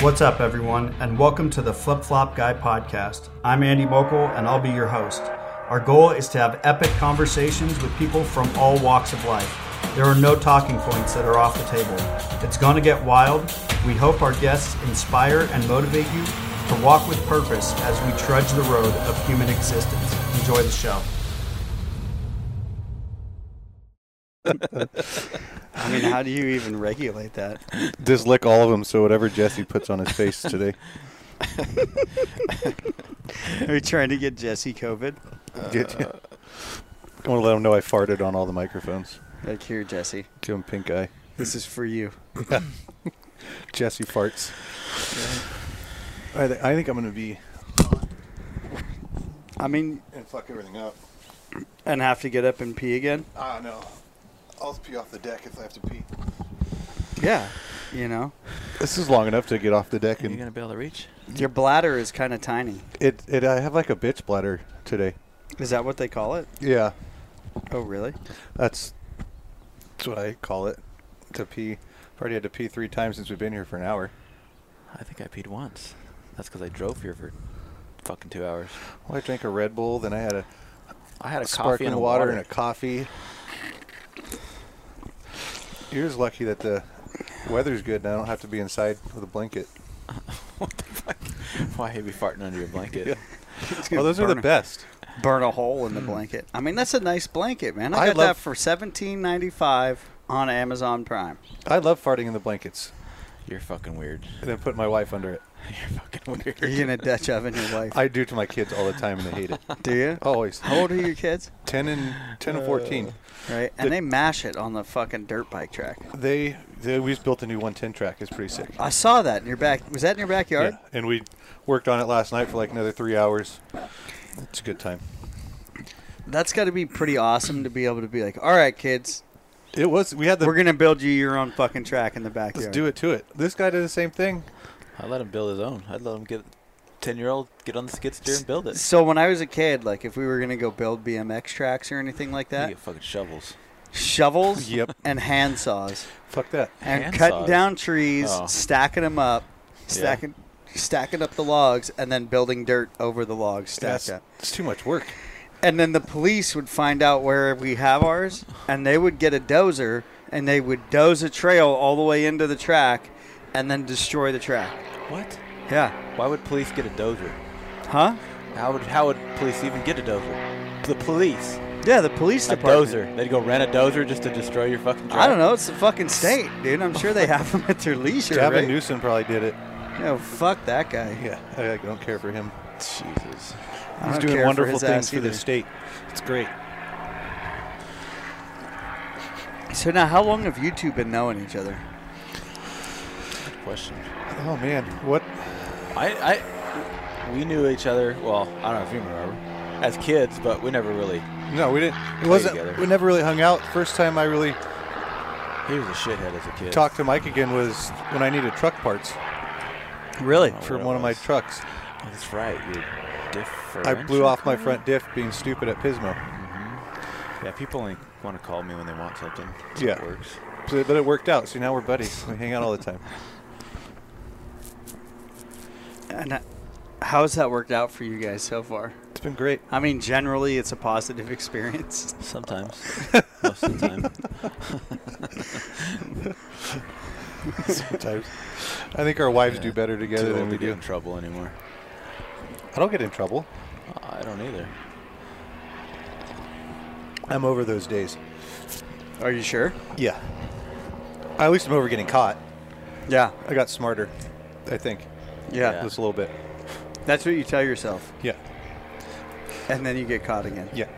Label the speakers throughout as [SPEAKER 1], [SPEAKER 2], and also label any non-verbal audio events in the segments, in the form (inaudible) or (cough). [SPEAKER 1] What's up, everyone, and welcome to the Flip Flop Guy podcast. I'm Andy Mokel, and I'll be your host. Our goal is to have epic conversations with people from all walks of life. There are no talking points that are off the table. It's going to get wild. We hope our guests inspire and motivate you to walk with purpose as we trudge the road of human existence. Enjoy the show.
[SPEAKER 2] (laughs) I mean, how do you even regulate that?
[SPEAKER 3] Just lick all of them. So whatever Jesse puts on his (laughs) face today,
[SPEAKER 2] Are you trying to get Jesse COVID?
[SPEAKER 3] Get- (laughs) I want to let him know I farted on all the microphones.
[SPEAKER 2] Like here, Jesse,
[SPEAKER 3] Give him pink eye.
[SPEAKER 2] this is for you.
[SPEAKER 3] Jesse farts. I, th- I think I'm gonna be
[SPEAKER 2] I mean,
[SPEAKER 3] and fuck everything up.
[SPEAKER 2] and have to get up and pee again.
[SPEAKER 3] Ah no, I'll pee off the deck if I have to pee.
[SPEAKER 2] Yeah, you know,
[SPEAKER 3] This is long enough to get off the deck
[SPEAKER 4] Are you
[SPEAKER 3] and
[SPEAKER 4] gonna be able to reach?
[SPEAKER 2] your bladder is kind of tiny.
[SPEAKER 3] it. It I have like a bitch bladder today.
[SPEAKER 2] Is that what they call it?
[SPEAKER 3] Yeah,
[SPEAKER 2] Oh, really?
[SPEAKER 3] that's that's what I call it. To pee. I've already had to pee three times since we've been here for an hour.
[SPEAKER 4] I think I peed once. That's because I drove here for fucking two hours.
[SPEAKER 3] Well, I drank a Red Bull, then I had a,
[SPEAKER 4] I had a coffee
[SPEAKER 3] sparkling
[SPEAKER 4] and a
[SPEAKER 3] water,
[SPEAKER 4] water,
[SPEAKER 3] and a coffee. You're just lucky that the weather's good and I don't have to be inside with a blanket.
[SPEAKER 4] (laughs)
[SPEAKER 3] (laughs)
[SPEAKER 4] what the fuck? Why you be farting under your blanket?
[SPEAKER 3] Yeah.
[SPEAKER 2] It's gonna
[SPEAKER 3] Well, Oh, those are the
[SPEAKER 2] burn a-
[SPEAKER 3] best.
[SPEAKER 2] Burn a hole in the blanket. I mean, that's a nice blanket, man. I
[SPEAKER 3] I
[SPEAKER 2] got that
[SPEAKER 3] love-
[SPEAKER 2] for seventeen ninety five on Amazon Prime.
[SPEAKER 3] I love farting in the blankets
[SPEAKER 4] You're fucking weird. (laughs)
[SPEAKER 3] and then put my wife under it.
[SPEAKER 4] You're fucking weird.
[SPEAKER 2] You're gonna Dutch oven your wife,
[SPEAKER 3] I do to my kids all the time and they hate it.
[SPEAKER 2] do you?
[SPEAKER 3] (laughs) Always. Uh.
[SPEAKER 2] How old are your kids?
[SPEAKER 3] 10 and 10 and 14.
[SPEAKER 2] Right, and they mash it on the fucking dirt bike track.
[SPEAKER 3] They, they we just built a new 110 track. It's pretty sick.
[SPEAKER 2] I saw that in your back. Was that in your backyard?
[SPEAKER 3] Yeah, and we worked on it last night for like another 3 hours. It's a good time.
[SPEAKER 2] That's got to be pretty awesome to be able to be like, all right, kids,
[SPEAKER 3] It was we had the
[SPEAKER 2] we're gonna build you your own fucking track in the backyard.
[SPEAKER 3] let's do it to it. This guy did the same thing.
[SPEAKER 4] (laughs) I let him build his own. I'd let him get ten year old get on the skid steer and build it.
[SPEAKER 2] So when I was a kid, like if we were gonna go build BMX tracks or anything like
[SPEAKER 4] You
[SPEAKER 2] that,
[SPEAKER 4] get fucking shovels. (laughs)
[SPEAKER 2] shovels
[SPEAKER 3] Yep.
[SPEAKER 2] and handsaws
[SPEAKER 3] Fuck that.
[SPEAKER 2] and
[SPEAKER 4] Hand
[SPEAKER 2] cutting
[SPEAKER 4] saws?
[SPEAKER 2] down trees,
[SPEAKER 4] Oh.
[SPEAKER 2] stacking them up, stacking. Stacking up the logs and then building dirt over the logs stacked
[SPEAKER 3] That's,
[SPEAKER 2] up.
[SPEAKER 3] it's too much work.
[SPEAKER 2] And then the police would find out where we have ours, and they would get a dozer and they would doze a trail all the way into the track, and then destroy the track.
[SPEAKER 4] What?
[SPEAKER 2] Yeah.
[SPEAKER 4] Why would police get a dozer?
[SPEAKER 2] Huh?
[SPEAKER 4] How would how would police even get a dozer? The police.
[SPEAKER 2] Yeah, the police
[SPEAKER 4] A
[SPEAKER 2] department.
[SPEAKER 4] dozer. They'd go rent a dozer just to destroy your fucking truck.
[SPEAKER 2] I don't know. It's the fucking state, dude. I'm sure they (laughs) have them at their leisure,
[SPEAKER 3] Gavin
[SPEAKER 2] right?
[SPEAKER 3] Newsom probably did it.
[SPEAKER 2] No, fuck that guy.
[SPEAKER 3] Yeah, I, I don't care for him.
[SPEAKER 4] Jesus.
[SPEAKER 2] I
[SPEAKER 3] He's
[SPEAKER 2] don't
[SPEAKER 3] doing
[SPEAKER 2] care for
[SPEAKER 3] wonderful
[SPEAKER 2] his
[SPEAKER 3] things
[SPEAKER 2] ass
[SPEAKER 3] for the
[SPEAKER 2] either.
[SPEAKER 3] state. It's great.
[SPEAKER 2] So now, how long have you two been knowing each other?
[SPEAKER 4] Question.
[SPEAKER 3] Oh man, what?
[SPEAKER 4] I, I, we knew each other. Well, I don't know if you remember, as kids, but we never really.
[SPEAKER 3] No, we didn't. It wasn't.
[SPEAKER 4] together.
[SPEAKER 3] We never really hung out. First time I really
[SPEAKER 4] He was a shithead as a kid.
[SPEAKER 3] talked to Mike again was when I needed truck parts
[SPEAKER 2] Really?
[SPEAKER 4] Oh,
[SPEAKER 3] for
[SPEAKER 4] what it
[SPEAKER 3] one of my
[SPEAKER 4] was.
[SPEAKER 3] trucks.
[SPEAKER 4] Oh, that's right. You're different.
[SPEAKER 3] I blew off my front diff being stupid at Pismo.
[SPEAKER 4] Yeah, people only want to call me when they want something. That's how
[SPEAKER 3] Yeah.
[SPEAKER 4] it works.
[SPEAKER 3] So- But it worked out. So now we're buddies. We hang out all the time.
[SPEAKER 2] And uh, how's that worked out for you guys so far?
[SPEAKER 3] It's been great.
[SPEAKER 2] I mean, generally, it's a positive (laughs) experience.
[SPEAKER 3] (laughs)
[SPEAKER 4] Sometimes, most of (laughs) the time.
[SPEAKER 3] Sometimes. I think our wives
[SPEAKER 4] Yeah.
[SPEAKER 3] do better together
[SPEAKER 4] Too
[SPEAKER 3] than
[SPEAKER 4] old
[SPEAKER 3] we
[SPEAKER 4] to get
[SPEAKER 3] do.
[SPEAKER 4] in trouble anymore.
[SPEAKER 3] I don't get in trouble.
[SPEAKER 4] I don't either.
[SPEAKER 3] I'm over those days.
[SPEAKER 2] Are you sure?
[SPEAKER 3] Yeah. At least I'm over getting caught.
[SPEAKER 2] Yeah.
[SPEAKER 3] I got smarter. I think
[SPEAKER 2] Yeah.
[SPEAKER 4] Yeah.
[SPEAKER 3] just a little bit.
[SPEAKER 2] That's what you tell yourself,
[SPEAKER 3] Yeah.
[SPEAKER 2] and then you get caught again.
[SPEAKER 3] Yeah.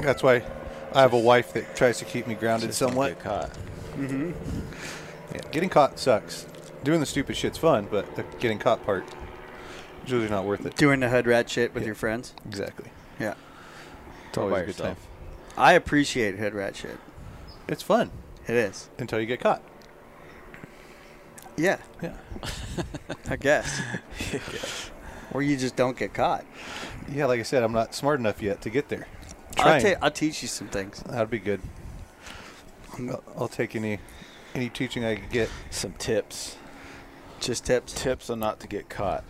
[SPEAKER 3] That's why I have a wife that tries to keep me grounded
[SPEAKER 4] Just don't
[SPEAKER 3] somewhat.
[SPEAKER 4] Get caught.
[SPEAKER 3] Yeah. Getting caught sucks. Doing the stupid shit's fun, but the getting caught part is usually not worth it.
[SPEAKER 2] Doing the hood rat shit with
[SPEAKER 3] Yeah.
[SPEAKER 2] your friends.
[SPEAKER 3] Exactly.
[SPEAKER 2] Yeah.
[SPEAKER 3] It's
[SPEAKER 4] All
[SPEAKER 3] always
[SPEAKER 4] by
[SPEAKER 3] a good
[SPEAKER 4] yourself.
[SPEAKER 3] time.
[SPEAKER 2] I appreciate hood rat shit.
[SPEAKER 3] It's fun
[SPEAKER 2] It is.
[SPEAKER 3] until you get caught.
[SPEAKER 2] Yeah,
[SPEAKER 3] Yeah.
[SPEAKER 2] (laughs) I guess. Or you just don't get caught.
[SPEAKER 3] Yeah, like I said, I'm not smart enough yet to get there.
[SPEAKER 2] I'll,
[SPEAKER 3] Trying.
[SPEAKER 2] ta- I'll teach you some things.
[SPEAKER 3] That'd be good. I'll, I'll take any any teaching I can get.
[SPEAKER 4] Some tips.
[SPEAKER 2] Just tips.
[SPEAKER 4] Tips on not to get caught.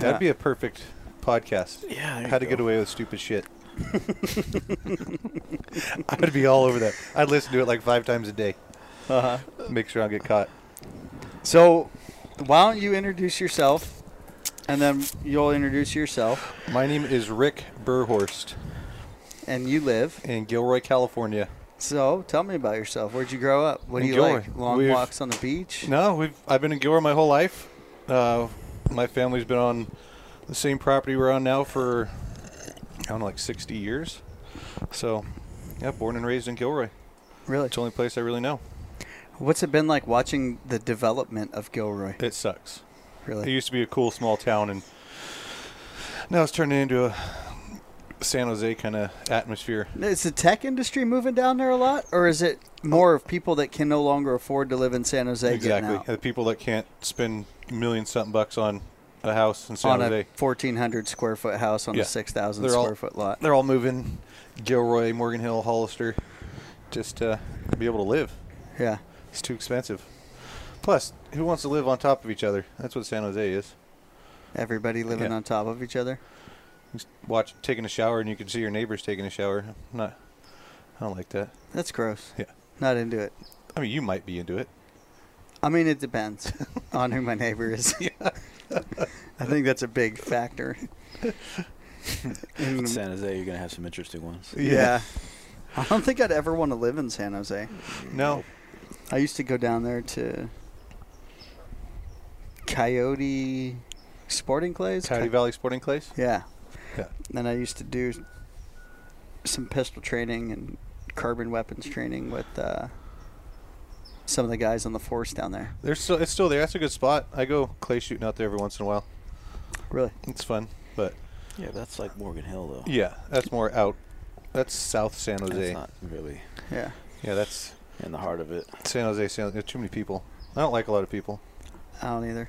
[SPEAKER 3] That'd be a perfect podcast.
[SPEAKER 4] Yeah, there
[SPEAKER 3] How to
[SPEAKER 4] you
[SPEAKER 3] get
[SPEAKER 4] go.
[SPEAKER 3] away with stupid shit. (laughs) I'd be all over that. I'd listen to it like five times a day.
[SPEAKER 2] Uh-huh.
[SPEAKER 3] Make sure I don't get caught.
[SPEAKER 2] So, why don't you introduce yourself, and then you'll introduce yourself,
[SPEAKER 3] My name is Rick Burhorst
[SPEAKER 2] and you live.
[SPEAKER 3] in Gilroy, California.
[SPEAKER 2] So, tell me about yourself. Where'd you grow up? What do
[SPEAKER 3] In
[SPEAKER 2] you
[SPEAKER 3] Gilroy.
[SPEAKER 2] like? Long
[SPEAKER 3] We've-
[SPEAKER 2] walks on the beach.
[SPEAKER 3] No, we've I've been in Gilroy my whole life. Uh, my family's been on the same property we're on now for I don't know, like 60 years. So, yeah, born and raised in Gilroy.
[SPEAKER 2] Really?
[SPEAKER 3] It's the only place I really know.
[SPEAKER 2] What's it been like watching the development of Gilroy?
[SPEAKER 3] It sucks. It
[SPEAKER 2] Really?
[SPEAKER 3] used to be a cool small town, and now it's turned into a San Jose kind of atmosphere.
[SPEAKER 2] Is the tech industry moving down there a lot, or is it more of people that can no longer afford to live in San Jose getting
[SPEAKER 3] exactly.
[SPEAKER 2] out
[SPEAKER 3] The people that can't spend a million something bucks on a house in San
[SPEAKER 2] on
[SPEAKER 3] Jose.
[SPEAKER 2] a 1,400 square foot house on
[SPEAKER 3] Yeah.
[SPEAKER 2] a 6,000
[SPEAKER 3] They're all-
[SPEAKER 2] square foot lot?
[SPEAKER 3] They're all moving Gilroy, Morgan Hill, Hollister, just uh, to be able to live.
[SPEAKER 2] Yeah.
[SPEAKER 3] It's too expensive. Plus, who wants to live on top of each other? That's what San Jose is.
[SPEAKER 2] Everybody living
[SPEAKER 3] Yeah.
[SPEAKER 2] on top of each other.
[SPEAKER 3] Just watch taking a shower, and you can see your neighbors taking a shower. I'm not, I don't like that.
[SPEAKER 2] That's gross.
[SPEAKER 3] Yeah.
[SPEAKER 2] Not into it.
[SPEAKER 3] I mean, you might be into it.
[SPEAKER 2] I mean, it depends (laughs) on who my neighbor (laughs) is. I think that's a big (laughs) factor.
[SPEAKER 4] In
[SPEAKER 2] And-
[SPEAKER 4] San Jose, you're gonna have some interesting ones.
[SPEAKER 2] yeah. I don't think I'd ever want to live in San Jose.
[SPEAKER 3] No.
[SPEAKER 2] I used to go down there to Coyote Sporting Clays.
[SPEAKER 3] Coyote Valley Sporting Clays.
[SPEAKER 2] Yeah.
[SPEAKER 3] Yeah.
[SPEAKER 2] Then I used to do some pistol training and carbon weapons training with uh, some of the guys on the force down there.
[SPEAKER 3] There's still, it's still there. That's a good spot. I go clay shooting out there every once in a while.
[SPEAKER 2] Really?
[SPEAKER 3] It's fun, but
[SPEAKER 4] Yeah, but that's like Morgan Hill though.
[SPEAKER 3] yeah, that's more out. That's South San Jose.
[SPEAKER 4] That's not really
[SPEAKER 2] Yeah.
[SPEAKER 3] yeah, that's
[SPEAKER 4] in the heart of it.
[SPEAKER 3] San Jose. San, there's too many people. I don't like a lot of people.
[SPEAKER 2] I don't either.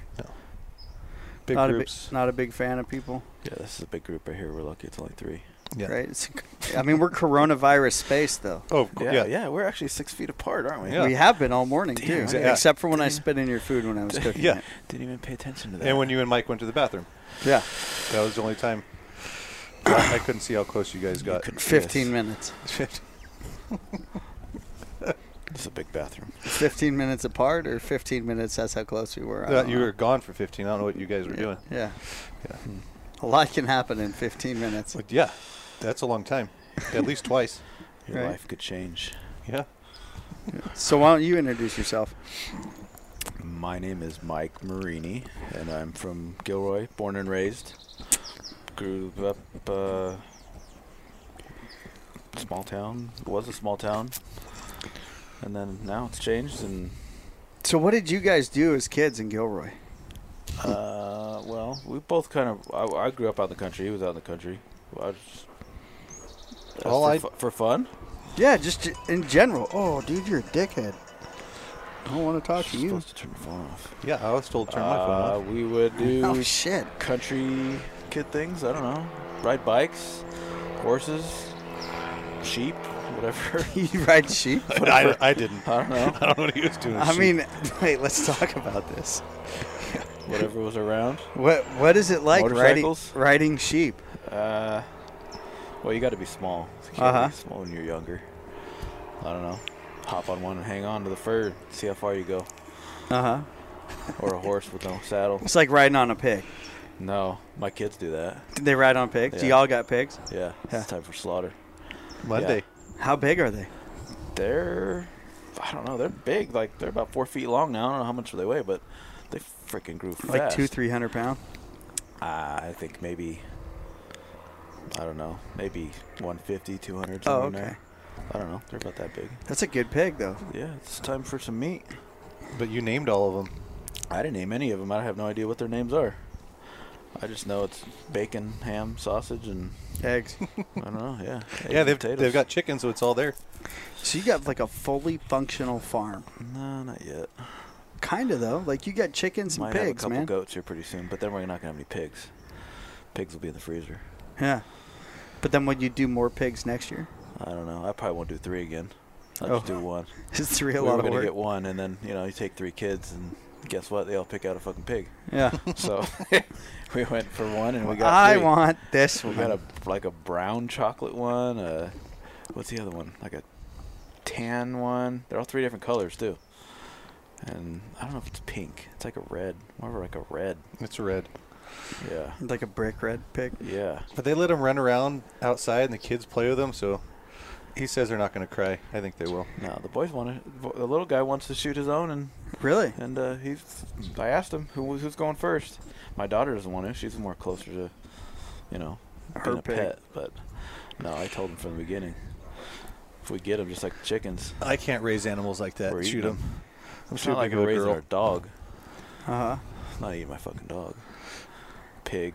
[SPEAKER 3] Big
[SPEAKER 2] not
[SPEAKER 3] groups.
[SPEAKER 2] A bi- not a big fan of people.
[SPEAKER 4] Yeah, this is a big group right here. We're lucky it's only three.
[SPEAKER 3] yeah.
[SPEAKER 2] Right? It's, (laughs) I mean, we're coronavirus space though.
[SPEAKER 3] Oh, of course. Yeah.
[SPEAKER 4] yeah, We're actually six feet apart, aren't we?
[SPEAKER 3] Yeah.
[SPEAKER 2] We have been all morning too,
[SPEAKER 4] Damn,
[SPEAKER 3] yeah.
[SPEAKER 2] except for when I spit in your food when I
[SPEAKER 3] (laughs)
[SPEAKER 2] was cooking.
[SPEAKER 3] Yeah.
[SPEAKER 2] it.
[SPEAKER 4] Didn't even pay attention to that.
[SPEAKER 3] And when you and Mike went to the bathroom,
[SPEAKER 2] yeah.
[SPEAKER 3] that was the only time. (coughs) I I couldn't see how close you guys got. (laughs)
[SPEAKER 4] couldn't-
[SPEAKER 2] Fifteen
[SPEAKER 4] Yes.
[SPEAKER 2] minutes.
[SPEAKER 4] it's a big bathroom.
[SPEAKER 2] Fifteen minutes apart, or fifteen minutes. That's how close we were. I
[SPEAKER 3] Uh,
[SPEAKER 2] don't
[SPEAKER 3] you
[SPEAKER 2] know.
[SPEAKER 3] were gone for 15. I don't know what you guys were doing.
[SPEAKER 2] Yeah.
[SPEAKER 3] Yeah. Hmm.
[SPEAKER 2] A lot can happen in 15 minutes.
[SPEAKER 3] But yeah, that's a long time. At least twice.
[SPEAKER 4] Your
[SPEAKER 2] Right.
[SPEAKER 4] life could change.
[SPEAKER 3] Yeah.
[SPEAKER 2] So why don't you introduce yourself?
[SPEAKER 4] My name is Mike Marini, and I'm from Gilroy, born and raised. Grew up uh, small town. It was a small town, and then now it's changed. And
[SPEAKER 2] So what did you guys do as kids in Gilroy?
[SPEAKER 4] uh, well, we both kind of. I, I grew up out in the country. He was out in the country. I just, that's
[SPEAKER 3] All
[SPEAKER 4] for,
[SPEAKER 3] I-
[SPEAKER 4] fu- for fun.
[SPEAKER 2] Yeah, just in general. Oh, dude, you're a dickhead. I don't want to talk to you.
[SPEAKER 4] supposed to turn the phone off.
[SPEAKER 3] Yeah, I was told to turn my phone
[SPEAKER 4] Uh,
[SPEAKER 3] off.
[SPEAKER 4] We would do
[SPEAKER 2] Oh shit. (laughs)
[SPEAKER 4] country kid things. I don't know. Ride bikes, horses, sheep, whatever. (laughs)
[SPEAKER 2] You ride sheep?
[SPEAKER 3] But (laughs) I, I didn't.
[SPEAKER 4] I don't know.
[SPEAKER 3] I don't know what he was doing.
[SPEAKER 2] I mean, (laughs) wait, let's talk about this.
[SPEAKER 4] Whatever was around.
[SPEAKER 2] What what is it like riding
[SPEAKER 4] Motorcycles?
[SPEAKER 2] riding sheep?
[SPEAKER 4] Uh, well, you got to be small. You can't
[SPEAKER 2] Uh-huh.
[SPEAKER 4] be small when you're younger. I don't know. Hop on one and hang on to the fur. See how far you go.
[SPEAKER 2] Uh-huh.
[SPEAKER 4] Or a horse with no saddle.
[SPEAKER 2] It's like riding on a pig.
[SPEAKER 4] No, my kids do that.
[SPEAKER 2] Did they ride on pigs? Do
[SPEAKER 4] Yeah.
[SPEAKER 2] y'all got pigs?
[SPEAKER 4] Yeah,
[SPEAKER 2] Yeah.
[SPEAKER 4] it's time for slaughter.
[SPEAKER 3] Monday.
[SPEAKER 2] How big are they?
[SPEAKER 4] They're, I don't know. They're big. Like they're about four feet long now. I don't know how much they weigh, but they freaking grew fast.
[SPEAKER 2] Like two, three hundred pound?
[SPEAKER 4] Uh, I think maybe, I don't know, maybe 150, 200,
[SPEAKER 2] Oh,
[SPEAKER 4] somewhere in
[SPEAKER 2] okay.
[SPEAKER 4] there. I don't know. They're about that big.
[SPEAKER 2] That's a good pig though.
[SPEAKER 4] Yeah, it's time for some meat.
[SPEAKER 3] But you named all of them.
[SPEAKER 4] I didn't name any of them. I have no idea what their names are. I just know it's bacon, ham, sausage, and (laughs)
[SPEAKER 2] Eggs.
[SPEAKER 4] I don't know.
[SPEAKER 2] (laughs)
[SPEAKER 4] Yeah. eggs
[SPEAKER 3] yeah,
[SPEAKER 4] and
[SPEAKER 3] they've,
[SPEAKER 4] potatoes.
[SPEAKER 3] they've got chickens, so it's all there.
[SPEAKER 2] So you got like a fully functional farm.
[SPEAKER 4] No, not yet.
[SPEAKER 2] Kind of though. Like you got chickens and
[SPEAKER 4] Might have a
[SPEAKER 2] pigs,
[SPEAKER 4] couple
[SPEAKER 2] man.
[SPEAKER 4] goats here pretty soon, but then we're not gonna have any pigs. Pigs will be in the freezer.
[SPEAKER 2] Yeah. But then would you do more pigs next year? (laughs)
[SPEAKER 4] I don't know. I probably won't do three again. I'll just
[SPEAKER 2] Oh.
[SPEAKER 4] do one.
[SPEAKER 2] It's three a
[SPEAKER 4] we were
[SPEAKER 2] lot of
[SPEAKER 4] gonna
[SPEAKER 2] work.
[SPEAKER 4] get one, and then you know you take three kids, and guess what? They all pick out a fucking pig.
[SPEAKER 2] Yeah. (laughs)
[SPEAKER 4] So we went for one, (laughs) and we got.
[SPEAKER 2] I
[SPEAKER 4] three.
[SPEAKER 2] want this
[SPEAKER 4] We
[SPEAKER 2] one.
[SPEAKER 4] got a like a brown chocolate one. Uh, what's the other one? Like a tan one. They're all three different colors too. And I don't know if it's pink. It's like a red. More of like a red.
[SPEAKER 3] It's red.
[SPEAKER 4] Yeah.
[SPEAKER 2] like a brick red pig.
[SPEAKER 4] Yeah.
[SPEAKER 3] But they let them run around outside, and the kids play with them. So he says they're not going to cry. I think they will.
[SPEAKER 4] No, the boys want to. The little guy wants to shoot his own, and
[SPEAKER 2] Really?
[SPEAKER 4] and uh, he's. I asked him who was who's going first. My daughter doesn't want to. She's more closer to, you know, being
[SPEAKER 2] Her
[SPEAKER 4] a
[SPEAKER 2] pig.
[SPEAKER 4] pet. But no, I told him from the beginning. If we get them, just like chickens,
[SPEAKER 3] I can't raise animals like that.
[SPEAKER 4] We're
[SPEAKER 3] Shoot
[SPEAKER 4] eating
[SPEAKER 3] them. I'm
[SPEAKER 4] it's
[SPEAKER 3] shooting
[SPEAKER 4] not like
[SPEAKER 3] like a
[SPEAKER 4] we're raising
[SPEAKER 3] girl.
[SPEAKER 4] our dog.
[SPEAKER 2] Uh huh.
[SPEAKER 4] I'm not eating my fucking dog. Pig,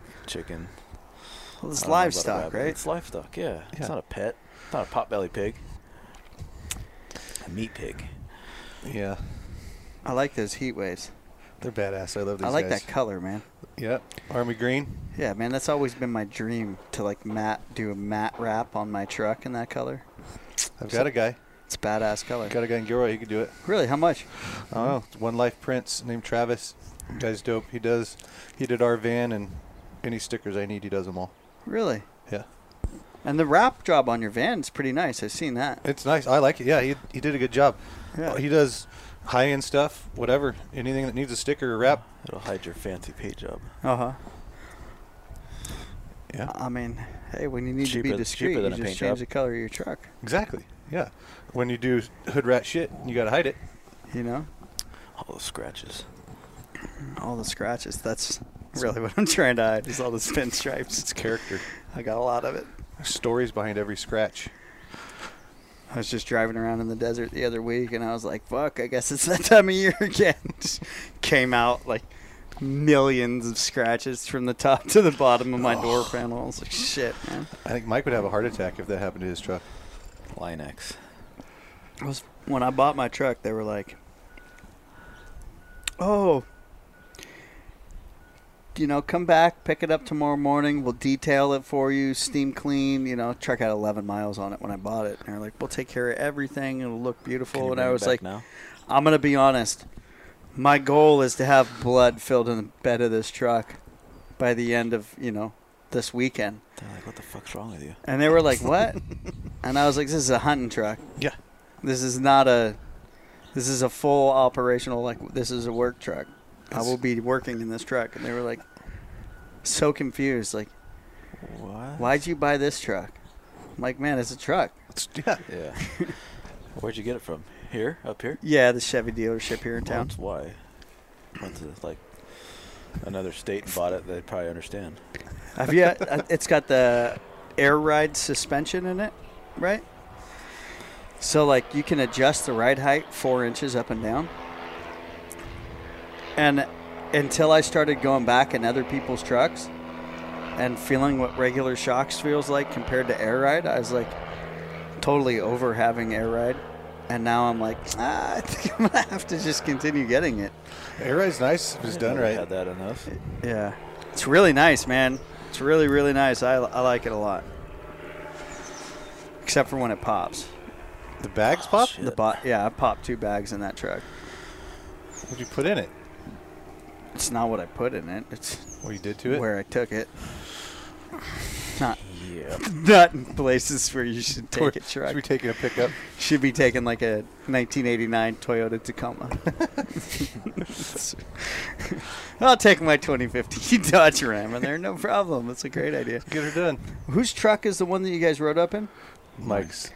[SPEAKER 2] Well,
[SPEAKER 4] chicken. I
[SPEAKER 2] it's
[SPEAKER 4] don't know about a
[SPEAKER 2] livestock,
[SPEAKER 4] rabbit.
[SPEAKER 2] right?
[SPEAKER 4] It's livestock. Yeah.
[SPEAKER 3] Yeah.
[SPEAKER 4] It's not a pet. It's not a potbelly pig. A meat pig.
[SPEAKER 3] Yeah,
[SPEAKER 2] I like those heat waves.
[SPEAKER 3] they're badass. I love these
[SPEAKER 2] I like
[SPEAKER 3] guys.
[SPEAKER 2] that color, man.
[SPEAKER 3] Yeah, army green.
[SPEAKER 2] Yeah, man, that's always been my dream to like matte do a matte wrap on my truck in that color.
[SPEAKER 3] I've got a guy.
[SPEAKER 2] It's a badass color.
[SPEAKER 3] Got a guy in Gilroy. He could do it.
[SPEAKER 2] Really? How much?
[SPEAKER 3] Oh, it's one life prince named Travis. Guy's dope. He does. He did our van and any stickers I need, he does them all.
[SPEAKER 2] Really?
[SPEAKER 3] Yeah,
[SPEAKER 2] And the wrap job on your van is pretty nice. I've seen that.
[SPEAKER 3] it's nice. I like it. Yeah, he he did a good job.
[SPEAKER 2] Yeah.
[SPEAKER 3] He does high end stuff, whatever, anything that needs a sticker or wrap.
[SPEAKER 4] It'll hide your fancy paint job.
[SPEAKER 2] Uh huh.
[SPEAKER 3] Yeah.
[SPEAKER 2] I mean, hey, when you need to
[SPEAKER 4] Cheaper-
[SPEAKER 2] be discreet,
[SPEAKER 4] cheaper
[SPEAKER 2] you
[SPEAKER 4] than a
[SPEAKER 2] just
[SPEAKER 4] paint
[SPEAKER 2] change
[SPEAKER 4] job.
[SPEAKER 2] the color of your truck.
[SPEAKER 3] Exactly. Yeah. When you do hood rat shit, you gotta hide it.
[SPEAKER 2] You know,
[SPEAKER 4] All those scratches.
[SPEAKER 2] all the scratches. That's really (laughs) what I'm trying to hide. Is all the spin stripes.
[SPEAKER 3] It's character.
[SPEAKER 2] I got a lot of it.
[SPEAKER 3] There's stories behind every scratch.
[SPEAKER 2] I was just driving around in the desert the other week, and I was like, "Fuck, I guess it's (laughs) that time of year again." (laughs) Just Came out like millions of scratches from the top to the bottom of my
[SPEAKER 4] (sighs)
[SPEAKER 2] door panel. I was like, "Shit, man."
[SPEAKER 3] I think Mike would have a heart attack if that happened to his truck.
[SPEAKER 4] Linex.
[SPEAKER 2] I was when I bought my truck, they were like, "Oh, you know, come back, pick it up tomorrow morning. We'll detail it for you, steam clean. You know, truck had 11 miles on it when I bought it, and they're like, "We'll take care of everything. It'll look
[SPEAKER 4] Can you
[SPEAKER 2] beautiful." And
[SPEAKER 4] bring
[SPEAKER 2] I
[SPEAKER 4] it
[SPEAKER 2] was
[SPEAKER 4] back
[SPEAKER 2] like,
[SPEAKER 4] now?
[SPEAKER 2] "I'm gonna be honest. My goal is to have blood filled in the bed of this truck by the end of you know this weekend."
[SPEAKER 4] They're like, what the fuck's wrong with you?
[SPEAKER 2] And they were like, (laughs) "What?" and I was like, "This is a hunting truck.
[SPEAKER 3] Yeah.
[SPEAKER 2] This is not a. This is a full operational. Like this is a work truck. I will be working in this truck." And they were like, so confused. Like,
[SPEAKER 4] What?
[SPEAKER 2] why'd you buy this truck? I'm like, man, it's a truck.
[SPEAKER 3] (laughs) It's, yeah.
[SPEAKER 4] Yeah. Where'd you get it from? Here? Up here?
[SPEAKER 2] Yeah, the Chevy dealership here in
[SPEAKER 4] Well,
[SPEAKER 2] town.
[SPEAKER 4] That's why. Went to like another state and bought it. They probably understand.
[SPEAKER 2] Have you? uh, It's got the air ride suspension in it, right? So like you can adjust the ride height four inches up and down. And until I started going back in other people's trucks and feeling what regular shocks feels like compared to air ride, I was like totally over having air ride. And now I'm like, ah, (laughs) I think I'm gonna have to just continue getting it.
[SPEAKER 3] Air ride's nice if it's done
[SPEAKER 4] Never
[SPEAKER 3] right.
[SPEAKER 4] Had that enough.
[SPEAKER 2] Yeah, it's really nice, man. It's really, really nice. I, I like it a lot. Except for when it pops.
[SPEAKER 3] The bags pop?
[SPEAKER 4] shit.
[SPEAKER 2] The bo- yeah, I popped two bags in that truck.
[SPEAKER 3] What'd you put in it?
[SPEAKER 2] It's not what I put in it. It's
[SPEAKER 3] What you did to it? (laughs)
[SPEAKER 2] where I took it. (laughs) Not
[SPEAKER 4] Yeah.
[SPEAKER 2] not in places where you should take it.
[SPEAKER 3] Should we
[SPEAKER 2] Truck
[SPEAKER 3] taking a pickup?
[SPEAKER 2] should be taking like a 1989 Toyota Tacoma. (laughs) I'll take my 2015 (laughs) Dodge Ram in there, no problem. That's a great idea.
[SPEAKER 3] Get her done.
[SPEAKER 2] Whose truck is the one that you guys rode up in?
[SPEAKER 3] Mike's.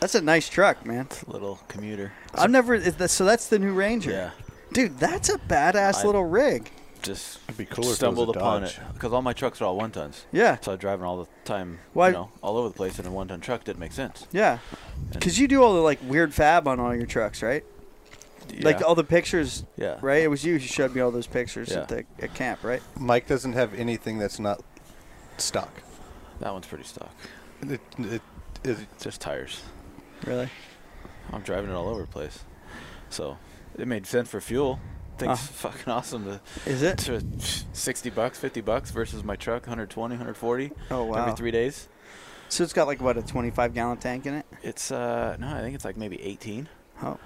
[SPEAKER 2] That's a nice truck, man.
[SPEAKER 4] Little commuter.
[SPEAKER 2] I've never. is that- So that's the new Ranger.
[SPEAKER 4] Yeah.
[SPEAKER 2] Dude, that's a badass
[SPEAKER 4] I-
[SPEAKER 2] little rig.
[SPEAKER 4] Just
[SPEAKER 3] It'd be cooler if it was
[SPEAKER 4] stumbled
[SPEAKER 3] a
[SPEAKER 4] upon
[SPEAKER 3] Dodge.
[SPEAKER 4] it because all my trucks are all one tons.
[SPEAKER 2] Yeah.
[SPEAKER 4] So I was driving all the time,
[SPEAKER 2] Why-
[SPEAKER 4] you know, all over the place, and a one ton truck didn't make sense.
[SPEAKER 2] Yeah.
[SPEAKER 4] And-
[SPEAKER 2] Cause you do all the like weird fab on all your trucks, right? Like
[SPEAKER 4] Yeah.
[SPEAKER 2] all the pictures.
[SPEAKER 4] Yeah.
[SPEAKER 2] Right. It was you who showed me all those pictures at
[SPEAKER 4] Yeah.
[SPEAKER 2] the at camp, right?
[SPEAKER 3] Mike doesn't have anything that's not stock.
[SPEAKER 4] That one's pretty stock.
[SPEAKER 3] It, it, it,
[SPEAKER 4] Just tires.
[SPEAKER 2] Really?
[SPEAKER 4] I'm driving it all over the place, so it made sense for fuel. Thing's
[SPEAKER 2] Uh.
[SPEAKER 4] fucking awesome to
[SPEAKER 2] Is it?
[SPEAKER 4] to 60 bucks, 50 bucks versus my truck 120, 140
[SPEAKER 2] Oh wow.
[SPEAKER 4] every 3 days.
[SPEAKER 2] So it's got like what a 25 gallon tank in it.
[SPEAKER 4] It's uh no, I think it's like maybe 18.
[SPEAKER 2] Oh.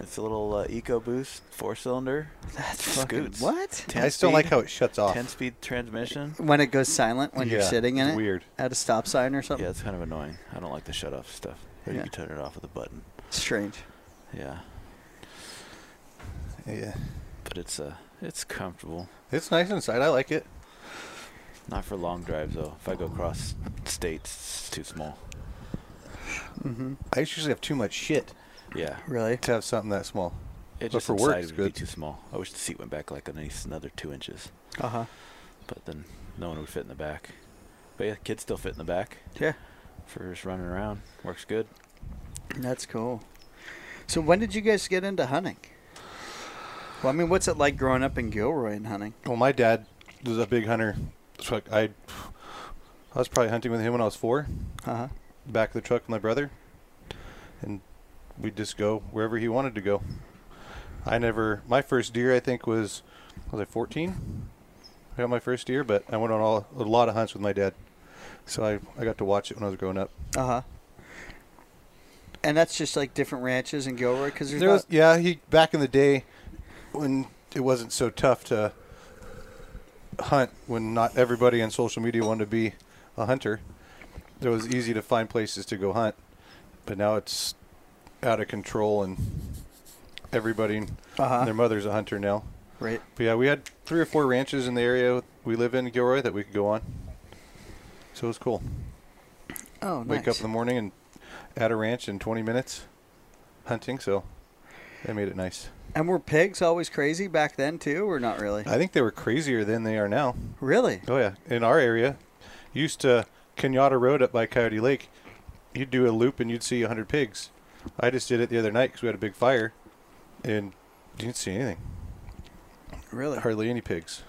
[SPEAKER 4] It's a little uh, EcoBoost four cylinder.
[SPEAKER 2] That's
[SPEAKER 4] Scoots.
[SPEAKER 2] fucking what?
[SPEAKER 4] Ten
[SPEAKER 3] I still
[SPEAKER 4] speed,
[SPEAKER 3] like how it shuts off.
[SPEAKER 4] ten speed transmission.
[SPEAKER 2] When it goes silent when you're
[SPEAKER 3] Yeah,
[SPEAKER 2] sitting in
[SPEAKER 3] it's
[SPEAKER 2] it
[SPEAKER 3] Weird.
[SPEAKER 2] at a stop sign or something.
[SPEAKER 4] Yeah, it's kind of annoying. I don't like the shut off stuff. But
[SPEAKER 2] Yeah.
[SPEAKER 4] You can turn it off with a button.
[SPEAKER 2] Strange.
[SPEAKER 4] Yeah,
[SPEAKER 3] Yeah.
[SPEAKER 4] but it's uh, it's comfortable.
[SPEAKER 3] It's nice inside. I like it.
[SPEAKER 4] Not for long drives though. If I go across states, it's too small.
[SPEAKER 2] Mm-hmm.
[SPEAKER 3] I usually have too much shit
[SPEAKER 4] Yeah,
[SPEAKER 2] Really?
[SPEAKER 3] to have something that small.
[SPEAKER 4] it
[SPEAKER 3] But
[SPEAKER 4] just
[SPEAKER 3] for
[SPEAKER 4] inside
[SPEAKER 3] work,
[SPEAKER 4] it
[SPEAKER 3] it's
[SPEAKER 4] would
[SPEAKER 3] good.
[SPEAKER 4] be too small. I wish the seat went back like a nice another two inches,
[SPEAKER 2] Uh huh.
[SPEAKER 4] but then no one would fit in the back. But yeah, kids still fit in the back
[SPEAKER 2] Yeah.
[SPEAKER 4] for just running around. Works good.
[SPEAKER 2] That's cool. So when did you guys get into hunting? Well, I mean, what's it like growing up in Gilroy and hunting?
[SPEAKER 3] Well, my dad was a big hunter. So like, I, I was probably hunting with him when I was four.
[SPEAKER 2] Uh huh.
[SPEAKER 3] Back of the truck with my brother, and we'd just go wherever he wanted to go. I never. My first deer, I think, was was I 14? I got my first deer, but I went on all, a lot of hunts with my dad, so I I got to watch it when I was growing up.
[SPEAKER 2] Uh huh. And that's just like different ranches in Gilroy because there's
[SPEAKER 3] There
[SPEAKER 2] not-
[SPEAKER 3] was, yeah, he back in the day when it wasn't so tough to hunt when not everybody on social media wanted to be a hunter. It was easy to find places to go hunt, but now it's out of control and everybody and
[SPEAKER 2] Uh-huh.
[SPEAKER 3] their mother's a hunter now.
[SPEAKER 2] right.
[SPEAKER 3] But yeah, we had three or four ranches in the area we live in, Gilroy, that we could go on. So it was cool.
[SPEAKER 2] Oh,
[SPEAKER 3] Wake up
[SPEAKER 2] nice.
[SPEAKER 3] in the morning and at a ranch in 20 minutes hunting, so that made it nice.
[SPEAKER 2] and were pigs always crazy back then too, or not really?
[SPEAKER 3] I think they were crazier than they are now.
[SPEAKER 2] really?
[SPEAKER 3] Oh yeah, in our area, used to Kenyatta Road up by Coyote Lake, you'd do a loop and you'd see a hundred pigs. I just did it the other night because we had a big fire, and you didn't see anything,
[SPEAKER 2] Really?
[SPEAKER 3] hardly any pigs.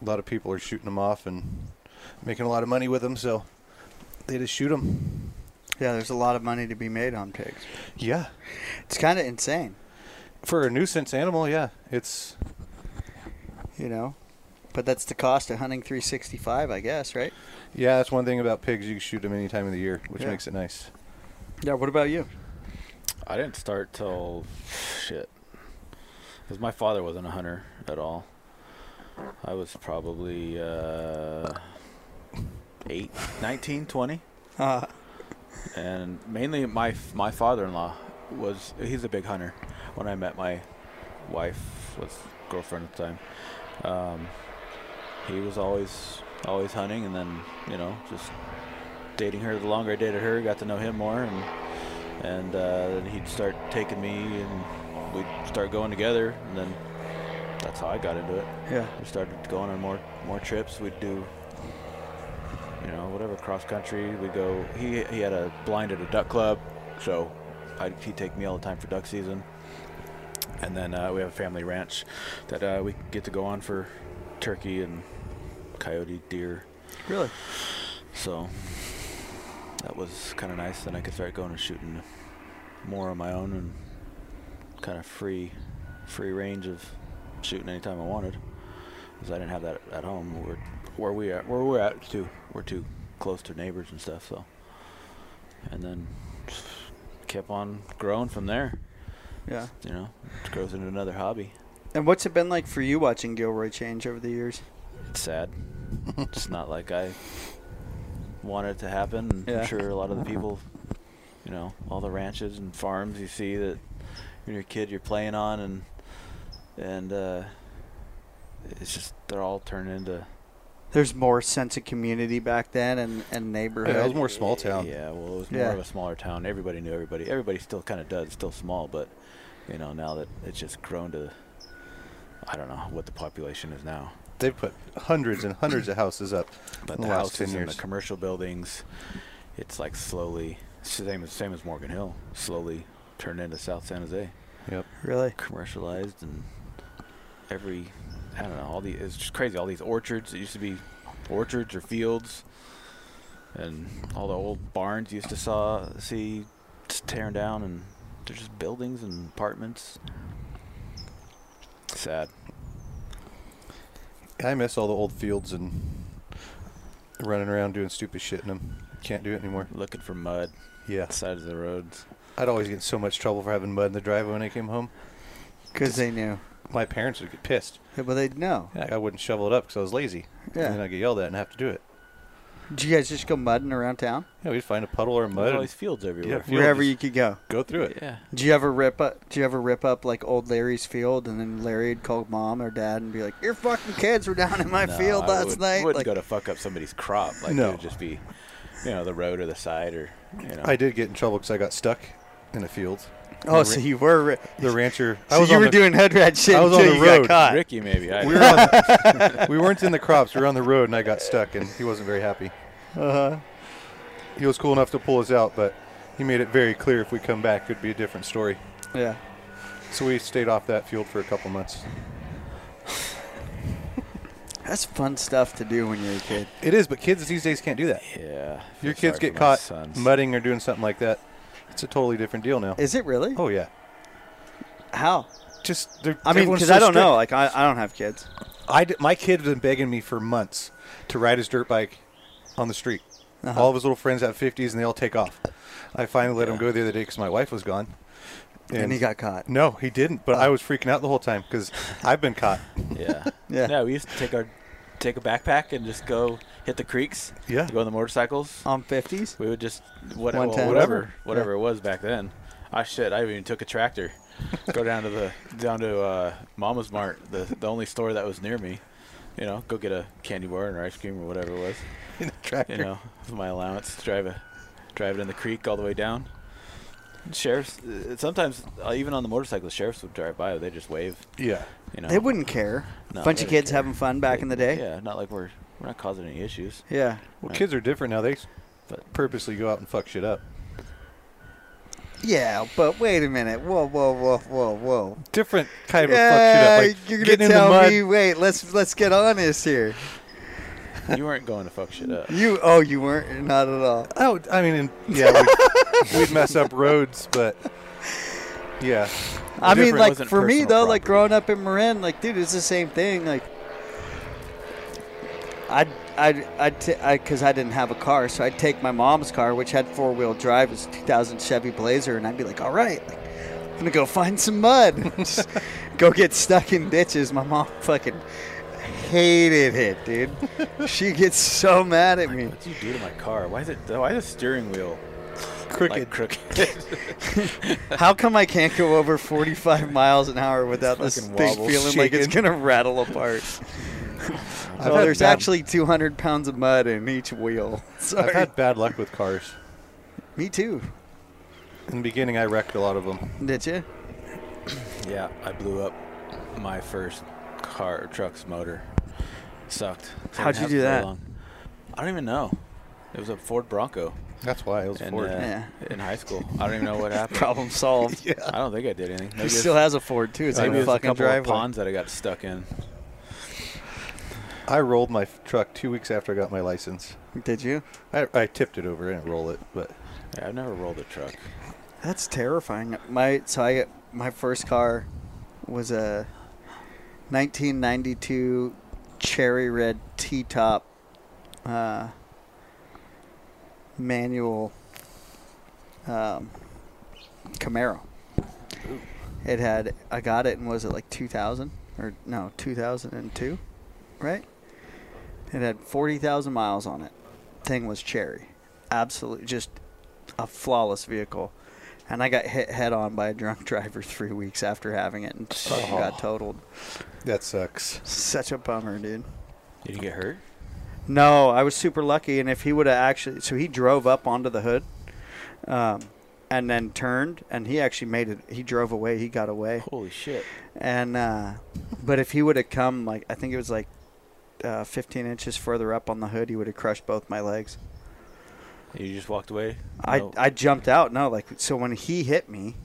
[SPEAKER 3] A lot of people are shooting them off and making a lot of money with them, so they just shoot them.
[SPEAKER 2] Yeah, there's a lot of money to be made on pigs.
[SPEAKER 3] Yeah,
[SPEAKER 2] It's kind of insane,
[SPEAKER 3] for a nuisance animal, yeah, it's
[SPEAKER 2] you know. But that's the cost of hunting 365, I guess, right?
[SPEAKER 3] yeah, that's one thing about pigs. You can shoot them any time of the year, which
[SPEAKER 2] Yeah.
[SPEAKER 3] makes it nice. (laughs)
[SPEAKER 2] Yeah. What about you?
[SPEAKER 4] I didn't start till shit. Because my father wasn't a hunter at all. I was probably uh, 8, 19, 20.
[SPEAKER 2] Uh,
[SPEAKER 4] And mainly my f- my father-in-law was he's a big hunter. When I met my wife, was girlfriend at the time, um, he was always always hunting, and then you know just dating her. The longer I dated her, got to know him more, and and uh, then he'd start taking me, and we'd start going together, and then that's how I got into it.
[SPEAKER 2] yeah.
[SPEAKER 4] We started going on more more trips. We'd do, you know, whatever cross country. We go. He he had a blind at a duck club, so I, he'd take me all the time for duck season. And then uh, we have a family ranch that uh, we get to go on for turkey and coyote, deer.
[SPEAKER 2] Really?
[SPEAKER 4] So that was kind of nice. Then I could start going and shooting more on my own and kind of free, free range of shooting anytime I wanted, because I didn't have that at home. Where where we at? Where we're at too? We're too close to neighbors and stuff. So, and then just kept on growing from there.
[SPEAKER 2] Yeah.
[SPEAKER 4] You know, it grows into another hobby.
[SPEAKER 2] And what's it been like for you watching Gilroy change over the years?
[SPEAKER 4] It's sad. it's not like I wanted it to happen. and
[SPEAKER 2] Yeah.
[SPEAKER 4] I'm sure a
[SPEAKER 2] (laughs)
[SPEAKER 4] lot of the people, you know, all the ranches and farms you see that when you're a kid you're playing on and and uh, it's just they're all turned into
[SPEAKER 2] There's more sense of community back then and, and neighborhood.
[SPEAKER 3] Yeah, it was more small town.
[SPEAKER 4] Yeah, well, it was more
[SPEAKER 2] Yeah.
[SPEAKER 4] of a smaller town. Everybody knew everybody. Everybody still kind of does, still small, but you know now that it's just grown to. I don't know what the population is now.
[SPEAKER 3] They put hundreds and hundreds of houses up.
[SPEAKER 4] But
[SPEAKER 3] in
[SPEAKER 4] the,
[SPEAKER 3] last
[SPEAKER 4] houses
[SPEAKER 3] 10
[SPEAKER 4] and the
[SPEAKER 3] years.
[SPEAKER 4] commercial buildings, it's like slowly same as same as Morgan Hill, slowly turned into South San Jose,
[SPEAKER 3] Yep.
[SPEAKER 2] Really?
[SPEAKER 4] commercialized and every I don't know all the it's just crazy all these orchards that used to be orchards or fields, and all the old barns you used to saw see just tearing down and they're just buildings and apartments. Sad.
[SPEAKER 3] I miss all the old fields and running around doing stupid shit in them. Can't do it anymore.
[SPEAKER 4] Looking for mud.
[SPEAKER 3] Yeah.
[SPEAKER 4] sides of the roads.
[SPEAKER 3] I'd always get in so much trouble for having mud in the driveway when I came home.
[SPEAKER 2] because they knew.
[SPEAKER 3] My parents would get pissed.
[SPEAKER 2] Yeah, but they know.
[SPEAKER 3] Yeah, I wouldn't shovel it up because I was lazy.
[SPEAKER 2] Yeah.
[SPEAKER 3] And then I'd get yelled at and have to do it.
[SPEAKER 2] Did you guys just go mudding around town?
[SPEAKER 3] Yeah, we'd find a puddle or
[SPEAKER 4] There's
[SPEAKER 3] mud
[SPEAKER 4] all
[SPEAKER 3] and
[SPEAKER 4] these fields everywhere.
[SPEAKER 3] Field
[SPEAKER 2] Wherever
[SPEAKER 3] just-
[SPEAKER 2] you could go.
[SPEAKER 3] go through it.
[SPEAKER 4] yeah.
[SPEAKER 2] Do you ever rip up? Do you ever rip up like old Larry's field, and then Larry'd call mom or dad and be like, "Your fucking kids were down in my
[SPEAKER 4] No,
[SPEAKER 2] field
[SPEAKER 4] I
[SPEAKER 2] last
[SPEAKER 4] would,
[SPEAKER 2] night."
[SPEAKER 4] Wouldn't
[SPEAKER 2] Like,
[SPEAKER 4] go to fuck up somebody's crop. Like
[SPEAKER 3] No.
[SPEAKER 4] it would just be, you know, the road or the side or you know.
[SPEAKER 3] I did get in trouble because I got stuck in a field.
[SPEAKER 2] oh, so you were. Ri- (laughs)
[SPEAKER 3] The rancher.
[SPEAKER 2] so
[SPEAKER 3] I was
[SPEAKER 2] you
[SPEAKER 3] on
[SPEAKER 2] were
[SPEAKER 3] the,
[SPEAKER 2] doing head rat shit
[SPEAKER 3] I was on
[SPEAKER 2] until
[SPEAKER 3] the
[SPEAKER 2] you got
[SPEAKER 3] road.
[SPEAKER 2] caught.
[SPEAKER 4] Ricky maybe. I,
[SPEAKER 3] We, were on the- we weren't in the crops. We were on the road, and I got stuck, and he wasn't very happy.
[SPEAKER 2] Uh-huh.
[SPEAKER 3] He was cool enough to pull us out, but he made it very clear if we come back, it'd be a different story.
[SPEAKER 2] Yeah.
[SPEAKER 3] So we stayed off that field for a couple months.
[SPEAKER 2] That's fun stuff to do when you're a kid.
[SPEAKER 3] It is, but kids these days can't do that.
[SPEAKER 4] yeah. I feel
[SPEAKER 3] Your kids
[SPEAKER 4] sorry
[SPEAKER 3] get
[SPEAKER 4] for my
[SPEAKER 3] caught
[SPEAKER 4] sons.
[SPEAKER 3] mudding or doing something like that. It's a totally different deal now.
[SPEAKER 2] Is it really?
[SPEAKER 3] Oh yeah,
[SPEAKER 2] How?
[SPEAKER 3] just they're-
[SPEAKER 2] I mean,
[SPEAKER 3] everyone's
[SPEAKER 2] because
[SPEAKER 3] so
[SPEAKER 2] I don't
[SPEAKER 3] strict.
[SPEAKER 2] know. Like, I, I don't have kids.
[SPEAKER 3] I d- my kid has been begging me for months to ride his dirt bike on the street.
[SPEAKER 2] Uh-huh.
[SPEAKER 3] All of his little friends have 50s and they all take off. I finally let him go the other day because my wife was gone.
[SPEAKER 2] And, he got Oh. caught.
[SPEAKER 3] No, he didn't. But I was freaking out the whole time because I've
[SPEAKER 2] (laughs)
[SPEAKER 3] been caught.
[SPEAKER 4] Yeah.
[SPEAKER 2] Yeah.
[SPEAKER 4] No, we used to take our take a backpack and just go hit the creeks.
[SPEAKER 3] Yeah. Uh,
[SPEAKER 4] Go on the motorcycles.
[SPEAKER 2] On fifties.
[SPEAKER 4] We would just what, well,
[SPEAKER 2] 110.
[SPEAKER 4] whatever
[SPEAKER 2] Whatever.
[SPEAKER 4] whatever it was back then. I shit, I even took
[SPEAKER 3] (laughs)
[SPEAKER 4] a tractor. go down to the down to uh, Mama's Mart, the the only store that was near me. You know, go get a candy bar and ice cream or whatever it was.
[SPEAKER 3] in a tractor.
[SPEAKER 4] You know, (laughs) with my allowance, drive a drive it in the creek all the way down. Sheriffs uh, sometimes uh, even on the motorcycle, the sheriffs would drive by. They just wave.
[SPEAKER 3] Yeah.
[SPEAKER 4] You know,
[SPEAKER 2] They wouldn't care.
[SPEAKER 4] No,
[SPEAKER 2] Bunch
[SPEAKER 4] they
[SPEAKER 2] of
[SPEAKER 4] didn't
[SPEAKER 2] kids
[SPEAKER 4] care.
[SPEAKER 2] having fun back
[SPEAKER 4] They-
[SPEAKER 2] in the day.
[SPEAKER 4] Yeah, not like we're we're not causing any issues.
[SPEAKER 2] Yeah.
[SPEAKER 3] Well, kids are different now. They s-
[SPEAKER 4] But-
[SPEAKER 3] purposely go out and fuck shit up.
[SPEAKER 2] Yeah, but wait a minute. Whoa, whoa, whoa, whoa, whoa.
[SPEAKER 3] Different kind
[SPEAKER 2] Yeah,
[SPEAKER 3] of fuck shit up. Like
[SPEAKER 2] you're
[SPEAKER 3] getting
[SPEAKER 2] gonna
[SPEAKER 3] in the
[SPEAKER 2] tell
[SPEAKER 3] mud.
[SPEAKER 2] me. Wait, let's let's get honest here.
[SPEAKER 4] (laughs) you weren't going to fuck shit up.
[SPEAKER 2] You oh, you weren't not at all.
[SPEAKER 3] Oh, I mean, and- yeah,
[SPEAKER 2] (laughs)
[SPEAKER 3] we'd, we'd mess up roads, but yeah.
[SPEAKER 2] I mean,
[SPEAKER 3] Different.
[SPEAKER 2] like
[SPEAKER 4] wasn't
[SPEAKER 2] for me though,
[SPEAKER 4] personal
[SPEAKER 2] like
[SPEAKER 4] property.
[SPEAKER 2] growing up in Marin, like dude, it's the same thing. Like, I'd I'd I'd t- I because I didn't have a car, so I'd take my mom's car, which had four wheel drive, it was 2000 Chevy Blazer, and I'd be like, all right, like, I'm gonna go find some mud, (laughs) Just go get stuck in ditches. My mom fucking hated it, dude. she gets so mad at me.
[SPEAKER 4] What did you do to my car? Why is it? Why is the steering wheel
[SPEAKER 3] crooked.
[SPEAKER 4] like crooked?
[SPEAKER 2] How come I can't go over 45 miles an hour without this
[SPEAKER 4] Fucking
[SPEAKER 2] thing
[SPEAKER 4] wobble,
[SPEAKER 2] feeling like it's
[SPEAKER 3] shaking.
[SPEAKER 2] gonna rattle apart?
[SPEAKER 3] I've
[SPEAKER 2] Oh,
[SPEAKER 3] had
[SPEAKER 2] there's
[SPEAKER 3] bad-
[SPEAKER 2] actually 200 pounds of mud in each wheel. (laughs) Sorry.
[SPEAKER 3] I've had bad luck with cars.
[SPEAKER 2] Me too.
[SPEAKER 3] In the beginning, I wrecked a lot of them.
[SPEAKER 2] Did you?
[SPEAKER 4] yeah, I blew up my first car truck's motor. Sucked. Didn't
[SPEAKER 2] How'd you
[SPEAKER 4] have
[SPEAKER 2] do
[SPEAKER 4] it very
[SPEAKER 2] that?
[SPEAKER 4] long. I don't even know. It was a Ford Bronco
[SPEAKER 3] That's why I was
[SPEAKER 4] in,
[SPEAKER 3] Ford.
[SPEAKER 4] uh,
[SPEAKER 2] Yeah.
[SPEAKER 4] in high school. I don't
[SPEAKER 2] (laughs)
[SPEAKER 4] even know what happened.
[SPEAKER 2] Problem solved.
[SPEAKER 4] I don't think I did anything.
[SPEAKER 2] He
[SPEAKER 4] Maybe
[SPEAKER 2] still
[SPEAKER 4] it was-
[SPEAKER 2] has a Ford too. It's in
[SPEAKER 4] maybe
[SPEAKER 2] the
[SPEAKER 4] it was a
[SPEAKER 2] fucking
[SPEAKER 4] couple of
[SPEAKER 2] driveway.
[SPEAKER 4] ponds that I got stuck in.
[SPEAKER 3] I rolled my f- truck two weeks after I got my license.
[SPEAKER 2] Did you?
[SPEAKER 3] I, I tipped it over. I didn't roll it, but
[SPEAKER 4] Yeah, I've never rolled a truck.
[SPEAKER 2] That's terrifying. My so I my first car was a 1992 cherry red T-top uh, manual um, Camaro. It had I got it and was it like 2000 or no 2002, right? It had 40,000 miles on it. Thing was cherry, absolutely just a flawless vehicle. And I got hit head on by a drunk (laughs) driver three weeks after having it and fucking got totaled.
[SPEAKER 3] that sucks.
[SPEAKER 2] Such a bummer, dude.
[SPEAKER 4] Did you get hurt?
[SPEAKER 2] No, I was super lucky. And if he would have actually, so he drove up onto the hood, um, and then turned, and he actually made it. He drove away. He got away.
[SPEAKER 4] Holy shit!
[SPEAKER 2] And uh, but if he would have come, like I think it was like uh, 15 inches further up on the hood, he would have crushed both my legs.
[SPEAKER 4] You just walked away.
[SPEAKER 2] I,
[SPEAKER 4] No.
[SPEAKER 2] I jumped out. No, like so when he hit me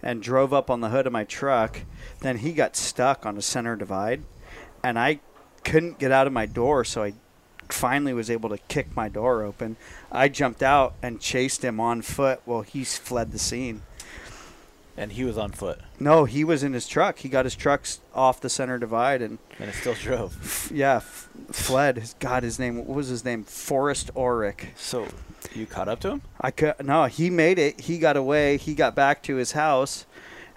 [SPEAKER 2] and drove up on the hood of my truck, then he got stuck on a center divide, and I couldn't get out of my door. So I finally was able to kick my door open. I jumped out and chased him on foot while he fled the scene.
[SPEAKER 4] and he was on foot,
[SPEAKER 2] No, he was in his truck. He got his trucks off the center divide and
[SPEAKER 4] and it still (laughs) drove.
[SPEAKER 2] f- yeah, f- fled. His God, his name. What was his name? Forrest Ulrich.
[SPEAKER 4] So you caught up to him?
[SPEAKER 2] I could no. He made it. He got away. He got back to his house,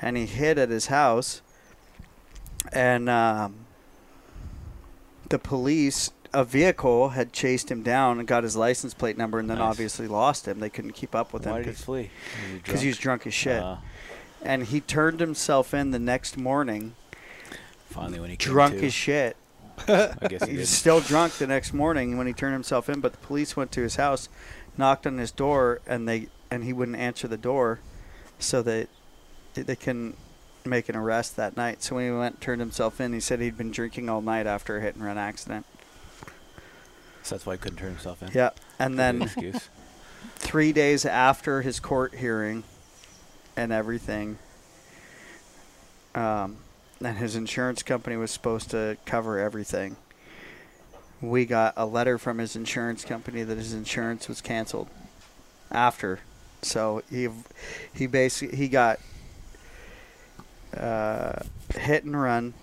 [SPEAKER 2] and he hid at his house. And um, the police, a vehicle had chased him down and got his license plate number, and then
[SPEAKER 4] Nice.
[SPEAKER 2] obviously lost him. They couldn't keep up with
[SPEAKER 4] Why did he
[SPEAKER 2] him
[SPEAKER 4] flee?
[SPEAKER 2] because he was drunk as shit.
[SPEAKER 4] Uh,
[SPEAKER 2] and he turned himself in the next morning,
[SPEAKER 4] finally, when he came
[SPEAKER 2] drunk
[SPEAKER 4] to,
[SPEAKER 2] as shit.
[SPEAKER 4] I guess he
[SPEAKER 2] He was
[SPEAKER 4] did.
[SPEAKER 2] still drunk the next morning when he turned himself in, but the police went to his house, knocked on his door, and they and he wouldn't answer the door, so they they couldn't make an arrest that night. So when he went and turned himself in, he said he'd been drinking all night after a hit and run accident.
[SPEAKER 4] So that's why he couldn't turn himself in.
[SPEAKER 2] Yeah, and
[SPEAKER 4] Could be an
[SPEAKER 2] then (laughs)
[SPEAKER 4] excuse.
[SPEAKER 2] three days after his court hearing and everything, um, and his insurance company was supposed to cover everything. We got a letter from his insurance company that his insurance was canceled after. So he he basically he got uh, hit and run,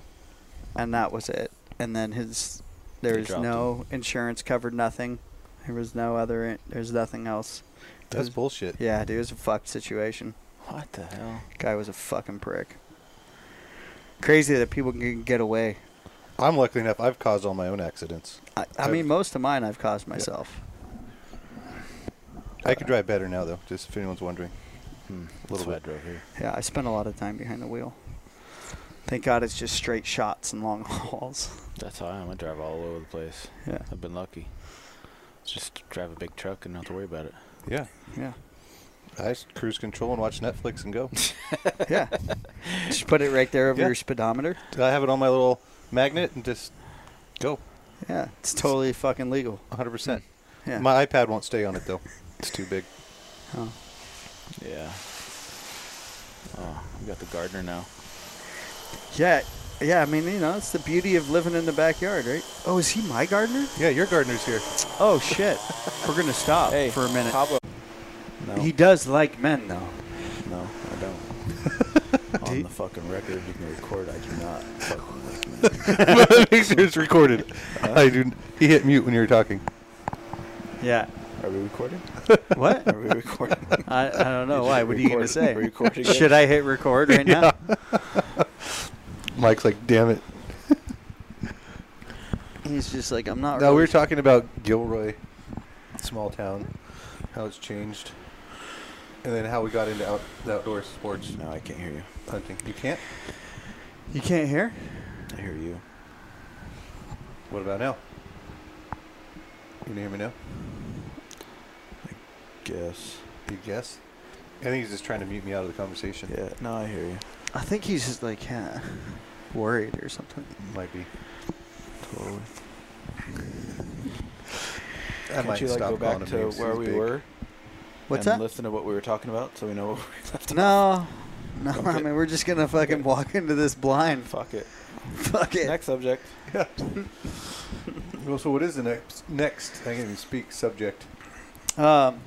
[SPEAKER 2] and that was it. And then his there
[SPEAKER 4] They
[SPEAKER 2] was
[SPEAKER 4] dropped
[SPEAKER 2] no insurance covered nothing. There was no other. There's nothing else.
[SPEAKER 3] That's bullshit.
[SPEAKER 2] Yeah, dude, it was a fucked situation.
[SPEAKER 4] What the hell?
[SPEAKER 2] Guy was a fucking prick. Crazy that people can get away.
[SPEAKER 3] I'm lucky enough. I've caused all my own accidents.
[SPEAKER 2] I, I mean, most of mine I've caused myself.
[SPEAKER 3] I can drive better now, though. Just if anyone's wondering.
[SPEAKER 4] Hmm.
[SPEAKER 3] Little
[SPEAKER 4] that's why I
[SPEAKER 3] bit.
[SPEAKER 4] drove here.
[SPEAKER 2] Yeah, I spend a lot of time behind the wheel. Thank God it's just straight shots and long (laughs) hauls.
[SPEAKER 4] That's how I am. I drive all over the place.
[SPEAKER 2] Yeah,
[SPEAKER 4] I've been lucky. Just drive a big truck and not to worry about it.
[SPEAKER 3] Yeah.
[SPEAKER 2] yeah,
[SPEAKER 3] I just cruise control and watch Netflix and go. (laughs)
[SPEAKER 2] yeah. just put it right there over
[SPEAKER 3] Yeah.
[SPEAKER 2] your speedometer.
[SPEAKER 3] I have it on my little magnet and just go.
[SPEAKER 2] Yeah, it's totally fucking legal.
[SPEAKER 3] 100%.
[SPEAKER 2] Hmm. Yeah.
[SPEAKER 3] My iPad won't stay on it, though. It's too big.
[SPEAKER 2] oh.
[SPEAKER 4] Yeah. Oh, we got the gardener now.
[SPEAKER 2] Yeah, yeah. I mean, you know, it's the beauty of living in the backyard, right? Oh, is he my gardener?
[SPEAKER 3] Yeah, your gardener's here.
[SPEAKER 2] Oh shit. We're gonna stop for a minute.
[SPEAKER 4] Pablo. No,
[SPEAKER 2] He does like men, though.
[SPEAKER 4] no,
[SPEAKER 2] (laughs)
[SPEAKER 4] I don't. On the fucking record, you can record. I do not. fucking
[SPEAKER 2] (laughs)
[SPEAKER 4] like men.
[SPEAKER 3] (laughs) Make sure it's recorded. I do. He hit mute when you were talking.
[SPEAKER 2] Yeah.
[SPEAKER 4] Are we recording?
[SPEAKER 2] What?
[SPEAKER 4] Are we recording?
[SPEAKER 2] (laughs) I, I don't know why. What are you gonna
[SPEAKER 4] Record-
[SPEAKER 2] say?
[SPEAKER 4] recording it?
[SPEAKER 2] Should I hit record right now?
[SPEAKER 3] Mike's like, damn it.
[SPEAKER 2] He's just like, I'm not.
[SPEAKER 3] No, we
[SPEAKER 2] really
[SPEAKER 3] were talking about Gilroy, small town, how it's changed, and then how we got into out, the outdoor sports
[SPEAKER 4] No, I can't hear you.
[SPEAKER 3] hunting. You can't.
[SPEAKER 2] You can't hear?
[SPEAKER 4] I hear you.
[SPEAKER 3] What about now? Can you hear me now?
[SPEAKER 4] Guess.
[SPEAKER 3] You guess. I think he's just trying to mute me out of the conversation.
[SPEAKER 4] Yeah. No, I hear you.
[SPEAKER 2] I think he's just like huh, worried or something.
[SPEAKER 3] Might be.
[SPEAKER 4] Totally.
[SPEAKER 3] I
[SPEAKER 4] Can't
[SPEAKER 3] might
[SPEAKER 4] you like
[SPEAKER 3] stop
[SPEAKER 4] go
[SPEAKER 3] calling
[SPEAKER 4] back
[SPEAKER 3] him
[SPEAKER 4] to
[SPEAKER 3] names.
[SPEAKER 4] where
[SPEAKER 3] He's
[SPEAKER 4] we
[SPEAKER 3] big.
[SPEAKER 4] were?
[SPEAKER 2] What's
[SPEAKER 4] and
[SPEAKER 2] that?
[SPEAKER 4] Listen to what we were talking about, so we know what we left.
[SPEAKER 2] No, no. I
[SPEAKER 4] Okay.
[SPEAKER 2] mean, we're just gonna fucking walk into this blind. (laughs)
[SPEAKER 4] (laughs) Fuck it.
[SPEAKER 2] Fuck it.
[SPEAKER 4] Next subject.
[SPEAKER 3] Yeah. well, so what is the next next? I can even speak subject.
[SPEAKER 2] Um.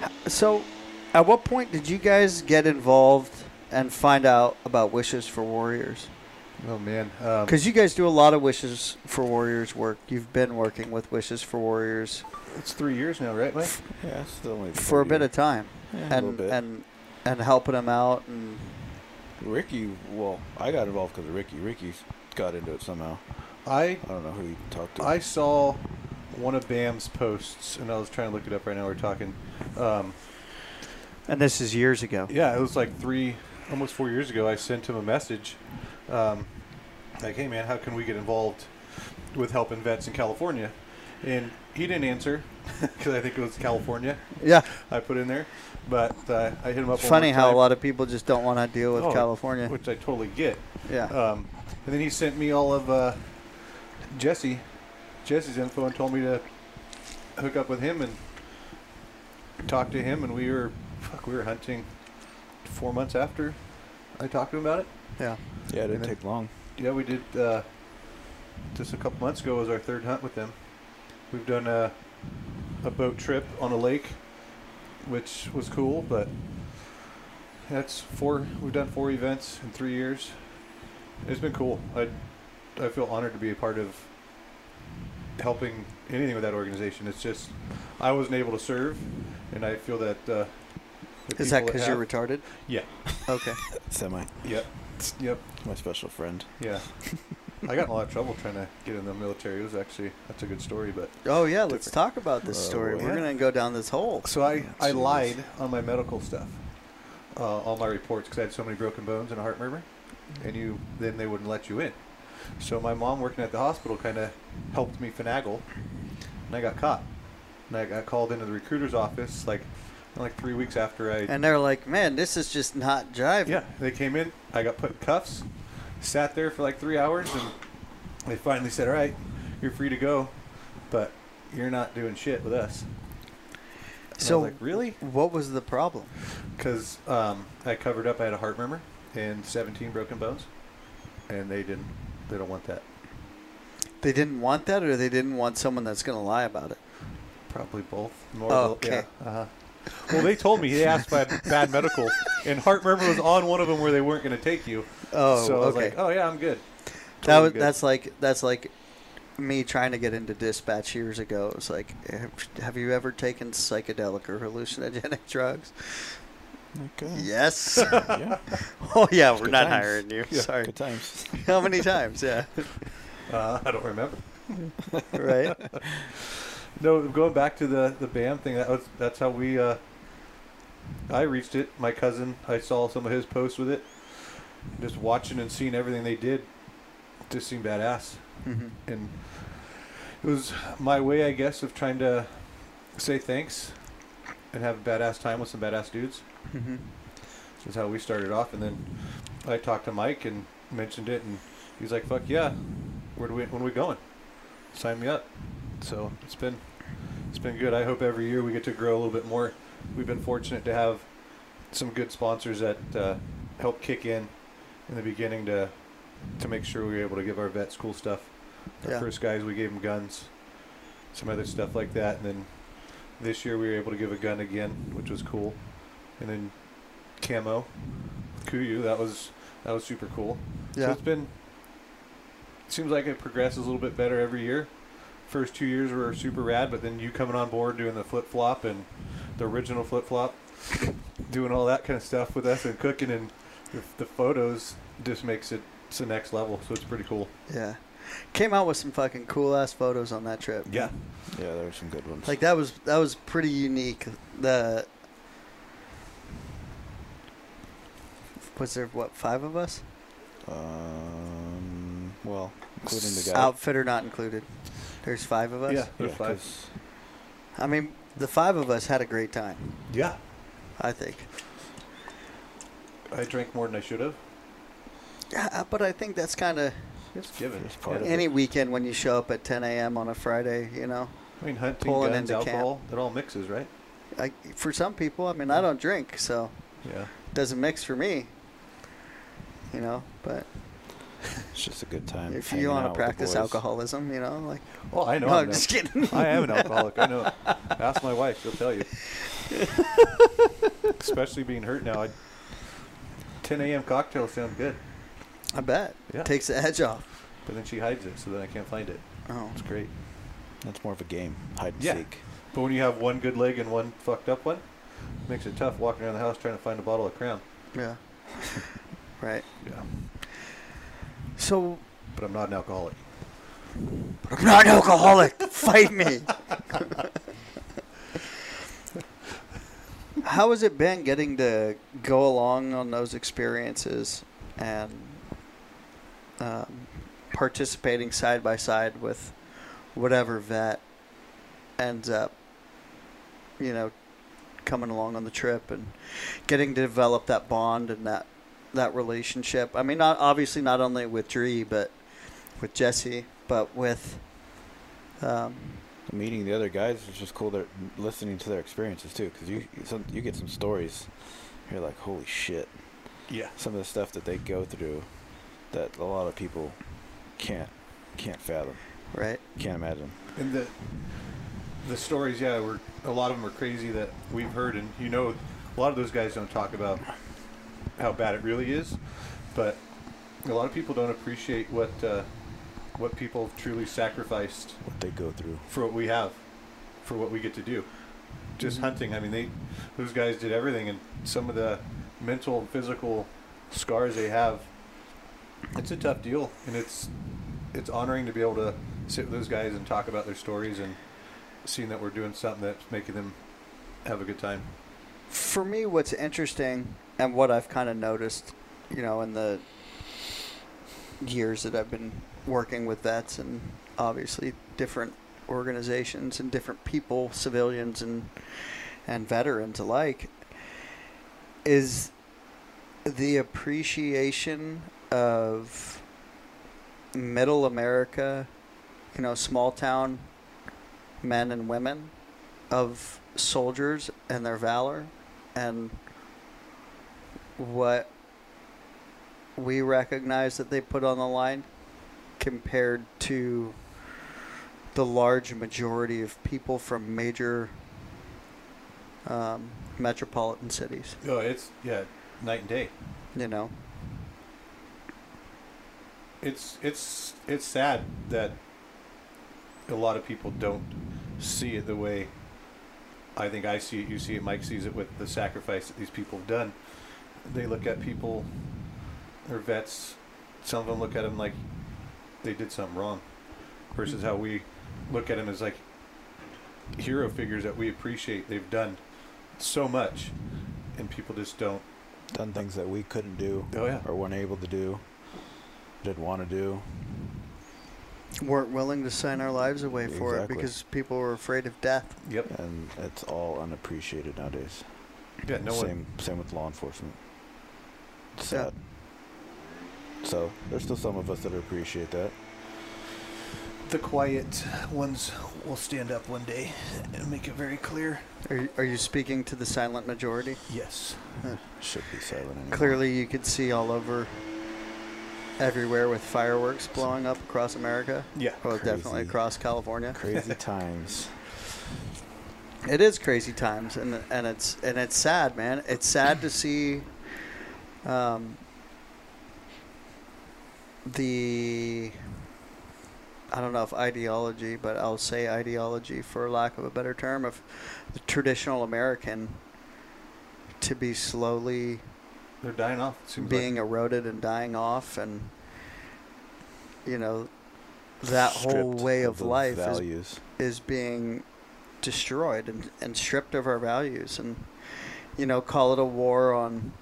[SPEAKER 2] h- So, at what point did you guys get involved and find out about Wishes for Warriors?
[SPEAKER 3] Oh man. Um,
[SPEAKER 2] Because you guys do a lot of Wishes for Warriors work. You've been working with Wishes for Warriors
[SPEAKER 3] it's three years now, right, Mike?
[SPEAKER 4] Yeah, it's still only
[SPEAKER 2] for a bit
[SPEAKER 4] year.
[SPEAKER 2] of time,
[SPEAKER 4] Yeah, a little
[SPEAKER 2] and
[SPEAKER 4] bit.
[SPEAKER 2] and and helping them out. And
[SPEAKER 4] Ricky, well, I got involved because of Ricky. Ricky got into it somehow.
[SPEAKER 3] I
[SPEAKER 4] I don't know who he talked to.
[SPEAKER 3] I saw one of Bam's posts, and I was trying to look it up right now. We're talking. Um,
[SPEAKER 2] and this is years ago.
[SPEAKER 3] yeah, it was like three, almost four years ago. I sent him a message, um, like, "Hey man, how can we get involved with helping vets in California?" And he didn't answer (laughs) because I think it was California
[SPEAKER 2] Yeah.
[SPEAKER 3] I put in there. But uh, I hit him up.
[SPEAKER 2] It's funny how a lot
[SPEAKER 3] of
[SPEAKER 2] of people just don't want to deal with
[SPEAKER 3] Oh,
[SPEAKER 2] California.
[SPEAKER 3] which I totally get.
[SPEAKER 2] yeah.
[SPEAKER 3] Um, and then he sent me all of uh, Jesse, Jesse's info, and told me to hook up with him and talk to him. And we were, fuck, we were hunting four months after I talked to him about it.
[SPEAKER 2] yeah.
[SPEAKER 4] yeah, it
[SPEAKER 3] and
[SPEAKER 4] didn't
[SPEAKER 3] then-
[SPEAKER 4] take long.
[SPEAKER 3] Yeah, we did. Uh, just a couple months ago was our third hunt with them. We've done a, a boat trip on a lake which was cool. But that's four. We've done four events in three years. It's been cool. I I feel honored to be a part of helping anything with that organization. It's just I wasn't able to serve, and I feel that. Uh, the
[SPEAKER 2] Is that
[SPEAKER 3] people
[SPEAKER 2] because
[SPEAKER 3] have-
[SPEAKER 2] you're retarded?
[SPEAKER 3] Yeah. (laughs)
[SPEAKER 2] Okay.
[SPEAKER 4] Semi.
[SPEAKER 3] Yep. Yep.
[SPEAKER 4] My special friend.
[SPEAKER 3] Yeah. I got in a lot of trouble trying to get in the military. It was actually that's a good story, but
[SPEAKER 2] Oh yeah, let's
[SPEAKER 3] Different. Uh,
[SPEAKER 2] talk about this
[SPEAKER 4] Oh,
[SPEAKER 2] story.
[SPEAKER 4] boy.
[SPEAKER 2] We're
[SPEAKER 3] Yeah.
[SPEAKER 2] gonna go down this hole.
[SPEAKER 3] so I I
[SPEAKER 4] Jeez.
[SPEAKER 3] lied on my medical stuff, uh, all my reports because I had so many broken bones and a heart murmur, and you then they wouldn't let you in. So my mom working at the hospital kind of helped me finagle, and I got caught, and I got called into the recruiter's office like like three weeks after I
[SPEAKER 2] And they're like, man, this is just not jive.
[SPEAKER 3] Yeah, they came in. I got put in cuffs, sat there for like three hours, and they finally said, "All right, you're free to go, but you're not doing shit with us." And
[SPEAKER 2] So
[SPEAKER 3] I was like, really?
[SPEAKER 2] what was the problem?
[SPEAKER 3] Because um, I covered up. I had a heart murmur and 17 broken bones, and they didn't. They don't want that.
[SPEAKER 2] They didn't want that, or they didn't want someone that's gonna lie about it.
[SPEAKER 3] Probably both. More
[SPEAKER 2] Oh,
[SPEAKER 3] of the-
[SPEAKER 2] okay.
[SPEAKER 3] Yeah, uh-huh. Well, they told me they asked my bad medical, and heart murmur was on one of them where they weren't going to take you.
[SPEAKER 2] Oh,
[SPEAKER 3] so I was
[SPEAKER 2] okay.
[SPEAKER 3] like, "Oh yeah, I'm good."
[SPEAKER 2] that
[SPEAKER 3] totally
[SPEAKER 2] was
[SPEAKER 3] good.
[SPEAKER 2] that's like that's like me trying to get into dispatch years ago. It was like, have you ever taken psychedelic or hallucinogenic (laughs) drugs?
[SPEAKER 4] Okay. (laughs)
[SPEAKER 2] Yes.
[SPEAKER 4] Yeah.
[SPEAKER 2] oh yeah, we're
[SPEAKER 4] Good
[SPEAKER 2] not
[SPEAKER 4] times.
[SPEAKER 2] hiring you.
[SPEAKER 3] Yeah.
[SPEAKER 2] Sorry.
[SPEAKER 4] Good times.
[SPEAKER 2] How many times?
[SPEAKER 4] (laughs)
[SPEAKER 2] Yeah.
[SPEAKER 3] Uh, I don't remember.
[SPEAKER 2] right.
[SPEAKER 3] No, going back to the the BAM thing, that was that's how we. Uh, I reached it. My cousin, I saw some of his posts with it. Just watching and seeing everything they did, just seemed badass,
[SPEAKER 2] Mhm.
[SPEAKER 3] and it was my way, I guess, of trying to say thanks and have a badass time with some badass dudes.
[SPEAKER 2] Mhm.
[SPEAKER 3] Is how we started off, and then I talked to Mike and mentioned it, and he's like, "Fuck yeah, where do we when we going? Sign me up." So it's been it's been good. I hope every year we get to grow a little bit more. We've been fortunate to have some good sponsors that uh, help kick in in the beginning to to make sure we were able to give our vets cool stuff. Our
[SPEAKER 2] Yeah.
[SPEAKER 3] first guys, we gave them guns, some other stuff like that, and then this year we were able to give a gun again, which was cool. And then camo, Kuyu, that was that was super cool. So
[SPEAKER 2] Yeah.
[SPEAKER 3] it's been seems like it progresses a little bit better every year. First two years were super rad, but then you coming on board doing the flip flop and the original flip flop, doing all that kind of stuff with us and cooking and the, the photos just makes it to the next level. So it's pretty cool.
[SPEAKER 2] Yeah. Came out with some fucking cool ass photos on that trip.
[SPEAKER 3] Yeah.
[SPEAKER 4] Yeah, there were some good ones.
[SPEAKER 2] Like that was that was pretty unique. The was there what five of us?
[SPEAKER 4] um, well, including the guy.
[SPEAKER 2] Outfitter not included. There's five of us.
[SPEAKER 3] Yeah.
[SPEAKER 4] Yeah,
[SPEAKER 3] There's five.
[SPEAKER 4] 'cause
[SPEAKER 2] I mean, the five of us had a great time.
[SPEAKER 3] Yeah.
[SPEAKER 2] I think.
[SPEAKER 3] I drank more than I should have.
[SPEAKER 2] Yeah, but I think that's kind of
[SPEAKER 3] It's given.
[SPEAKER 4] It's part of it.
[SPEAKER 2] any weekend when you show up at 10 a.m. on a Friday. You know,
[SPEAKER 3] I mean, hunting,
[SPEAKER 2] Pulling
[SPEAKER 3] guns,
[SPEAKER 2] into camp.
[SPEAKER 3] alcohol, it all mixes, right?
[SPEAKER 2] like for some people, I mean, I don't drink, so
[SPEAKER 3] Yeah.
[SPEAKER 2] it doesn't mix for me. You know, but
[SPEAKER 4] It's just a good time.
[SPEAKER 2] if
[SPEAKER 4] hanging
[SPEAKER 2] you want
[SPEAKER 4] out
[SPEAKER 2] to
[SPEAKER 4] with the
[SPEAKER 2] practice
[SPEAKER 4] boys.
[SPEAKER 2] alcoholism, you know, like
[SPEAKER 3] Oh, I know.
[SPEAKER 2] no,
[SPEAKER 3] I'm
[SPEAKER 2] I'm
[SPEAKER 3] not-
[SPEAKER 2] just
[SPEAKER 4] (laughs)
[SPEAKER 2] kidding.
[SPEAKER 3] I am an alcoholic. I know. Ask my wife; she'll tell you. Especially being hurt now. I, 10 a.m. cocktails sound good,
[SPEAKER 2] I bet.
[SPEAKER 3] Yeah.
[SPEAKER 2] Takes the edge off.
[SPEAKER 3] but then she hides it, so then I can't find it.
[SPEAKER 2] Oh.
[SPEAKER 3] It's great.
[SPEAKER 4] That's more of a game, hide and
[SPEAKER 3] Yeah.
[SPEAKER 4] seek.
[SPEAKER 3] But when you have one good leg and one fucked up one, makes it tough walking around the house trying to find a bottle of Crown.
[SPEAKER 2] Yeah. (laughs) right.
[SPEAKER 3] Yeah.
[SPEAKER 2] So
[SPEAKER 3] But I'm not an alcoholic.
[SPEAKER 2] I'm not an alcoholic. Fight me. (laughs) How has it been getting to go along on those experiences and um, participating side by side with whatever vet ends up, you know, coming along on the trip and getting to develop that bond and that that relationship. I mean, not obviously not only with Dree, but with Jesse, but with um,
[SPEAKER 4] Meeting the other guys is just cool. They're listening to their experiences too, because you some, you get some stories. You're like, holy shit!
[SPEAKER 3] Yeah.
[SPEAKER 4] Some of the stuff that they go through, that a lot of people can't can't fathom,
[SPEAKER 2] right.
[SPEAKER 4] can't imagine.
[SPEAKER 3] And the the stories, yeah, were a lot of them are crazy that we've heard, and you know, a lot of those guys don't talk about how bad it really is, but a lot of people don't appreciate what uh, what people truly sacrificed
[SPEAKER 4] What they go through.
[SPEAKER 3] for what we have, for what we get to do. Just hunting. I mean, they those guys did everything, and some of the mental and physical scars they have. It's a tough deal, and it's it's honoring to be able to sit with those guys and talk about their stories and seeing that we're doing something that's making them have a good time.
[SPEAKER 2] for me, what's interesting and what I've kind of noticed, you know, in the years that I've been working with vets and obviously different organizations and different people, civilians and and veterans alike, is the appreciation of middle America, you know, small town men and women of soldiers and their valor and what we recognize that they put on the line compared to the large majority of people from major um, metropolitan cities,
[SPEAKER 3] Oh, it's yeah, night and day.
[SPEAKER 2] you know.
[SPEAKER 3] it's it's it's sad that a lot of people don't see it the way I think I see it, you see it, Mike sees it with the sacrifice that these people have done. They look at people, their vets, some of them look at them like they did something wrong, versus how we look at them as like hero figures that we appreciate. They've done so much, and people just don't.
[SPEAKER 4] Done things that we couldn't do
[SPEAKER 3] Oh, yeah.
[SPEAKER 4] or weren't able to do, didn't want to do.
[SPEAKER 2] Weren't willing to sign our lives away for
[SPEAKER 4] Exactly.
[SPEAKER 2] it because people were afraid of death.
[SPEAKER 3] Yep.
[SPEAKER 4] And it's all unappreciated nowadays.
[SPEAKER 3] Yeah. No
[SPEAKER 4] same,
[SPEAKER 3] one.
[SPEAKER 4] Same with law enforcement. It's
[SPEAKER 2] Yeah.
[SPEAKER 4] Sad. So there's still some of us that appreciate that.
[SPEAKER 3] The quiet ones will stand up one day and make it very clear.
[SPEAKER 2] Are you, are you speaking to the silent majority?
[SPEAKER 3] Yes.
[SPEAKER 4] Should be silent anymore.
[SPEAKER 2] Clearly, you could see all over, everywhere with fireworks blowing up across America.
[SPEAKER 3] Yeah.
[SPEAKER 2] Oh, definitely
[SPEAKER 4] Crazy.
[SPEAKER 2] across California.
[SPEAKER 4] Crazy times.
[SPEAKER 2] It is crazy times, and and it's and it's sad, man. It's sad to see, um, the. I don't know if ideology, but I'll say ideology for lack of a better term, of the traditional American to be slowly
[SPEAKER 3] They're dying off. It seems
[SPEAKER 2] being eroded and dying off and you know (laughs) that whole
[SPEAKER 4] Stripped
[SPEAKER 2] way of
[SPEAKER 4] those
[SPEAKER 2] life is,
[SPEAKER 4] Values.
[SPEAKER 2] is being destroyed and, and stripped of our values and you know call it a war on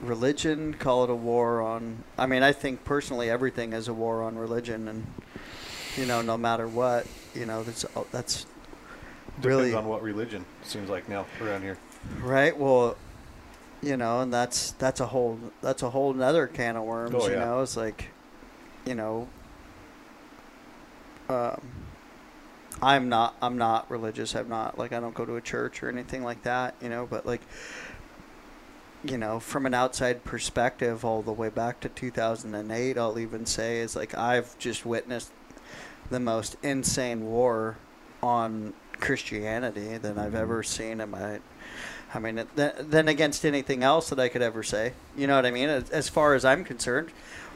[SPEAKER 2] religion call it a war on i mean i think personally everything is a war on religion and you know no matter what you know that's that's
[SPEAKER 3] like, depends
[SPEAKER 2] really-
[SPEAKER 3] on what religion. It seems like now around here.
[SPEAKER 2] Right. Well, you know, and that's that's a whole that's a whole nother can of worms.
[SPEAKER 3] Oh,
[SPEAKER 2] You
[SPEAKER 3] yeah.
[SPEAKER 2] know, it's like, you know, um, I'm not I'm not religious. I'm not like I don't go to a church or anything like that. You know, but like, you know, from an outside perspective, all the way back to 2008, I'll even say is like I've just witnessed the most insane war on Christianity than I've ever seen in my. I mean, it- th- than against anything else that I could ever say. You know what I mean? As, as far as I'm concerned,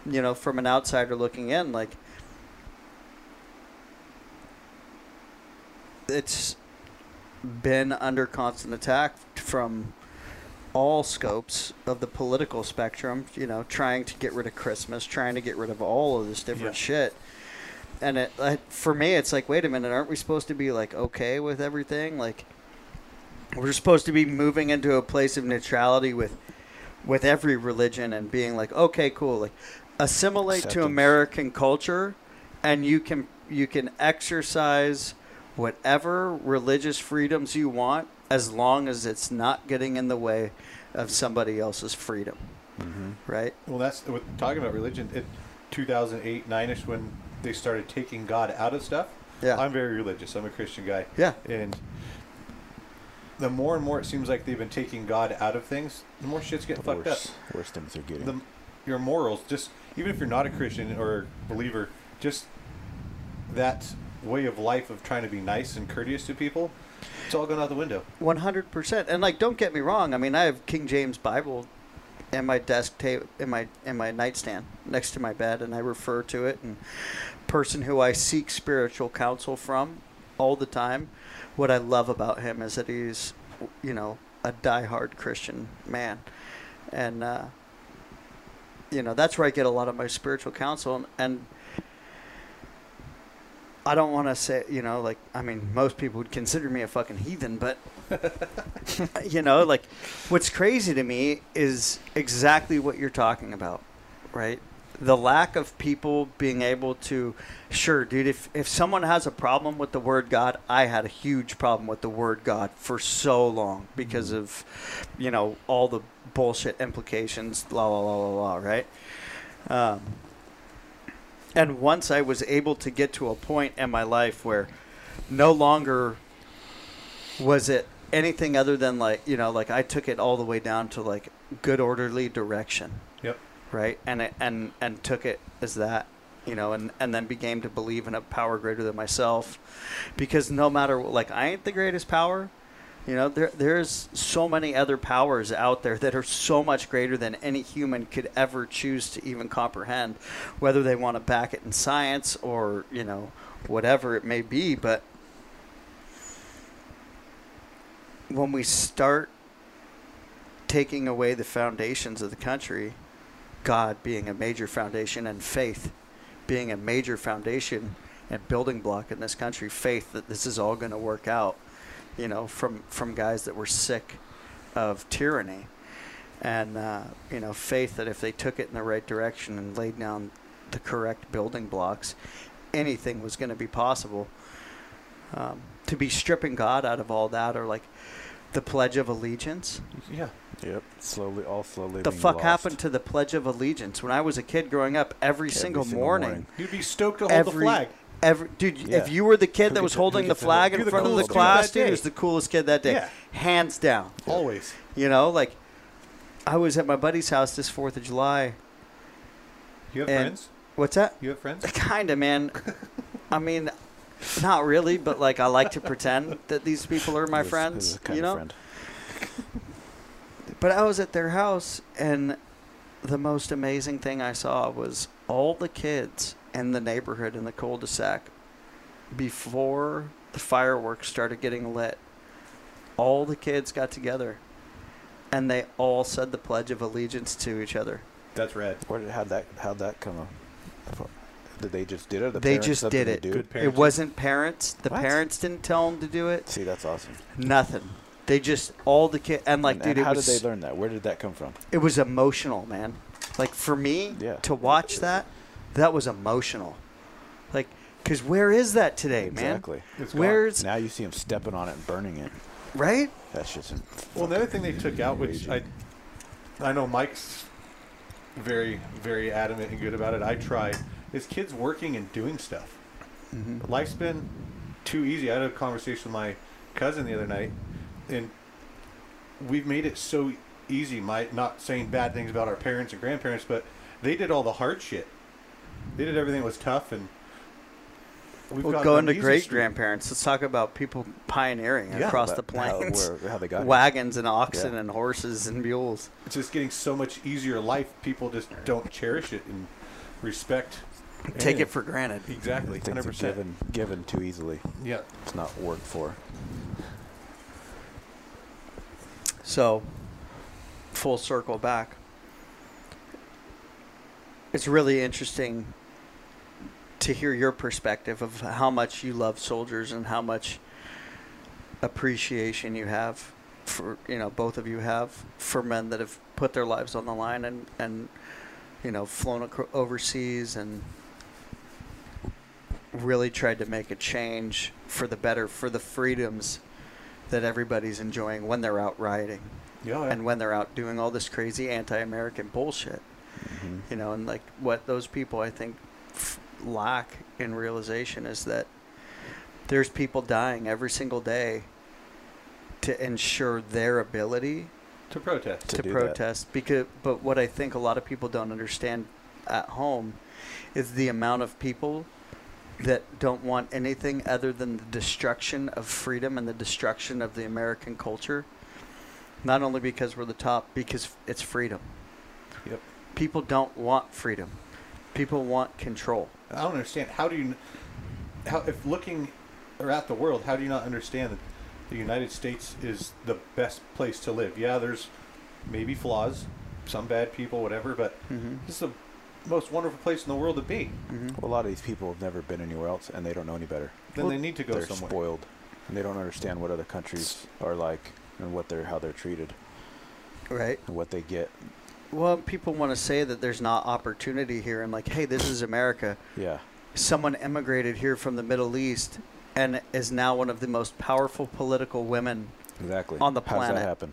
[SPEAKER 2] you know, from an outsider looking in, like it's been under constant attack from all scopes of the political spectrum. You know, trying to get rid of Christmas, trying to get rid of all of this different
[SPEAKER 3] Yeah.
[SPEAKER 2] shit and it I, for me it's like wait a minute aren't we supposed to be like okay with everything like we're supposed to be moving into a place of neutrality with with every religion and being like okay cool like assimilate to
[SPEAKER 4] Acceptance.
[SPEAKER 2] american culture and you can you can exercise whatever religious freedoms you want as long as it's not getting in the way of somebody else's freedom
[SPEAKER 4] hmm
[SPEAKER 2] right
[SPEAKER 3] Well, that's with talking about religion. It 2008, nine ish when they started taking God out of stuff.
[SPEAKER 2] Yeah.
[SPEAKER 3] I'm very religious. I'm a Christian guy.
[SPEAKER 2] yeah
[SPEAKER 3] And the more and more it seems like they've been taking God out of things, the more shit's getting fucked up.
[SPEAKER 4] worse, worse things are getting.
[SPEAKER 3] the, your morals just even if you're not a christian or believer just that way of life of trying to be nice and courteous to people, it's all gone out the window.
[SPEAKER 2] One hundred percent. And like, don't get me wrong. I mean, I have King James Bible in my desk tape in my in my nightstand next to my bed, and I refer to it. And person who I seek spiritual counsel from all the time. What I love about him is that he's, you know, a diehard Christian man, and uh, you know that's where I get a lot of my spiritual counsel. And, and I don't want to say, you know, like I mean, most people would consider me a fucking heathen, but (laughs) you know, like what's crazy to me is exactly what you're talking about, right? The lack of people being able to, sure, dude, if, if someone has a problem with the word God, I had a huge problem with the word God for so long because of, you know, all the bullshit implications, la, la, la, la, la, right? Um, and once I was able to get to a point in my life where no longer was it anything other than like you know like I took it all the way down to like good orderly direction
[SPEAKER 3] Yep.
[SPEAKER 2] right and it, and and took it as that you know and and then began to believe in a power greater than myself because no matter what, like I ain't the greatest power you know there there's so many other powers out there that are so much greater than any human could ever choose to even comprehend whether they want to back it in science or you know whatever it may be but when we start taking away the foundations of the country, God being a major foundation and faith being a major foundation and building block in this country, faith that this is all going to work out, you know, from from guys that were sick of tyranny, and uh, you know, faith that if they took it in the right direction and laid down the correct building blocks, anything was going to be possible. Um, to be stripping God out of all that, or like the Pledge of Allegiance,
[SPEAKER 3] Yeah.
[SPEAKER 4] Yep. Slowly, all slowly.
[SPEAKER 2] the fuck happened to the Pledge of Allegiance? When I was a kid growing up, every, single,
[SPEAKER 4] single
[SPEAKER 2] morning,
[SPEAKER 4] morning.
[SPEAKER 3] You'd be stoked to hold
[SPEAKER 2] every
[SPEAKER 3] the flag.
[SPEAKER 2] every dude,
[SPEAKER 4] Yeah.
[SPEAKER 2] if you were the kid
[SPEAKER 4] Who
[SPEAKER 2] that was
[SPEAKER 4] gets it- who
[SPEAKER 2] holding the
[SPEAKER 4] gets it?
[SPEAKER 2] flag
[SPEAKER 3] You're
[SPEAKER 2] in
[SPEAKER 3] the
[SPEAKER 2] front of the
[SPEAKER 3] coolest kid
[SPEAKER 2] class,
[SPEAKER 3] that
[SPEAKER 2] dude,
[SPEAKER 3] day.
[SPEAKER 2] it was the coolest kid that day,
[SPEAKER 3] Yeah.
[SPEAKER 2] hands down.
[SPEAKER 3] Always.
[SPEAKER 2] You know, like I was at my buddy's house this Fourth of July.
[SPEAKER 3] You have
[SPEAKER 2] And-
[SPEAKER 3] friends?
[SPEAKER 2] What's that? (laughs)
[SPEAKER 3] You have friends?
[SPEAKER 2] Kinda, man. I mean, not really, but like I like to pretend that these people are my friends. you know. But I was at their house, and the most amazing thing I saw was all the kids in the neighborhood in the cul-de-sac before the fireworks started getting lit. All the kids got together, and they all said the Pledge of Allegiance to each other.
[SPEAKER 3] That's red.
[SPEAKER 4] Where did, how'd that how'd that come up? Did they just did it? The
[SPEAKER 2] They
[SPEAKER 4] parents
[SPEAKER 2] just
[SPEAKER 4] let
[SPEAKER 2] did
[SPEAKER 4] them
[SPEAKER 2] it.
[SPEAKER 4] do
[SPEAKER 3] Good
[SPEAKER 2] It
[SPEAKER 3] Parenting.
[SPEAKER 2] wasn't parents. The
[SPEAKER 4] What?
[SPEAKER 2] parents didn't tell them to do it.
[SPEAKER 4] See, that's awesome.
[SPEAKER 2] Nothing. They just all the kids and like
[SPEAKER 4] and,
[SPEAKER 2] dude,
[SPEAKER 4] and
[SPEAKER 2] it
[SPEAKER 4] how
[SPEAKER 2] was
[SPEAKER 4] did they learn that? Where did that come from?
[SPEAKER 2] it was emotional, man. Like for me
[SPEAKER 4] Yeah.
[SPEAKER 2] to watch that, that was emotional. Like, cause where is that today,
[SPEAKER 4] exactly.
[SPEAKER 2] man?
[SPEAKER 3] It's gone.
[SPEAKER 2] Where's
[SPEAKER 4] Now you see them stepping on it and burning it.
[SPEAKER 2] right?
[SPEAKER 4] That's just.
[SPEAKER 3] Well, the other thing they took out, which I, I know Mike's very, very adamant and good about it. I tried is kids working and doing stuff. Life's been too easy. I had a conversation with my cousin the other night, and we've made it so easy. My not saying bad things about our parents and grandparents, but they did all the hard shit. They did everything that was tough, and we've
[SPEAKER 2] We'll
[SPEAKER 3] gotten
[SPEAKER 2] go
[SPEAKER 3] on
[SPEAKER 2] into
[SPEAKER 3] easy
[SPEAKER 2] great
[SPEAKER 3] street.
[SPEAKER 2] grandparents. Let's talk about people pioneering
[SPEAKER 4] Yeah,
[SPEAKER 2] across the
[SPEAKER 4] but how-
[SPEAKER 2] plains,
[SPEAKER 4] where- how they got
[SPEAKER 2] (laughs)
[SPEAKER 4] here.
[SPEAKER 2] wagons and oxen
[SPEAKER 4] Yeah.
[SPEAKER 2] and horses and mules.
[SPEAKER 3] it's just getting so much easier life. People just don't cherish it and respect.
[SPEAKER 2] Take
[SPEAKER 3] anything.
[SPEAKER 2] it for granted.
[SPEAKER 3] exactly
[SPEAKER 4] Things
[SPEAKER 3] hundred
[SPEAKER 4] are
[SPEAKER 3] percent.
[SPEAKER 4] given given too easily.
[SPEAKER 3] Yeah,
[SPEAKER 4] It's not worked for.
[SPEAKER 2] So, full circle back. It's really interesting to hear your perspective of how much you love soldiers and how much appreciation you have for, you know, both of you have for men that have put their lives on the line and, and you know, flown acro- overseas and really tried to make a change for the better, for the freedoms that everybody's enjoying when they're out rioting
[SPEAKER 3] yeah.
[SPEAKER 2] and when they're out doing all this crazy anti-American bullshit, you know, and like what those people I think f- lack in realization is that there's people dying every single day to ensure their ability
[SPEAKER 3] to protest.
[SPEAKER 4] To
[SPEAKER 2] to,
[SPEAKER 4] do that.
[SPEAKER 2] protest because but what I think a lot of people don't understand at home is the amount of people that don't want anything other than the destruction of freedom and the destruction of the American culture. Not only because we're the top, because it's freedom.
[SPEAKER 3] Yep.
[SPEAKER 2] People don't want freedom. People want control.
[SPEAKER 3] I don't understand. How do you, how if looking at the world, how do you not understand that the United States is the best place to live? Yeah, there's maybe flaws, some bad people, whatever, but
[SPEAKER 2] Mm-hmm.
[SPEAKER 3] this is the most wonderful place in the world to be.
[SPEAKER 4] Well, a lot of these people have never been anywhere else, and they don't know any better.
[SPEAKER 3] Then they need to go
[SPEAKER 4] they're
[SPEAKER 3] somewhere.
[SPEAKER 4] spoiled, and they don't understand what other countries are like and what they're how they're treated
[SPEAKER 2] Right.
[SPEAKER 4] and what they get.
[SPEAKER 2] Well, people want to say that there's not opportunity here and like, hey, this is America.
[SPEAKER 4] Yeah,
[SPEAKER 2] Someone emigrated here from the Middle East and is now one of the most powerful political women.
[SPEAKER 4] exactly.
[SPEAKER 2] On the
[SPEAKER 4] How does
[SPEAKER 2] planet.
[SPEAKER 4] that happen?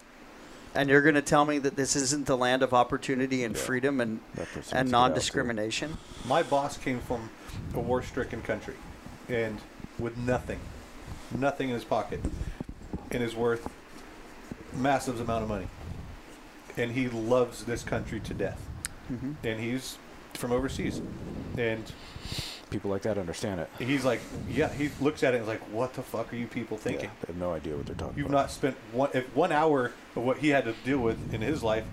[SPEAKER 2] And you're going to tell me that this isn't the land of opportunity and
[SPEAKER 4] Yeah.
[SPEAKER 2] freedom and
[SPEAKER 4] That
[SPEAKER 2] and
[SPEAKER 4] person needs to get out, too.
[SPEAKER 2] non-discrimination?
[SPEAKER 3] My boss came from a war-stricken country, and with nothing, nothing in his pocket, and is worth massive amount of money, and he loves this country to death, and he's from overseas, and
[SPEAKER 4] People like that understand it.
[SPEAKER 3] he's like, yeah, he looks at it and is like, what the fuck are you people
[SPEAKER 4] Yeah,
[SPEAKER 3] thinking?
[SPEAKER 4] they have no idea what they're talking
[SPEAKER 3] You've
[SPEAKER 4] about.
[SPEAKER 3] not spent one if one hour of what he had to deal with in his life,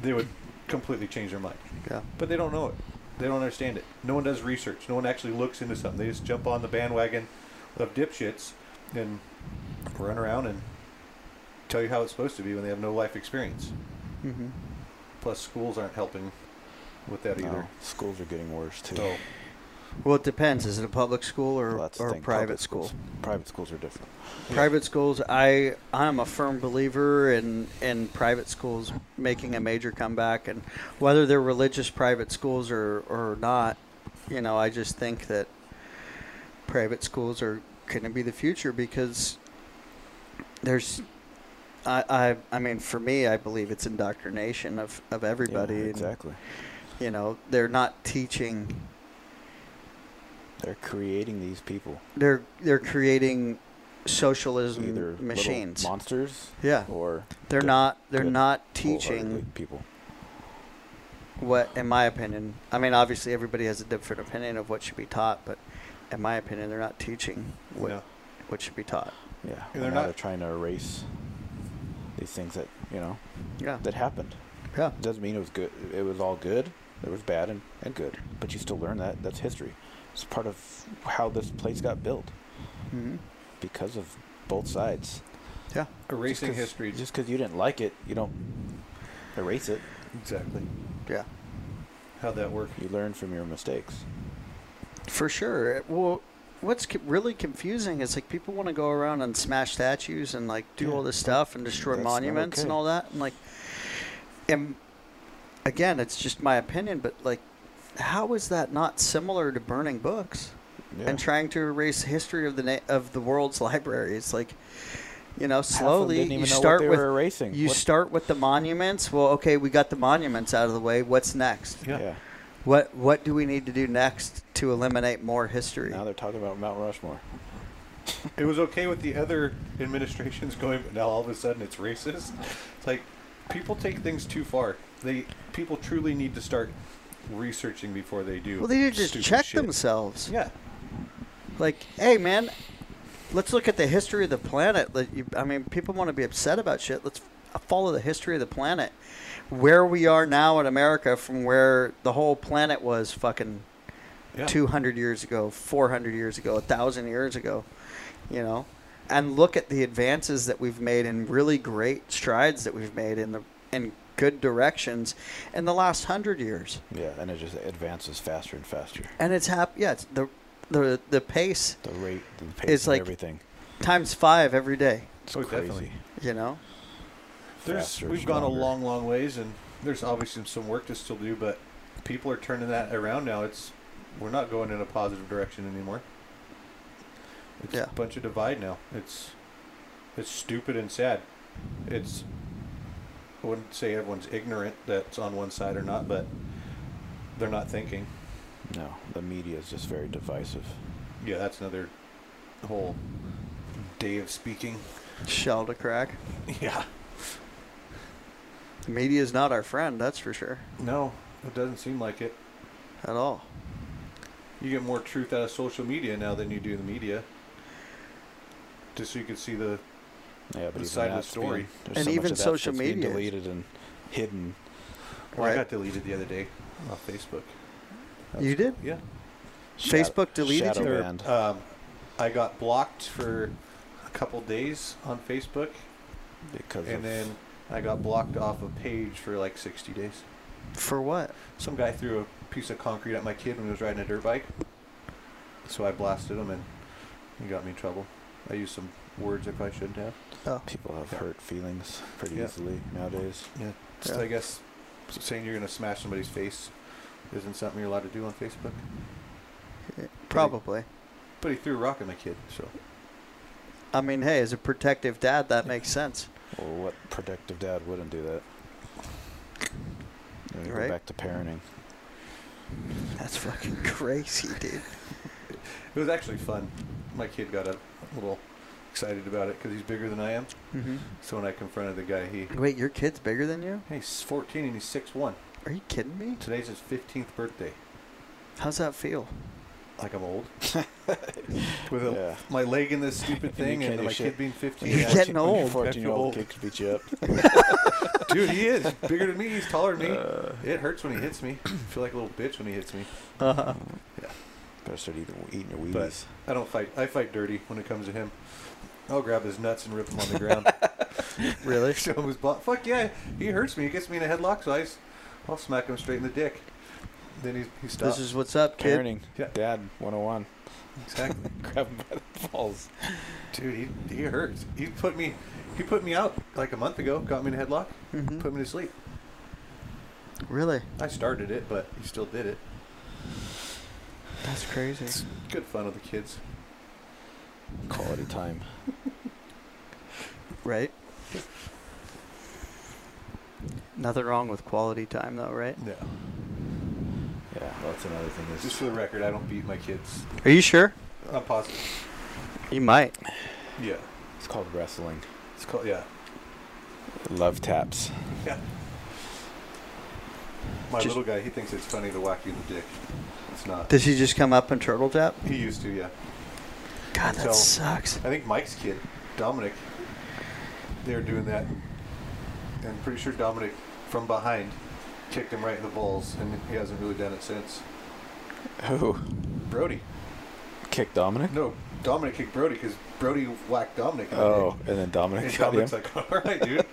[SPEAKER 3] they would completely change their mind.
[SPEAKER 2] Yeah.
[SPEAKER 3] But they don't know it. They don't understand it. No one does research. No one actually looks into something. They just jump on the bandwagon of dipshits and run around and tell you how it's supposed to be when they have no life experience.
[SPEAKER 2] Mm-hmm.
[SPEAKER 3] Plus, schools aren't helping with that
[SPEAKER 4] No,
[SPEAKER 3] either.
[SPEAKER 4] schools are getting worse too.
[SPEAKER 3] So,
[SPEAKER 2] Well, it depends. Is it a public school or,
[SPEAKER 4] Well, that's the
[SPEAKER 2] or a
[SPEAKER 4] thing,
[SPEAKER 2] private
[SPEAKER 4] public
[SPEAKER 2] school?
[SPEAKER 4] Schools. Private schools are different.
[SPEAKER 2] Private schools. I I'm a firm believer in in private schools making a major comeback, and whether they're religious private schools or or not, you know, I just think that private schools are going to be the future because there's. I, I, I mean, for me, I believe it's indoctrination of, of
[SPEAKER 4] Yeah,
[SPEAKER 2] everybody. and,
[SPEAKER 4] exactly.
[SPEAKER 2] you know, they're not teaching
[SPEAKER 4] They're creating these people.
[SPEAKER 2] they're they're creating socialism
[SPEAKER 4] Either little
[SPEAKER 2] machines.
[SPEAKER 4] monsters,
[SPEAKER 2] yeah,
[SPEAKER 4] or
[SPEAKER 2] they're
[SPEAKER 4] good-
[SPEAKER 2] not they're
[SPEAKER 4] good
[SPEAKER 2] not
[SPEAKER 4] wholeheartedly
[SPEAKER 2] teaching
[SPEAKER 4] people.
[SPEAKER 2] what, in my opinion. I mean, obviously everybody has a different opinion of what should be taught, but in my opinion, they're not teaching what
[SPEAKER 3] no.
[SPEAKER 2] what should be taught.
[SPEAKER 4] Yeah,
[SPEAKER 3] they're
[SPEAKER 4] they're
[SPEAKER 3] not-
[SPEAKER 4] not they're trying to erase these things that you know
[SPEAKER 2] Yeah,
[SPEAKER 4] that happened.
[SPEAKER 2] yeah,
[SPEAKER 4] It doesn't mean it was good. It was all good. There was bad and, and good, but you still learn that. That's history. It's part of how this place got built
[SPEAKER 2] hmm
[SPEAKER 4] because of both sides.
[SPEAKER 2] yeah.
[SPEAKER 3] erasing
[SPEAKER 4] Just 'cause-
[SPEAKER 3] history.
[SPEAKER 4] Just because you didn't like it, you don't erase it.
[SPEAKER 3] exactly
[SPEAKER 2] Yeah,
[SPEAKER 3] how that works.
[SPEAKER 4] You learn from your mistakes.
[SPEAKER 2] for sure. It- Well, what's co- really confusing is like people want to go around and smash statues and like do
[SPEAKER 4] Yeah,
[SPEAKER 2] all this stuff and destroy
[SPEAKER 4] that's not
[SPEAKER 2] monuments and
[SPEAKER 4] okay.
[SPEAKER 2] all that, and like, and again, it's just my opinion, but like, how is that not similar to burning books
[SPEAKER 4] Yeah.
[SPEAKER 2] and trying to erase history of the na- of the world's (laughs) libraries? Like, you know,
[SPEAKER 4] Half of them
[SPEAKER 2] slowly
[SPEAKER 4] didn't even
[SPEAKER 2] you
[SPEAKER 4] know what
[SPEAKER 2] start
[SPEAKER 4] they
[SPEAKER 2] with
[SPEAKER 4] were erasing.
[SPEAKER 2] you
[SPEAKER 4] What-
[SPEAKER 2] start with the monuments. Well, okay, we got the monuments out of the way. What's next?
[SPEAKER 3] Yeah.
[SPEAKER 4] yeah.
[SPEAKER 2] What what do we need to do next to eliminate more history?
[SPEAKER 4] Now they're talking about Mount Rushmore.
[SPEAKER 3] It was okay with the other administrations (laughs) going, but now all of a sudden it's racist. It's like people take things too far. They people truly need to start researching before they do.
[SPEAKER 2] well, they need to just
[SPEAKER 3] stupid
[SPEAKER 2] check
[SPEAKER 3] shit.
[SPEAKER 2] themselves.
[SPEAKER 3] Yeah,
[SPEAKER 2] Like, hey, man, let's look at the history of the planet. Like, you- I mean, people want to be upset about shit. Let's f- follow the history of the planet. Where we are now in America from where the whole planet was fucking
[SPEAKER 3] yeah.
[SPEAKER 2] 200 years ago, 400 years ago, 1,000 years ago, you know, and look at the advances that we've made and really great strides that we've made in the in good directions in the last 100 years.
[SPEAKER 4] Yeah, and it just advances faster and faster.
[SPEAKER 2] And it's hap- yeah, it's the the the pace
[SPEAKER 4] The rate, the pace,
[SPEAKER 2] It's
[SPEAKER 4] of
[SPEAKER 2] like-
[SPEAKER 4] everything.
[SPEAKER 2] times 5 every day,
[SPEAKER 4] It's
[SPEAKER 3] Oh,
[SPEAKER 4] crazy.
[SPEAKER 3] definitely.
[SPEAKER 2] you know.
[SPEAKER 3] There's,
[SPEAKER 4] Faster,
[SPEAKER 3] we've gone a
[SPEAKER 4] stronger.
[SPEAKER 3] long, long ways, and there's obviously some work to still do, but people are turning that around now. It's we're not going in a positive direction anymore. It's
[SPEAKER 2] Yeah.
[SPEAKER 3] a bunch of divide now. It's it's stupid and sad. It's I wouldn't say everyone's ignorant that's on one side or not, but they're not thinking.
[SPEAKER 4] No, the media is just very divisive.
[SPEAKER 3] Yeah, that's another whole day of speaking. (laughs)
[SPEAKER 2] Shell to crack.
[SPEAKER 3] Yeah.
[SPEAKER 2] The media is not our friend, that's for sure,
[SPEAKER 3] No, it doesn't seem like it.
[SPEAKER 2] at all.
[SPEAKER 3] You get more truth out of social media now than you do the media. Just so you can see the
[SPEAKER 4] Yeah, but
[SPEAKER 3] The
[SPEAKER 4] even
[SPEAKER 3] side of the
[SPEAKER 4] that's
[SPEAKER 3] story.
[SPEAKER 4] being- there's
[SPEAKER 2] And
[SPEAKER 4] so much
[SPEAKER 2] even
[SPEAKER 4] of that
[SPEAKER 2] social
[SPEAKER 4] that's being
[SPEAKER 2] media.
[SPEAKER 4] deleted and hidden.
[SPEAKER 3] Well, I
[SPEAKER 2] Right.
[SPEAKER 3] got deleted the other day off Facebook.
[SPEAKER 2] You did?
[SPEAKER 3] Yeah.
[SPEAKER 2] Facebook deleted
[SPEAKER 4] shadow
[SPEAKER 2] you?
[SPEAKER 3] Or,
[SPEAKER 4] banned.
[SPEAKER 3] um, I got blocked for a couple days on Facebook,
[SPEAKER 4] because
[SPEAKER 3] and
[SPEAKER 4] of-
[SPEAKER 3] then I got blocked off a page for like 60 days.
[SPEAKER 2] For what?
[SPEAKER 3] Some guy threw a piece of concrete at my kid when he was riding a dirt bike, so I blasted him, and he got me in trouble. I used some words I probably shouldn't have.
[SPEAKER 2] Oh,
[SPEAKER 4] people have
[SPEAKER 3] Yeah.
[SPEAKER 4] hurt feelings pretty
[SPEAKER 3] Yeah.
[SPEAKER 4] easily nowadays.
[SPEAKER 3] Yeah. So
[SPEAKER 2] Yeah.
[SPEAKER 3] I guess saying you're going to smash somebody's face isn't something you're allowed to do on Facebook.
[SPEAKER 2] probably.
[SPEAKER 3] But he threw a rock at my kid, so.
[SPEAKER 2] I mean, hey, as a protective dad, that makes sense.
[SPEAKER 4] Well, what productive dad wouldn't do that? You know, you
[SPEAKER 2] Right.
[SPEAKER 4] Go back to parenting.
[SPEAKER 2] That's fucking (laughs) crazy, dude.
[SPEAKER 3] It was actually fun. My kid got a little excited about it because he's bigger than I am.
[SPEAKER 2] Mm-hmm.
[SPEAKER 3] So when I confronted the guy, he
[SPEAKER 2] Wait, your kid's bigger than you?
[SPEAKER 3] he's 14 and he's 6'1.
[SPEAKER 2] Are you kidding me?
[SPEAKER 3] Today's his 15th birthday.
[SPEAKER 2] How's that (laughs) feel?
[SPEAKER 3] Like I'm old. With a,
[SPEAKER 4] Yeah.
[SPEAKER 3] my leg in this stupid
[SPEAKER 4] (laughs) And you
[SPEAKER 3] thing
[SPEAKER 4] can't
[SPEAKER 3] and
[SPEAKER 4] do
[SPEAKER 3] my
[SPEAKER 4] shit.
[SPEAKER 3] kid being
[SPEAKER 4] (laughs)
[SPEAKER 3] 15.
[SPEAKER 2] You're
[SPEAKER 3] yeah,
[SPEAKER 2] getting
[SPEAKER 3] I
[SPEAKER 2] old.
[SPEAKER 3] feel
[SPEAKER 4] 14 year old
[SPEAKER 3] old.
[SPEAKER 4] kid could beat you up.
[SPEAKER 3] Dude, he is. Bigger than me. He's taller than me.
[SPEAKER 4] Uh.
[SPEAKER 3] (laughs) it hurts when he hits me. I feel like a little bitch when he hits me.
[SPEAKER 2] Uh-huh.
[SPEAKER 4] Better start eating, eating your
[SPEAKER 3] But-
[SPEAKER 4] Wheaties.
[SPEAKER 3] I don't fight. I fight dirty when it comes to him. I'll grab his nuts and rip him on the ground.
[SPEAKER 2] Really?
[SPEAKER 3] Show him his butt. Fuck yeah, he hurts me. He gets me in a headlock, so I, s- I'll smack him straight in the dick. Then he, he stops.
[SPEAKER 2] This is what's up, kid.
[SPEAKER 4] Parenting.
[SPEAKER 3] Yeah.
[SPEAKER 4] Dad 101.
[SPEAKER 3] exactly,
[SPEAKER 4] (laughs) Grab him by the balls.
[SPEAKER 3] dude. He, he hurts. He put me, he put me out like a month ago. Got me in a headlock,
[SPEAKER 2] Mhm.
[SPEAKER 3] put me to sleep.
[SPEAKER 2] Really?
[SPEAKER 3] I started it, but he still did it.
[SPEAKER 2] That's crazy.
[SPEAKER 3] It's good fun with the kids.
[SPEAKER 4] Quality time.
[SPEAKER 2] Right? Nothing wrong with quality time, though, right?
[SPEAKER 3] Yeah.
[SPEAKER 4] Yeah, that's another thing. Is
[SPEAKER 3] Just for the record, I don't beat my kids.
[SPEAKER 2] Are you sure?
[SPEAKER 3] I'm positive.
[SPEAKER 2] You might.
[SPEAKER 3] Yeah.
[SPEAKER 4] It's called wrestling.
[SPEAKER 3] It's called yeah.
[SPEAKER 4] Love taps.
[SPEAKER 3] Yeah. My
[SPEAKER 2] Just-
[SPEAKER 3] little guy, he thinks it's funny to whack you in the dick. It's not.
[SPEAKER 2] Does he just come up and turtle tap?
[SPEAKER 3] he used to, yeah.
[SPEAKER 2] God, that
[SPEAKER 3] So-
[SPEAKER 2] sucks.
[SPEAKER 3] I think Mike's kid, Dominic, they were doing that. And I'm pretty sure Dominic, from behind, kicked him right in the balls, and he hasn't really done it since.
[SPEAKER 4] Who?
[SPEAKER 3] Brody.
[SPEAKER 4] Kick Dominic?
[SPEAKER 3] No, Dominic kicked Brody because Brody whacked Dominic. in the
[SPEAKER 4] Oh,
[SPEAKER 3] dick.
[SPEAKER 4] and then (laughs) Dominic
[SPEAKER 3] And
[SPEAKER 4] got him.
[SPEAKER 3] Dominic's like, (laughs) all right, dude.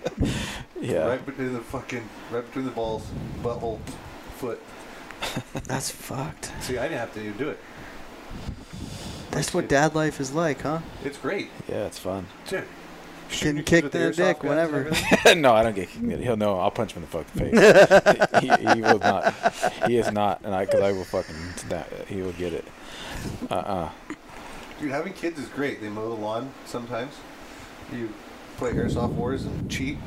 [SPEAKER 4] yeah.
[SPEAKER 3] Right between the fucking, right between the balls, butthole, foot.
[SPEAKER 2] That's fucked.
[SPEAKER 3] See, I didn't have to even do it.
[SPEAKER 2] That's what dad life is like, huh?
[SPEAKER 3] It's great.
[SPEAKER 4] Yeah, it's fun.
[SPEAKER 3] Dude.
[SPEAKER 2] Getting
[SPEAKER 3] shooting your kids
[SPEAKER 2] kicked
[SPEAKER 3] with
[SPEAKER 2] in the
[SPEAKER 3] airsoft
[SPEAKER 2] dick,
[SPEAKER 3] guns and
[SPEAKER 2] whatever.
[SPEAKER 3] everything.
[SPEAKER 4] (laughs) no, I don't get kicked. He'll know. I'll punch him in the fucking face. he, he will not. He is not. And I, because I will fucking. That, he will get it. Uh uh
[SPEAKER 3] Dude, having kids is great. They mow the lawn sometimes. You play airsoft wars and cheat,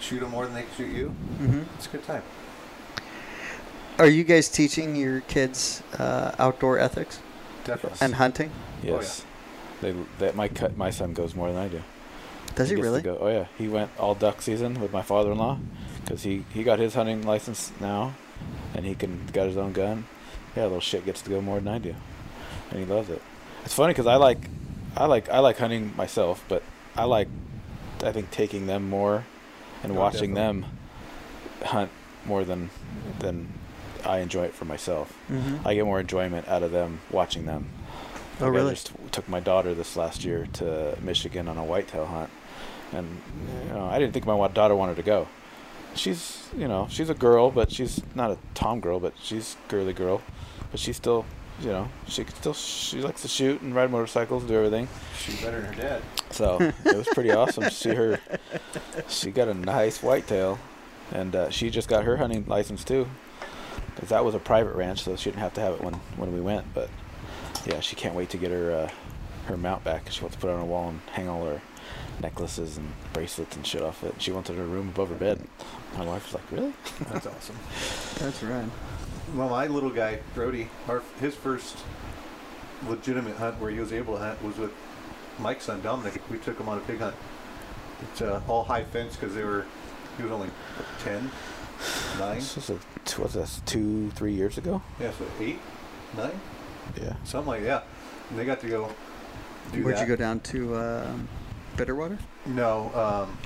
[SPEAKER 3] shoot them more than they can shoot you.
[SPEAKER 2] Mm-hmm.
[SPEAKER 3] It's a good time.
[SPEAKER 2] Are you guys teaching your kids uh, outdoor ethics
[SPEAKER 3] Definitely.
[SPEAKER 2] and hunting?
[SPEAKER 4] Yes. They, that my cut my son goes more than I do.
[SPEAKER 2] Does he,
[SPEAKER 4] gets to
[SPEAKER 2] really?
[SPEAKER 4] Go, oh yeah, he went all duck season with my father-in-law, because he he got his hunting license now, and he can got his own gun. Yeah, little shit gets to go more than I do, and he loves it. It's funny because I like, I like I like hunting myself, but I like, I think taking them more, and
[SPEAKER 3] Oh,
[SPEAKER 4] watching
[SPEAKER 3] definitely.
[SPEAKER 4] them hunt more than than I enjoy it for myself.
[SPEAKER 2] Mm-hmm.
[SPEAKER 4] I get more enjoyment out of them watching them.
[SPEAKER 2] Oh,
[SPEAKER 4] Like,
[SPEAKER 2] really?
[SPEAKER 4] I just took my daughter this last year to Michigan on a whitetail hunt, and you know, I didn't think my wa- daughter wanted to go. She's you know she's a girl, but she's not a tom girl, but she's girly girl, but she's still you know she could still she likes to shoot and ride motorcycles, do everything.
[SPEAKER 3] She's better than her dad.
[SPEAKER 4] So it was pretty awesome to see her. She got a nice whitetail, and uh, she just got her hunting license too, because that was a private ranch, so she didn't have to have it when when we went. But yeah, she can't wait to get her uh, her mount back. 'cause She wants to put it on her wall and hang all her necklaces and bracelets and shit off it. She wanted her room above her bed. My wife was like, "Really?
[SPEAKER 3] That's awesome.
[SPEAKER 2] That's right.
[SPEAKER 3] (laughs) Well, my little guy, Brody, our, his first legitimate hunt where he was able to hunt was with Mike's son, Dominic. We took him on a pig hunt. It's uh, all high fence because they were, he was only what, 10,
[SPEAKER 2] (sighs)
[SPEAKER 3] 9,
[SPEAKER 4] This was a, t- what's this two three years ago?
[SPEAKER 3] yeah, so 8, 9?
[SPEAKER 4] Yeah.
[SPEAKER 3] Something like that. And they got to go. Do
[SPEAKER 2] Where'd
[SPEAKER 3] that.
[SPEAKER 2] you go down to um, Bitterwater?
[SPEAKER 3] No. Um,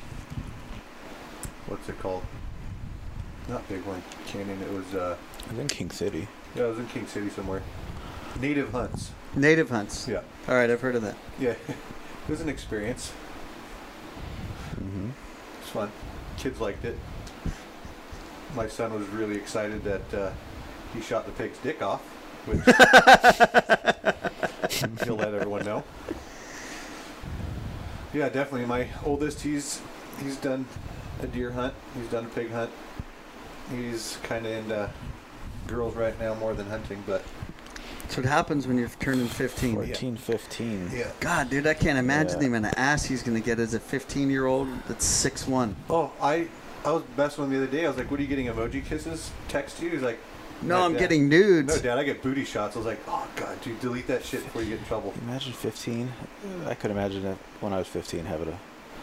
[SPEAKER 3] what's it called? Not Big Horn Canyon. It was. Uh,
[SPEAKER 4] I was in King City.
[SPEAKER 3] yeah, it was in King City somewhere. Native hunts.
[SPEAKER 2] Native hunts.
[SPEAKER 3] Yeah.
[SPEAKER 2] All right, I've heard of that.
[SPEAKER 3] Yeah. (laughs) it was an experience.
[SPEAKER 4] Mm-hmm.
[SPEAKER 3] It's fun. Kids liked it. My son was really excited that uh, he shot the pig's dick off, which
[SPEAKER 2] (laughs)
[SPEAKER 3] he'll let everyone know. Yeah, definitely. My oldest, he's he's done a deer hunt. He's done a pig hunt. He's kind of into girls right now more than hunting, but
[SPEAKER 2] That's what happens when you're turning 15.
[SPEAKER 4] 14, 15.
[SPEAKER 3] yeah.
[SPEAKER 2] God, dude, I can't imagine
[SPEAKER 4] Yeah.
[SPEAKER 2] the even ass he's gonna get as a 15 year old that's 6'1".
[SPEAKER 3] Oh, I I was messing with him the other day. I was like, "What are you getting emoji kisses?" Text you. He's like,
[SPEAKER 2] No,
[SPEAKER 3] "Like
[SPEAKER 2] I'm
[SPEAKER 3] that."
[SPEAKER 2] getting nudes.
[SPEAKER 3] No, Dad, I get booty shots. I was like, oh, God, dude, delete that shit before you get in trouble.
[SPEAKER 4] Imagine 15. I could imagine it when I was 15 having a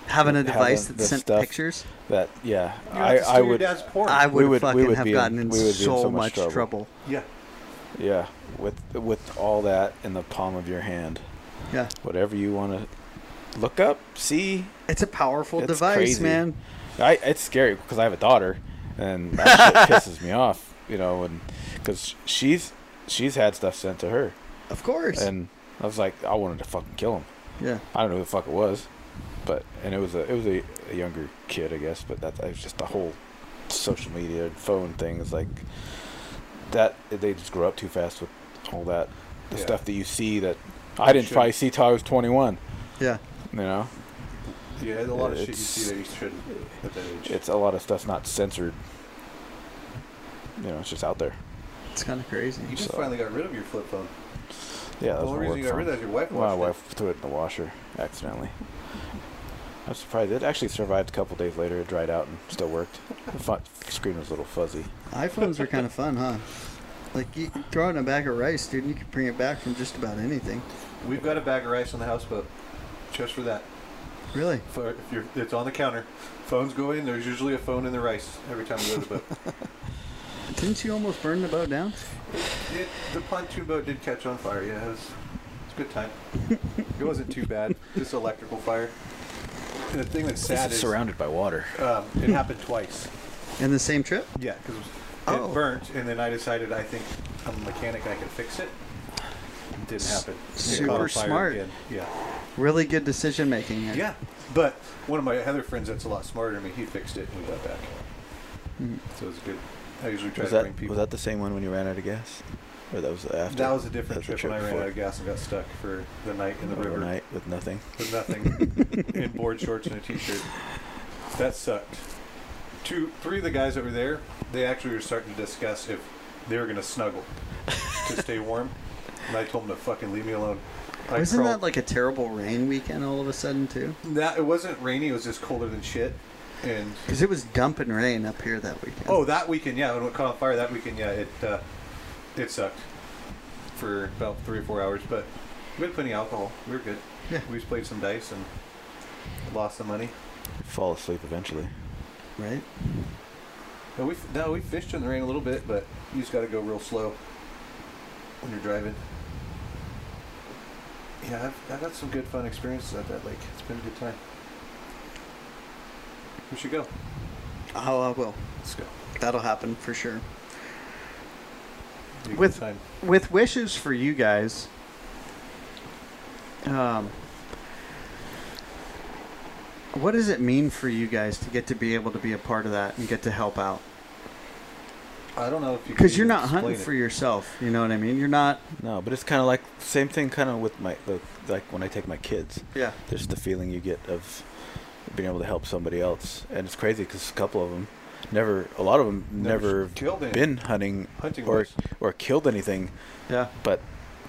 [SPEAKER 2] Having a
[SPEAKER 4] Having
[SPEAKER 2] device that
[SPEAKER 4] the
[SPEAKER 2] sent
[SPEAKER 4] stuff.
[SPEAKER 2] pictures,
[SPEAKER 4] that. Yeah,
[SPEAKER 3] You have
[SPEAKER 4] (laughs) I,
[SPEAKER 3] to steal
[SPEAKER 4] I
[SPEAKER 3] your
[SPEAKER 4] would.
[SPEAKER 3] dad's porn.
[SPEAKER 2] I
[SPEAKER 4] We
[SPEAKER 2] would,
[SPEAKER 4] would- we
[SPEAKER 2] fucking
[SPEAKER 4] would
[SPEAKER 2] have
[SPEAKER 4] be in-
[SPEAKER 2] gotten in,
[SPEAKER 4] we would be in
[SPEAKER 2] so,
[SPEAKER 4] so
[SPEAKER 2] much
[SPEAKER 4] much
[SPEAKER 2] trouble.
[SPEAKER 3] yeah.
[SPEAKER 4] Yeah, with with all that in the palm of your hand,
[SPEAKER 2] Yeah,
[SPEAKER 4] whatever you want to look up, see.
[SPEAKER 2] it's a powerful
[SPEAKER 4] It's
[SPEAKER 2] device,
[SPEAKER 4] crazy.
[SPEAKER 2] man.
[SPEAKER 4] I it's scary because I have a daughter, and
[SPEAKER 3] (laughs)
[SPEAKER 4] that shit pisses me off. You know, and because she's she's had stuff sent to her,
[SPEAKER 2] Of course.
[SPEAKER 4] and I was like, I wanted to fucking kill him.
[SPEAKER 2] yeah.
[SPEAKER 4] I don't know who the fuck it was, but and it was a it was a, a younger kid, I guess. But that it was just the whole social media and phone thing is like that. They just grow up too fast with all that the
[SPEAKER 3] Yeah. Oh,
[SPEAKER 4] stuff that you see that I didn't
[SPEAKER 3] Sure.
[SPEAKER 4] probably see till I was twenty one.
[SPEAKER 2] Yeah.
[SPEAKER 4] You know,
[SPEAKER 3] Yeah, there's a lot of shit you
[SPEAKER 4] It's-
[SPEAKER 3] see that you shouldn't at that age.
[SPEAKER 4] it's a lot of stuff's not censored. You know, it's just out there.
[SPEAKER 2] It's kind of crazy.
[SPEAKER 3] you just
[SPEAKER 4] so-
[SPEAKER 3] finally got rid of your flip phone.
[SPEAKER 4] Yeah,
[SPEAKER 3] the
[SPEAKER 4] that's
[SPEAKER 3] only reason you got rid of that is your wife
[SPEAKER 4] My
[SPEAKER 3] watched
[SPEAKER 4] wife threw it in the washer accidentally. I was surprised. It actually survived a couple days later. It dried out and still worked. The fu- screen was a little fuzzy.
[SPEAKER 2] iPhones were kind of fun, huh? Like you could throw it in a bag of rice, dude. and You could bring it back from just about anything.
[SPEAKER 3] it. We've got a bag of rice on the houseboat just for that.
[SPEAKER 2] Really?
[SPEAKER 3] For if you're, it's on the counter. Phones go in. There's usually a phone in the rice every time we go to the
[SPEAKER 4] (laughs)
[SPEAKER 3] boat.
[SPEAKER 2] Didn't you almost burn the boat down?
[SPEAKER 3] it, the pontoon boat did catch on fire. Yeah, it was, it's a good time. it wasn't too bad. Just electrical fire. And the thing that's sad
[SPEAKER 4] It's
[SPEAKER 3] is
[SPEAKER 4] surrounded by water.
[SPEAKER 3] um, it
[SPEAKER 2] (laughs)
[SPEAKER 3] happened twice.
[SPEAKER 2] In the same trip?
[SPEAKER 3] Yeah, because it
[SPEAKER 2] Oh.
[SPEAKER 3] burnt, and then I decided I think I'm a mechanic, I can fix it. Didn't happen.
[SPEAKER 2] S-
[SPEAKER 3] It caught
[SPEAKER 2] super
[SPEAKER 3] on fire
[SPEAKER 2] smart.
[SPEAKER 3] again. Yeah,
[SPEAKER 2] Really good decision making. there.
[SPEAKER 3] yeah. But one of my other friends that's a lot smarter than me, he fixed it and we got back.
[SPEAKER 2] Mm.
[SPEAKER 3] So it was good. I usually try
[SPEAKER 4] Was
[SPEAKER 3] to bring
[SPEAKER 4] that,
[SPEAKER 3] people.
[SPEAKER 4] was that the same one when you ran out of gas? Or that was after?
[SPEAKER 3] That was a different
[SPEAKER 4] That was
[SPEAKER 3] trip when I ran
[SPEAKER 4] before.
[SPEAKER 3] out of gas and got stuck for the night in the river
[SPEAKER 4] Overnight with nothing.
[SPEAKER 3] with nothing, in board shorts and a t-shirt. That sucked. Two, three of the guys that were there, they actually were starting to discuss if they were going to snuggle to stay warm, and I told them to fucking leave me alone. I
[SPEAKER 2] Wasn't that
[SPEAKER 3] crawled-
[SPEAKER 2] like a terrible rain weekend all of a sudden too?
[SPEAKER 3] that? It wasn't rainy. It was just colder than shit. And
[SPEAKER 2] Because it was dumping rain up here that weekend.
[SPEAKER 5] (laughs)
[SPEAKER 3] oh, that weekend, yeah, when it caught on fire, that weekend, yeah, it uh, it sucked for about three or four hours, but we had plenty of alcohol. We were good.
[SPEAKER 2] Yeah.
[SPEAKER 3] We just played some dice and lost some money.
[SPEAKER 4] Fall asleep eventually.
[SPEAKER 2] right.
[SPEAKER 3] No, we no, we fished in the rain a little bit, but you just got to go real slow when you're driving. Yeah, I've, I've got some good fun experiences at that lake. It's been a good time. We should go.
[SPEAKER 2] Oh,
[SPEAKER 5] uh,
[SPEAKER 2] I will.
[SPEAKER 3] Let's go.
[SPEAKER 2] That'll happen for sure.
[SPEAKER 3] Be a good
[SPEAKER 5] With-
[SPEAKER 3] time.
[SPEAKER 5] with wishes for you guys um what does it mean for you guys to get to be able to be a part of that and get to help out
[SPEAKER 3] I don't know if you
[SPEAKER 5] because
[SPEAKER 3] can
[SPEAKER 5] you're
[SPEAKER 3] even
[SPEAKER 5] not hunting
[SPEAKER 3] explain
[SPEAKER 5] for
[SPEAKER 3] it.
[SPEAKER 5] yourself you know what i mean you're not
[SPEAKER 4] No, but it's kind of like same thing kind of with my, the, like when I take my kids.
[SPEAKER 5] yeah
[SPEAKER 4] There's the feeling you get of being able to help somebody else. And it's crazy because a couple of them never, a lot of them never,
[SPEAKER 3] killed any-
[SPEAKER 4] been hunting,
[SPEAKER 3] hunting
[SPEAKER 4] or,
[SPEAKER 3] was-
[SPEAKER 4] or killed anything.
[SPEAKER 5] yeah
[SPEAKER 4] but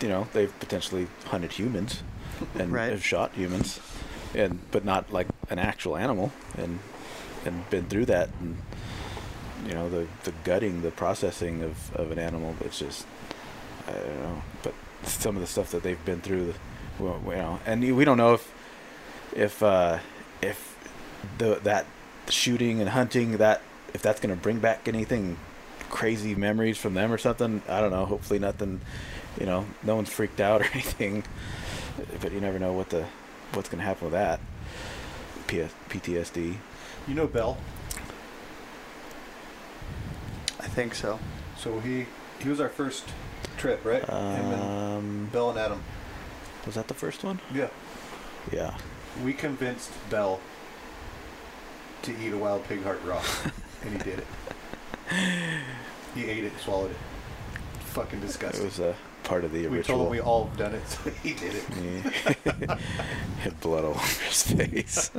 [SPEAKER 4] you know they've potentially hunted humans and
[SPEAKER 5] Right.
[SPEAKER 4] have shot humans and but not like an actual animal and and been through that and you know the the gutting the processing of of an animal it's just i don't know but some of the stuff that they've been through well, you know and you- we don't know if if uh if the that shooting and hunting that if that's going to bring back anything crazy memories from them or something i don't know hopefully nothing you know, no one's freaked out or (laughs) anything. But you never know what the what's gonna happen with that. PS, PTSD.
[SPEAKER 3] You know Bell.
[SPEAKER 2] I think so.
[SPEAKER 3] So he he was our first trip, right? Him and
[SPEAKER 4] Um,
[SPEAKER 3] Bell and Adam.
[SPEAKER 4] was that the first one?
[SPEAKER 3] Yeah.
[SPEAKER 4] Yeah.
[SPEAKER 3] We convinced Bell to eat a wild pig heart raw, and he did it. He ate it, swallowed it. Fucking
[SPEAKER 4] It
[SPEAKER 3] disgusting.
[SPEAKER 4] was uh, part of the
[SPEAKER 3] we
[SPEAKER 4] ritual.
[SPEAKER 3] told him we all have done it, (laughs) so he did it.
[SPEAKER 4] (laughs) Yeah. Had blood all (laughs) over
[SPEAKER 3] (laughs)
[SPEAKER 4] his face.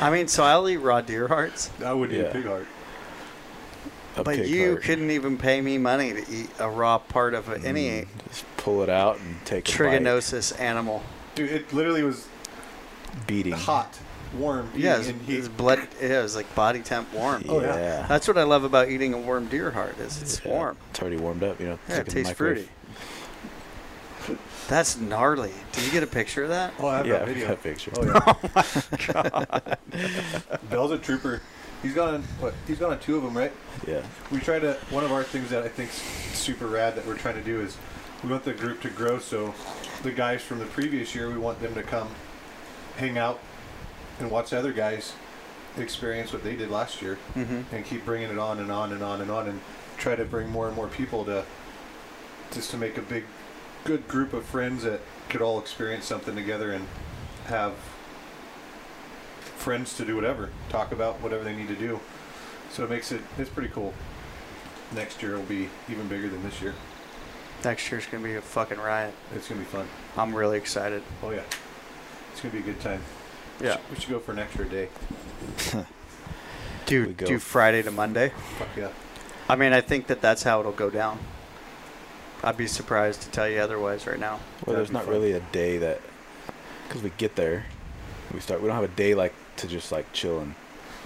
[SPEAKER 2] I mean, so I'll eat raw deer hearts,
[SPEAKER 3] I would eat
[SPEAKER 4] Yeah.
[SPEAKER 3] a pig heart.
[SPEAKER 4] A
[SPEAKER 2] but
[SPEAKER 4] pig
[SPEAKER 2] you
[SPEAKER 4] heart.
[SPEAKER 2] couldn't even pay me money to eat a raw part of a- any
[SPEAKER 4] Mm, Just pull it out and take
[SPEAKER 2] trigonosis animal.
[SPEAKER 3] Dude, it literally was
[SPEAKER 4] a bite. beating.
[SPEAKER 3] hot, warm.
[SPEAKER 2] Yeah,
[SPEAKER 3] eating,
[SPEAKER 2] it's,
[SPEAKER 3] and he,
[SPEAKER 2] it's blood. Yeah, it's like body temp warm.
[SPEAKER 4] Yeah.
[SPEAKER 3] Oh, yeah.
[SPEAKER 2] That's what I love about eating a warm deer heart is it's
[SPEAKER 4] Yeah.
[SPEAKER 2] warm.
[SPEAKER 4] It's already warmed up, you know.
[SPEAKER 2] Yeah,
[SPEAKER 4] stick
[SPEAKER 2] it
[SPEAKER 4] in the
[SPEAKER 2] tastes
[SPEAKER 4] microwave.
[SPEAKER 2] fruity. That's gnarly. Did you get a picture of that?
[SPEAKER 3] oh, I have
[SPEAKER 4] Yeah,
[SPEAKER 3] that
[SPEAKER 4] I've
[SPEAKER 3] video.
[SPEAKER 4] got a picture. Oh
[SPEAKER 3] Oh, yeah.
[SPEAKER 4] (laughs)
[SPEAKER 3] (laughs) Bell's a trooper. He's gone on what? He's gone on two of them, right?
[SPEAKER 4] Yeah.
[SPEAKER 3] We try to. One of our things that I think's super rad that we're trying to do is we want the group to grow. So the guys from the previous year, we want them to come, hang out, and watch the other guys experience what they did last year,
[SPEAKER 2] Mm-hmm.
[SPEAKER 3] and keep bringing it on and on and on and on, and try to bring more and more people to just to make a big, good group of friends that could all experience something together and have friends to do whatever, talk about whatever they need to do. So it makes it it's pretty cool. Next year will be even bigger than this year.
[SPEAKER 2] Next year's gonna be a fucking riot.
[SPEAKER 3] It's gonna be fun.
[SPEAKER 2] I'm really excited.
[SPEAKER 3] Oh yeah, it's gonna be a good time.
[SPEAKER 2] Yeah,
[SPEAKER 3] we should go for an extra day.
[SPEAKER 2] do
[SPEAKER 4] We go.
[SPEAKER 2] do Friday to Monday.
[SPEAKER 3] Fuck yeah.
[SPEAKER 2] I mean, I think that that's how it'll go down. I'd be surprised to tell you otherwise right now.
[SPEAKER 4] Well,
[SPEAKER 3] That'd
[SPEAKER 4] there's
[SPEAKER 3] be
[SPEAKER 4] not
[SPEAKER 3] fun.
[SPEAKER 4] really a day that, because we get there, we start. We don't have a day like to just like chill and,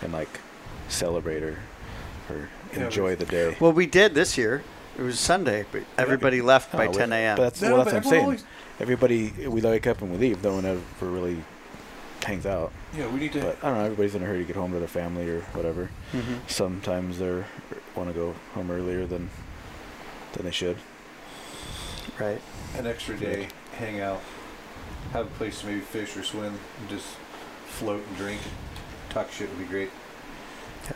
[SPEAKER 4] and like celebrate or, or
[SPEAKER 3] Yeah,
[SPEAKER 4] enjoy the day.
[SPEAKER 2] Well, we did this year. It was Sunday, but everybody left by
[SPEAKER 4] No, we-
[SPEAKER 2] 10 a.m.
[SPEAKER 4] But that's
[SPEAKER 3] No,
[SPEAKER 4] well,
[SPEAKER 3] but
[SPEAKER 4] that's what I'm
[SPEAKER 3] everyone
[SPEAKER 4] saying.
[SPEAKER 3] always-
[SPEAKER 4] Everybody, we wake up and we leave. No one ever really hangs out.
[SPEAKER 3] Yeah, we need to.
[SPEAKER 4] But I don't know. Everybody's in a hurry to get home to their family or whatever.
[SPEAKER 2] Mhm.
[SPEAKER 4] Mm-hmm. Sometimes they want to go home earlier than than they should.
[SPEAKER 2] Right.
[SPEAKER 3] an extra day, hang out, have a place to maybe fish or swim, and just float and drink, talk shit would be great.
[SPEAKER 2] Yeah.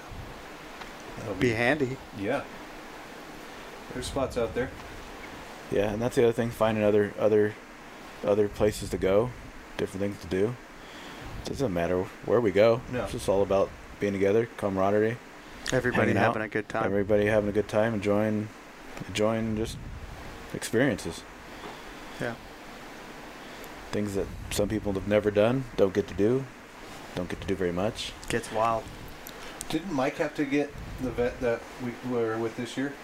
[SPEAKER 3] That'll
[SPEAKER 2] Be handy.
[SPEAKER 3] yeah. There's spots out there.
[SPEAKER 4] Yeah, and that's the other thing. Finding other other other places to go, different things to do. doesn't matter where we go.
[SPEAKER 3] No.
[SPEAKER 4] It's just all about being together, camaraderie,
[SPEAKER 2] Everybody
[SPEAKER 4] Hanging out.
[SPEAKER 2] having a good time.
[SPEAKER 4] everybody having a good time, enjoying enjoying just experiences.
[SPEAKER 2] Yeah.
[SPEAKER 4] Things that some people have never done, don't get to do, don't get to do very much.
[SPEAKER 2] Gets wild.
[SPEAKER 3] Didn't Mike have to get the vet that we were with this year?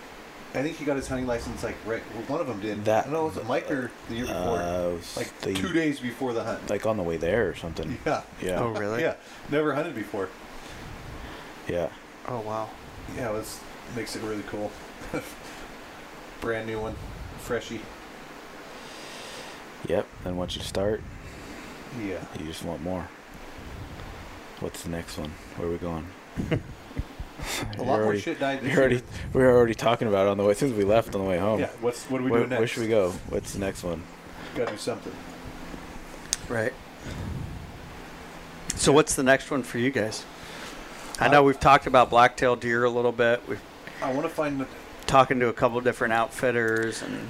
[SPEAKER 3] I think he got his hunting license like right. well, One of them did.
[SPEAKER 4] That-
[SPEAKER 3] I don't know. Was it Mike or the year before?
[SPEAKER 4] Uh, it was
[SPEAKER 3] like
[SPEAKER 4] the-
[SPEAKER 3] two days before the hunt.
[SPEAKER 4] Like on the way there or something.
[SPEAKER 3] Yeah.
[SPEAKER 4] Yeah.
[SPEAKER 2] Oh, really?
[SPEAKER 3] Yeah. Never hunted before.
[SPEAKER 4] Yeah.
[SPEAKER 2] Oh, wow.
[SPEAKER 3] Yeah, it was makes it really cool. (laughs) Brand new one, freshy.
[SPEAKER 4] Yep. And once you start,
[SPEAKER 3] Yeah.
[SPEAKER 4] You just want more. What's the next one? Where are
[SPEAKER 2] (laughs)
[SPEAKER 4] we going?
[SPEAKER 3] A
[SPEAKER 4] You're
[SPEAKER 3] lot more
[SPEAKER 4] already-
[SPEAKER 3] shit died this
[SPEAKER 4] We already
[SPEAKER 3] year.
[SPEAKER 4] we were already talking about it on the way since we left on the way home.
[SPEAKER 3] Yeah. What's what are we
[SPEAKER 4] where,
[SPEAKER 3] doing next?
[SPEAKER 4] where should we go? What's the next one?
[SPEAKER 3] Got to do something.
[SPEAKER 2] Right. So what's the next one for you guys? I
[SPEAKER 4] Uh,
[SPEAKER 2] know we've talked about blacktail deer a little bit. We've
[SPEAKER 3] I want to find.
[SPEAKER 2] talking to a couple different outfitters and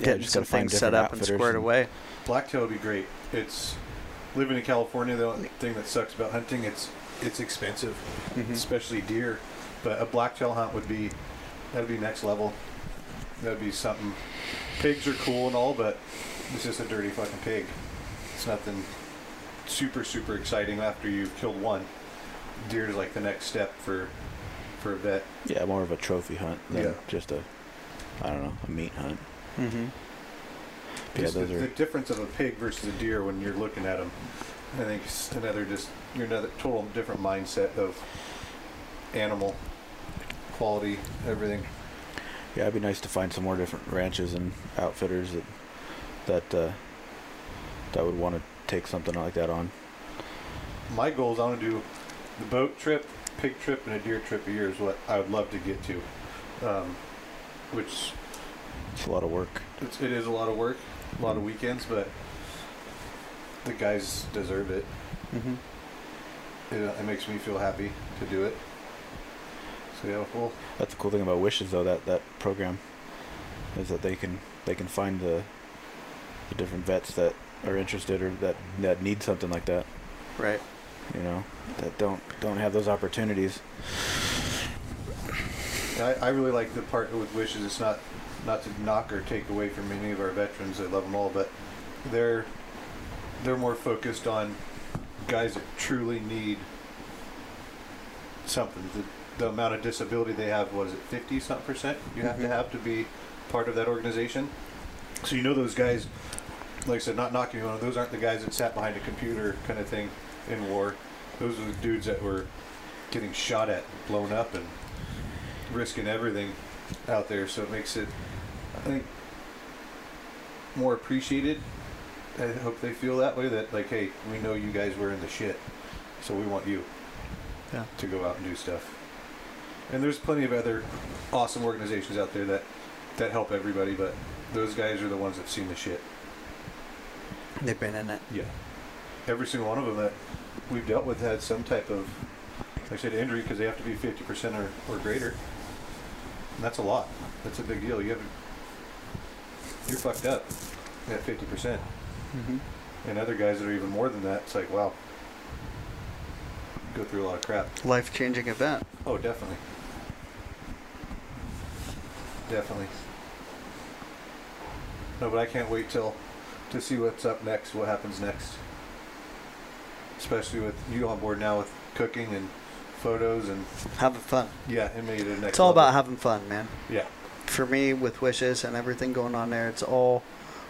[SPEAKER 4] Yeah,
[SPEAKER 2] getting
[SPEAKER 4] just
[SPEAKER 2] some
[SPEAKER 4] gotta find
[SPEAKER 2] things set
[SPEAKER 4] different
[SPEAKER 2] up and
[SPEAKER 4] outfitters
[SPEAKER 2] squared
[SPEAKER 4] and-
[SPEAKER 2] away.
[SPEAKER 3] Blacktail would be great. It's living in California. The only thing that sucks about hunting it's it's expensive, especially deer. But a blacktail hunt would be that'd be next level. That'd be something. Pigs are cool and all, but it's just a dirty fucking pig. It's nothing super super exciting after you've killed one. Deer is like the next step for for a vet.
[SPEAKER 4] Yeah, more of a trophy hunt than
[SPEAKER 3] Yeah.
[SPEAKER 4] just a I don't know a meat hunt.
[SPEAKER 2] Mm-hmm.
[SPEAKER 4] But yeah,
[SPEAKER 3] Just the,
[SPEAKER 4] those
[SPEAKER 3] the
[SPEAKER 4] are
[SPEAKER 3] difference of a pig versus a deer when you're looking at them, I think it's another just you're another total different mindset of animal quality, everything.
[SPEAKER 4] yeah. It'd be nice to find some more different ranches and outfitters that that uh, that would want to take something like that on.
[SPEAKER 3] My goal is I want to do the boat trip, pig trip, and a deer trip a year is what I would love to get to, um, which
[SPEAKER 4] It's a lot of work.
[SPEAKER 3] It's, it is a lot of work, a lot of weekends, but the guys deserve it.
[SPEAKER 2] Mm-hmm.
[SPEAKER 3] It, it makes me feel happy to do it. So yeah, well,
[SPEAKER 4] That's the cool thing about Wishes, though. That that program is that they can they can find the the different vets that are interested or that that need something like that.
[SPEAKER 2] Right.
[SPEAKER 4] You know, that don't don't have those opportunities.
[SPEAKER 3] I, I really like the part with wishes. It's not not to knock or take away from any of our veterans. I love them all, but they're they're more focused on guys that truly need something. The, the amount of disability they have, what is it, fifty something percent? You have to
[SPEAKER 2] Mhm.
[SPEAKER 3] have to be part of that organization. So you know those guys. Like I said, not knocking anyone. Those aren't the guys that sat behind a computer kind of thing in war. Those are the dudes that were getting shot at, blown up, and risking everything out there, so it makes it, I think, more appreciated. I hope they feel that way. That like, hey, we know you guys were in the shit, so we want you
[SPEAKER 2] Yeah.
[SPEAKER 3] to go out and do stuff. And there's plenty of other awesome organizations out there that that help everybody, but those guys are the ones that've seen the shit.
[SPEAKER 2] They've been in it.
[SPEAKER 3] Yeah. Every single one of them that we've dealt with had some type of, like I said, injury because they have to be 50% or, or greater. And that's a lot. That's a big deal. You have, you're fucked up at 50%.
[SPEAKER 2] Mm-hmm.
[SPEAKER 3] And other guys that are even more than that, it's like, wow, go through a lot of crap.
[SPEAKER 2] Life changing event.
[SPEAKER 3] Oh, definitely. Definitely. No, but I can't wait till to see what's up next, what happens next. Especially with you on board now with cooking and photos and
[SPEAKER 2] Having fun.
[SPEAKER 3] yeah, and maybe the next.
[SPEAKER 2] It's all
[SPEAKER 3] level.
[SPEAKER 2] about having fun, man.
[SPEAKER 3] yeah,
[SPEAKER 2] For me, with wishes and everything going on there, it's all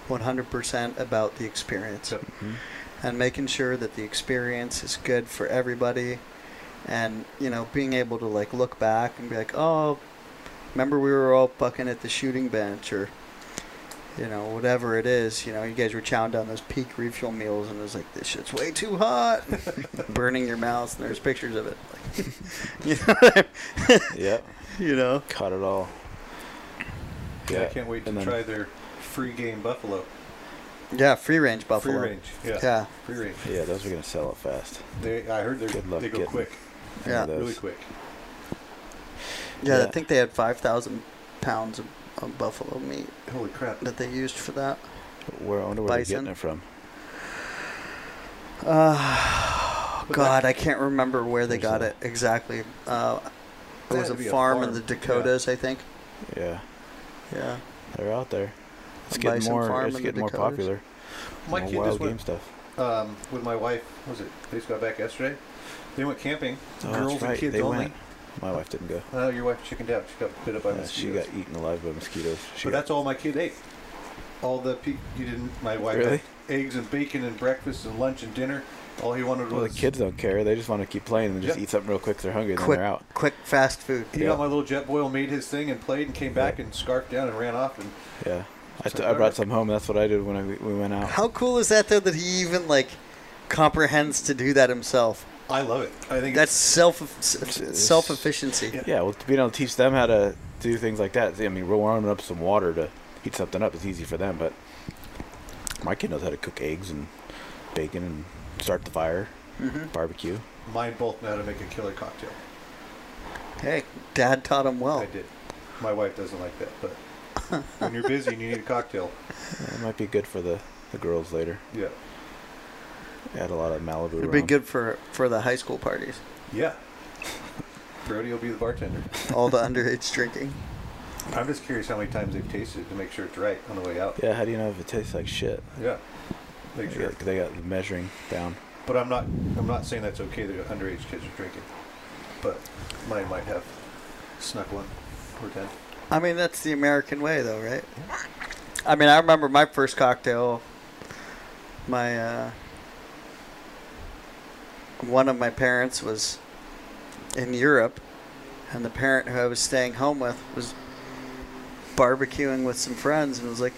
[SPEAKER 2] 100% about the experience
[SPEAKER 3] Yep.
[SPEAKER 2] and making sure that the experience is good for everybody. And, you know, being able to like look back and be like, oh, remember we were all fucking at the shooting bench or, you know, whatever it is. You know, you guys were chowing down those peak refuel meals and it was like, this shit's way too
[SPEAKER 3] (laughs)
[SPEAKER 2] hot. Burning your mouths, and there's pictures of it. (laughs) Like, you know what I
[SPEAKER 4] yep.
[SPEAKER 2] you know.
[SPEAKER 4] Caught it all.
[SPEAKER 3] yeah. I can't wait to
[SPEAKER 4] and then-
[SPEAKER 3] try their free game buffalo,
[SPEAKER 2] Yeah, free range buffalo.
[SPEAKER 3] free range. Yeah,
[SPEAKER 2] Yeah.
[SPEAKER 3] free range.
[SPEAKER 4] Yeah, those are gonna sell it fast.
[SPEAKER 3] They, I heard they
[SPEAKER 4] Good luck
[SPEAKER 3] they go
[SPEAKER 4] getting
[SPEAKER 3] quick,
[SPEAKER 4] I
[SPEAKER 2] Yeah.
[SPEAKER 4] know those.
[SPEAKER 3] really quick.
[SPEAKER 2] yeah,
[SPEAKER 4] Yeah.
[SPEAKER 2] I think they had five thousand pounds of, of buffalo meat
[SPEAKER 3] Holy crap!
[SPEAKER 2] that they used for that.
[SPEAKER 4] Where I wonder where they're
[SPEAKER 2] Bison.
[SPEAKER 4] getting it from.
[SPEAKER 2] Uh, God, I can't remember where they
[SPEAKER 4] There's
[SPEAKER 2] got
[SPEAKER 4] a-
[SPEAKER 2] it exactly. Uh, it
[SPEAKER 3] That
[SPEAKER 2] was a
[SPEAKER 3] had to be
[SPEAKER 2] farm,
[SPEAKER 3] a
[SPEAKER 2] in
[SPEAKER 3] farm,
[SPEAKER 2] the
[SPEAKER 3] yeah.
[SPEAKER 2] Dakotas, I think.
[SPEAKER 4] Yeah,
[SPEAKER 2] Yeah,
[SPEAKER 4] they're out there. It's
[SPEAKER 2] A
[SPEAKER 4] getting
[SPEAKER 2] bison
[SPEAKER 4] more.
[SPEAKER 2] farm
[SPEAKER 4] It's
[SPEAKER 2] in the
[SPEAKER 4] getting more
[SPEAKER 2] Dakotas.
[SPEAKER 4] popular.
[SPEAKER 3] My
[SPEAKER 4] More
[SPEAKER 3] kid
[SPEAKER 4] wild
[SPEAKER 3] just
[SPEAKER 4] game
[SPEAKER 3] went
[SPEAKER 4] stuff.
[SPEAKER 3] um, with my wife. What was it? They just got back yesterday. They went camping. Girls
[SPEAKER 4] Oh, that's
[SPEAKER 3] and
[SPEAKER 4] right.
[SPEAKER 3] kids
[SPEAKER 4] they
[SPEAKER 3] only.
[SPEAKER 4] Went. My wife didn't go.
[SPEAKER 3] Oh, your wife chickened out. She got bit up by
[SPEAKER 4] Uh, she
[SPEAKER 3] mosquitoes.
[SPEAKER 4] got eaten alive by mosquitoes. She
[SPEAKER 3] but
[SPEAKER 4] got-
[SPEAKER 3] that's all my kid ate. All the pe- you didn't. My wife
[SPEAKER 4] Really?
[SPEAKER 3] had eggs and bacon and breakfast and lunch and dinner. All he wanted
[SPEAKER 4] Well, the
[SPEAKER 3] was
[SPEAKER 4] kids don't care. They just want to keep playing and just
[SPEAKER 3] Yeah.
[SPEAKER 4] eat something real quick. They're hungry, then
[SPEAKER 2] quick,
[SPEAKER 4] they're out.
[SPEAKER 2] quick, fast food.
[SPEAKER 3] He
[SPEAKER 4] Yeah.
[SPEAKER 3] got my little jet boil, made his thing, and played, and came back
[SPEAKER 4] Yeah.
[SPEAKER 3] and scarfed down and ran off. And
[SPEAKER 4] Yeah, I,
[SPEAKER 3] So
[SPEAKER 4] t- I brought
[SPEAKER 3] dark.
[SPEAKER 4] some home. That's what I did when I, we went out.
[SPEAKER 2] How cool is that though? That he even like comprehends to do that himself.
[SPEAKER 3] I love it. I think
[SPEAKER 2] That's self
[SPEAKER 4] It's-
[SPEAKER 2] self efficiency.
[SPEAKER 3] Yeah.
[SPEAKER 4] Yeah, well, being able to teach them how to do things like that. I mean, warming up some water to heat something up is easy for them, but my kid knows how to cook eggs and bacon and start the fire,
[SPEAKER 2] Mm-hmm.
[SPEAKER 4] barbecue.
[SPEAKER 3] it's, mine both know how to make a killer cocktail.
[SPEAKER 2] Hey, Dad taught him
[SPEAKER 4] Oh.
[SPEAKER 2] well.
[SPEAKER 3] I did. My wife doesn't like that, but
[SPEAKER 4] (laughs)
[SPEAKER 3] when you're busy and you need a cocktail,
[SPEAKER 4] It might be good for the, the girls later.
[SPEAKER 3] yeah,
[SPEAKER 4] Add a lot of Malibu.
[SPEAKER 2] It'd be
[SPEAKER 4] rum.
[SPEAKER 2] good for for the high school parties.
[SPEAKER 3] yeah. Brody will be the bartender.
[SPEAKER 2] All the (laughs) underage drinking.
[SPEAKER 3] I'm just curious how many times they've tasted it to make sure it's right on the way out.
[SPEAKER 4] Yeah, how do you know if it tastes like shit?
[SPEAKER 3] Yeah. Make
[SPEAKER 4] They
[SPEAKER 3] sure.
[SPEAKER 4] got, they got the measuring down.
[SPEAKER 3] But I'm not. I'm not saying that's okay that underage kids are drinking. But mine might have snuck one or ten.
[SPEAKER 2] I mean, that's the American way, though, right? I mean, I remember my first cocktail. My uh, one of my parents was in Europe, and the parent who I was staying home with was barbecuing with some friends, and was like,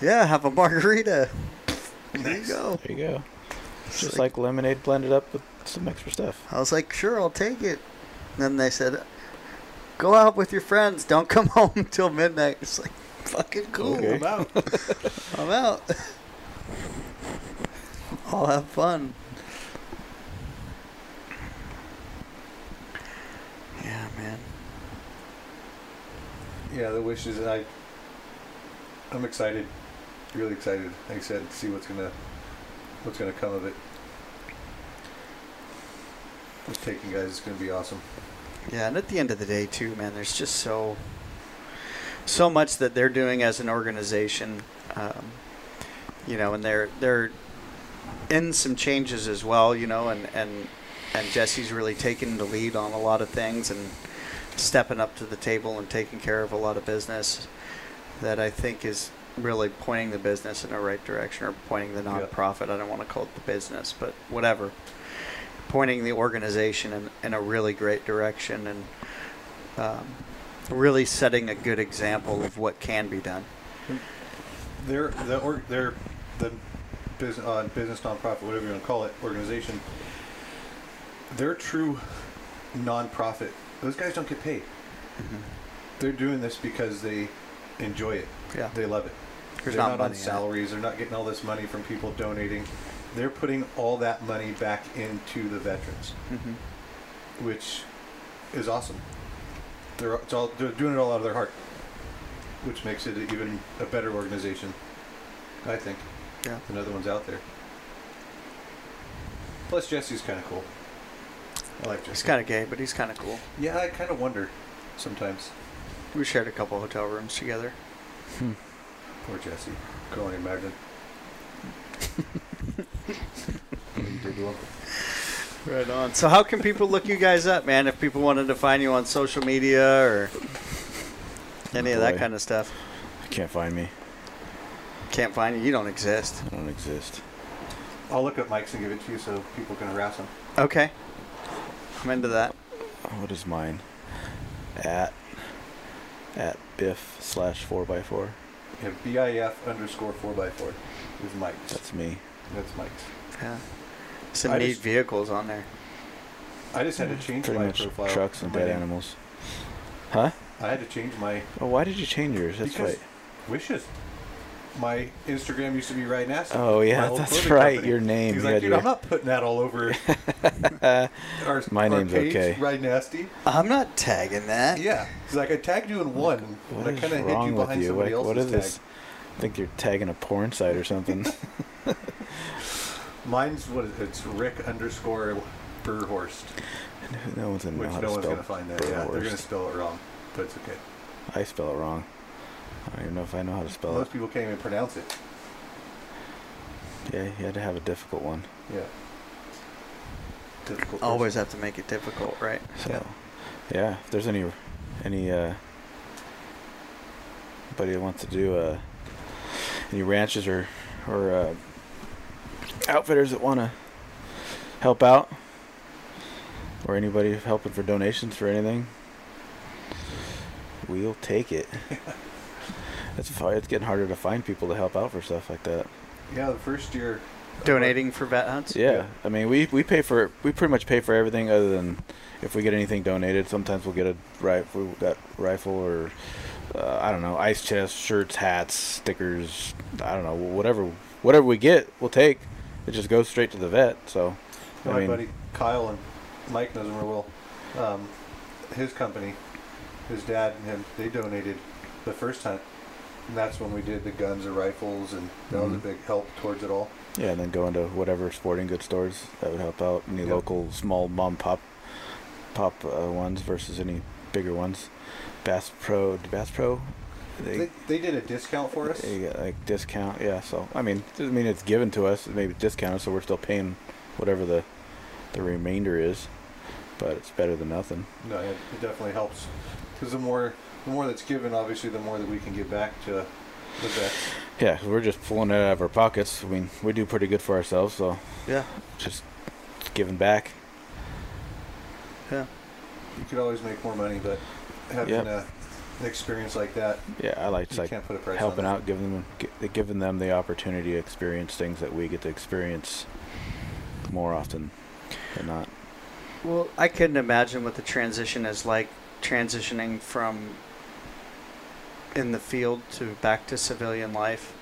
[SPEAKER 2] "Yeah, have a margarita." (laughs) There you go.
[SPEAKER 4] There you go.
[SPEAKER 2] It's
[SPEAKER 4] Just
[SPEAKER 2] like-
[SPEAKER 4] like lemonade blended up with some extra stuff.
[SPEAKER 2] I was like, "Sure, I'll take it." And then they said, Go out with your friends. Don't come (laughs) home until midnight. It's like fucking cool.
[SPEAKER 4] Okay.
[SPEAKER 2] I'm out. I'm out. (laughs) I'll have fun. Yeah, man.
[SPEAKER 3] (laughs) Yeah, the wishes. I, I'm excited, really excited. Like I said, to see what's gonna, what's gonna come of it. Just taking guys, it's gonna be awesome.
[SPEAKER 2] Yeah, and at the end of the day, too, man, there's just so so much that they're doing as an organization, um, you know, and they're they're in some changes as well, you know, and and and Jesse's really taking the lead on a lot of things and stepping up to the table and taking care of a lot of business that I think is really pointing the business in the right direction or pointing the
[SPEAKER 3] Yeah.
[SPEAKER 2] nonprofit. I don't want to call it the business, but whatever pointing the organization in, in a really great direction and um, really setting a good example of what can be done.
[SPEAKER 3] Their the or their the business uh, business nonprofit, whatever you want to call it, organization. They're true nonprofit. Those guys don't get paid. They're doing this because they enjoy it.
[SPEAKER 2] Yeah.
[SPEAKER 3] They love it.
[SPEAKER 2] There's
[SPEAKER 3] they're
[SPEAKER 2] not
[SPEAKER 3] not,
[SPEAKER 2] money
[SPEAKER 3] on
[SPEAKER 2] in it.
[SPEAKER 3] salaries. They're not getting all this money from people donating. They're putting all that money back into the veterans,
[SPEAKER 2] Mm-hmm.
[SPEAKER 3] which is awesome. They're, it's all, they're doing it all out of their heart, which makes it even a better organization, I think,
[SPEAKER 2] Yeah.
[SPEAKER 3] than other ones out there. Plus, Jesse's kind of cool. I like
[SPEAKER 2] He's
[SPEAKER 3] Jesse.
[SPEAKER 2] kind of gay, but he's kind of cool.
[SPEAKER 3] yeah, I kind of wonder sometimes.
[SPEAKER 2] We shared a couple hotel rooms together.
[SPEAKER 3] Poor Jesse. Can only
[SPEAKER 4] (laughs)
[SPEAKER 3] imagine. What you did to him.
[SPEAKER 2] Right on. So how can people look you guys up, man? If people wanted to find you on social media or any of that
[SPEAKER 4] Boy.
[SPEAKER 2] kind of stuff,
[SPEAKER 4] Can't find me.
[SPEAKER 2] can't find you. You don't exist.
[SPEAKER 4] I don't exist.
[SPEAKER 3] I'll look up mics and give it to you so people can harass them.
[SPEAKER 2] Okay, I'm into that.
[SPEAKER 4] What is mine? At at biff slash four by four.
[SPEAKER 3] Yeah, BIF underscore 4x4 is mics.
[SPEAKER 4] That's me.
[SPEAKER 3] That's mics.
[SPEAKER 2] Yeah, some
[SPEAKER 3] I
[SPEAKER 2] neat
[SPEAKER 3] just-
[SPEAKER 2] vehicles on there.
[SPEAKER 3] I just had to change
[SPEAKER 4] Pretty
[SPEAKER 3] my
[SPEAKER 4] much
[SPEAKER 3] profile.
[SPEAKER 4] trucks and
[SPEAKER 3] My
[SPEAKER 4] dead
[SPEAKER 3] name-
[SPEAKER 4] animals. Huh?
[SPEAKER 3] I had to change my
[SPEAKER 4] Oh, why did you change yours? That's
[SPEAKER 3] because
[SPEAKER 4] right.
[SPEAKER 3] wishes. My Instagram used to be Ryan Nassif.
[SPEAKER 4] Oh, yeah,
[SPEAKER 3] my old
[SPEAKER 4] that's
[SPEAKER 3] clothing
[SPEAKER 4] right, your name,
[SPEAKER 3] He's
[SPEAKER 4] you
[SPEAKER 3] like,
[SPEAKER 4] had
[SPEAKER 3] dude,
[SPEAKER 4] your-
[SPEAKER 3] I'm not putting that all
[SPEAKER 4] (laughs)
[SPEAKER 3] over our,
[SPEAKER 4] My
[SPEAKER 3] our
[SPEAKER 4] name's
[SPEAKER 3] page,
[SPEAKER 4] okay.
[SPEAKER 3] Ryan Nasty.
[SPEAKER 2] I'm not tagging that.
[SPEAKER 3] Yeah. He's like, I tagged you in one,
[SPEAKER 4] Uh, What
[SPEAKER 3] but I
[SPEAKER 4] is
[SPEAKER 3] kind of hid
[SPEAKER 4] wrong
[SPEAKER 3] you
[SPEAKER 4] with
[SPEAKER 3] behind
[SPEAKER 4] you?
[SPEAKER 3] somebody
[SPEAKER 4] Like,
[SPEAKER 3] else's
[SPEAKER 4] what is this?
[SPEAKER 3] tag.
[SPEAKER 4] I think you're tagging a porn site
[SPEAKER 3] (laughs)
[SPEAKER 4] or something. (laughs)
[SPEAKER 3] Mine's what? is- It's Rick underscore Burhorst,
[SPEAKER 4] no one's gonna know
[SPEAKER 3] which
[SPEAKER 4] how
[SPEAKER 3] no
[SPEAKER 4] to
[SPEAKER 3] one's
[SPEAKER 4] spell
[SPEAKER 3] gonna find that. Yeah, they're gonna
[SPEAKER 4] Burhorst.
[SPEAKER 3] spell it wrong, but it's okay.
[SPEAKER 4] I spell it wrong. I don't even know if I know how to spell it.
[SPEAKER 3] Most people can't even pronounce it.
[SPEAKER 4] Yeah, you had to have a difficult one.
[SPEAKER 3] Yeah. Difficult.
[SPEAKER 2] Always have to make it difficult, right?
[SPEAKER 4] So, yeah, if there's any, any, uh, buddy that wants to do, uh, any ranches or, or, uh, outfitters that want to help out, or anybody helping for donations for anything, we'll take it. It's fi- it's getting harder to find people to help out for stuff like that.
[SPEAKER 3] person. Yeah, the first year.
[SPEAKER 2] Donating for vet hunts.
[SPEAKER 4] Yeah,
[SPEAKER 3] Yeah.
[SPEAKER 4] I mean, we we pay for we pretty much pay for everything other than if we get anything donated. Sometimes we'll get a rifle, we got rifle or uh, I don't know, ice chest, shirts, hats, stickers. I don't know, whatever whatever we get, we'll take. It just goes straight to the vet. So, I
[SPEAKER 3] my
[SPEAKER 4] mean,
[SPEAKER 3] buddy Kyle and Mike knows him real well. Um, his company, his dad and him, they donated the first hunt, and that's when we did the guns and rifles, and that was a
[SPEAKER 4] Mhm.
[SPEAKER 3] big help towards it all.
[SPEAKER 4] yeah, and then go into whatever sporting goods stores that would help out any
[SPEAKER 3] Yep.
[SPEAKER 4] local small mom pop pop uh, ones versus any bigger ones. Bass Pro, Bass Pro.
[SPEAKER 3] They, they did a discount for us.
[SPEAKER 4] You get like discount, yeah. So I mean, doesn't mean it's given to us. Maybe discounted, so we're still paying whatever the the remainder is. But it's better than nothing.
[SPEAKER 3] No, it, it definitely helps because the more the more that's given, obviously, the more that we can give back to the vets.
[SPEAKER 4] Yeah, we we're just pulling it out of our pockets. I mean, we do pretty good for ourselves, so
[SPEAKER 2] Yeah.
[SPEAKER 4] just giving back.
[SPEAKER 2] Yeah.
[SPEAKER 3] You could always make more money, but having
[SPEAKER 4] Yep.
[SPEAKER 3] a, an experience like that,
[SPEAKER 4] Yeah, I like
[SPEAKER 3] you
[SPEAKER 4] like
[SPEAKER 3] can't put a price
[SPEAKER 4] helping
[SPEAKER 3] on
[SPEAKER 4] out, giving them gi- giving them the opportunity to experience things that we get to experience more often than not.
[SPEAKER 2] Well, I couldn't imagine what the transition is like transitioning from in the field to back to civilian life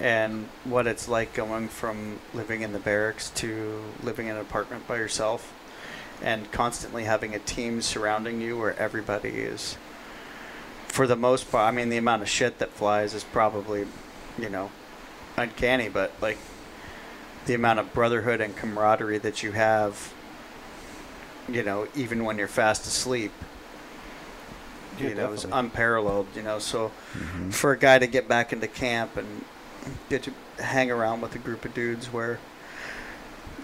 [SPEAKER 2] and what it's like going from living in the barracks to living in an apartment by yourself and constantly having a team surrounding you where everybody is for the most part I mean the amount of shit that flies is probably you know uncanny but like the amount of brotherhood and camaraderie that you have you know even when you're fast asleep
[SPEAKER 3] Yeah,
[SPEAKER 2] you know is
[SPEAKER 3] definitely.
[SPEAKER 2] unparalleled you know so
[SPEAKER 4] Mhm.
[SPEAKER 2] for a guy to get back into camp and get to hang around with a group of dudes where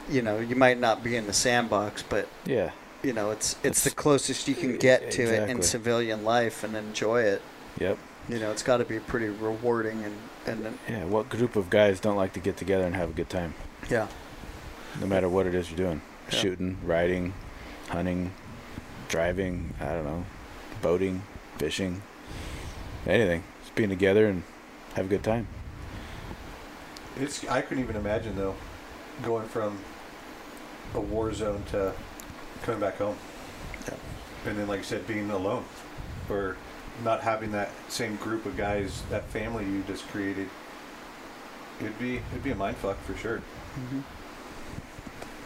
[SPEAKER 2] you know you might not be in the sandbox but
[SPEAKER 4] Yeah.
[SPEAKER 2] you know it's it's the
[SPEAKER 4] It's-
[SPEAKER 2] closest you can get to it in
[SPEAKER 4] Exactly.
[SPEAKER 2] civilian life and enjoy it
[SPEAKER 4] Yep.
[SPEAKER 2] you know it's got to be pretty rewarding and and uh,
[SPEAKER 4] Yeah. What group of guys don't like to get together and have a good time,
[SPEAKER 2] yeah
[SPEAKER 4] no matter what it is you're doing?
[SPEAKER 2] Yeah.
[SPEAKER 4] Shooting, riding, hunting, driving. I don't know, boating, fishing, anything. Just being together and have a good time.
[SPEAKER 3] It's I couldn't even imagine though, going from a war zone to coming back home,
[SPEAKER 2] Yeah.
[SPEAKER 3] and then like you said, being alone, or not having that same group of guys, that family you just created. It'd be it'd be a mind fuck for sure.
[SPEAKER 2] Mm-hmm.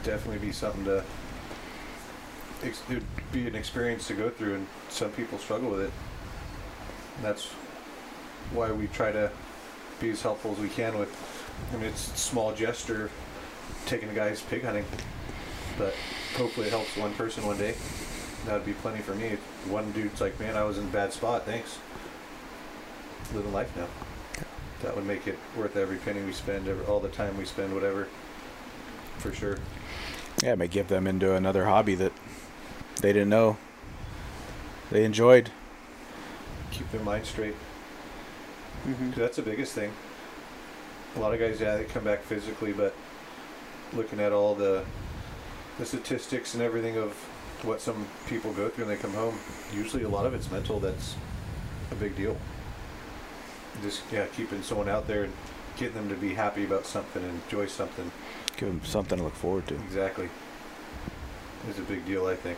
[SPEAKER 3] Definitely be something to. ex- It'd be an experience to go through, and some people struggle with it. And that's why we try to be as helpful as we can with I mean, it's a small gesture taking a guy's pig hunting, but hopefully it helps one person one day. That'd be plenty for me. If one dude's like, man, I was in a bad spot. Thanks. Living life now. That would make it worth every penny we spend, every, all the time we spend, whatever. For sure.
[SPEAKER 4] Yeah, it may get them into another hobby that they didn't know they enjoyed.
[SPEAKER 3] Keep their mind straight.
[SPEAKER 2] mm-hmm.
[SPEAKER 3] 'Cause that's the biggest thing. A lot of guys, yeah, they come back physically, but looking at all the the statistics and everything of what some people go through when they come home, usually a lot of it's mental. That's a big deal. Just yeah, keeping someone out there and getting them to be happy about something and enjoy something.
[SPEAKER 4] Give them something to look forward to.
[SPEAKER 3] Exactly. It's a big deal, I think.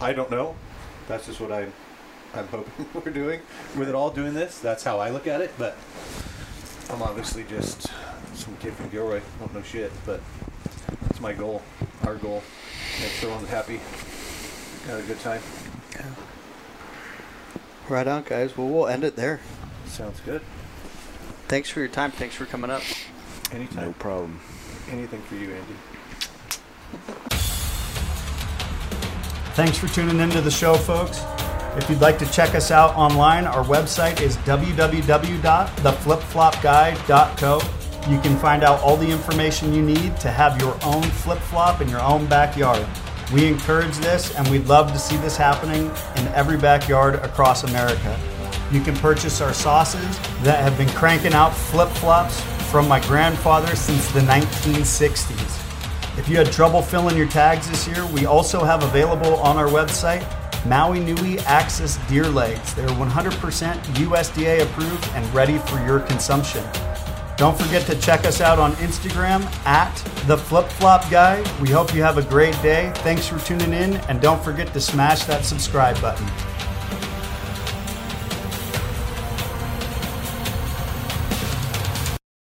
[SPEAKER 3] I don't know. That's just what I'm, I'm hoping (laughs) we're doing. With it all doing this, that's how I look at it. But I'm obviously just some kid from Gilroy. Don't know shit, but it's my goal, our goal. Make sure everyone's happy, had a good time.
[SPEAKER 2] right on guys well we'll end it there
[SPEAKER 3] Sounds good.
[SPEAKER 2] thanks for your time thanks for coming up
[SPEAKER 3] Anytime.
[SPEAKER 4] No problem.
[SPEAKER 3] Anything for you, Andy.
[SPEAKER 1] Thanks for tuning into the show, folks. If you'd like to check us out online, our website is www.theflipflopguy.co. You can find out all the information you need to have your own flip flop in your own backyard. We encourage this and we'd love to see this happening in every backyard across America. You can purchase our sauces that have been cranking out flip flops from my grandfather since the 1960s. If you had trouble filling your tags this year, we also have available on our website Maui Nui Axis Deer Legs. They're 100% USDA approved and ready for your consumption. Don't forget to check us out on Instagram at the Flip Flop Guy. We hope you have a great day. Thanks for tuning in, and don't forget to smash that subscribe button.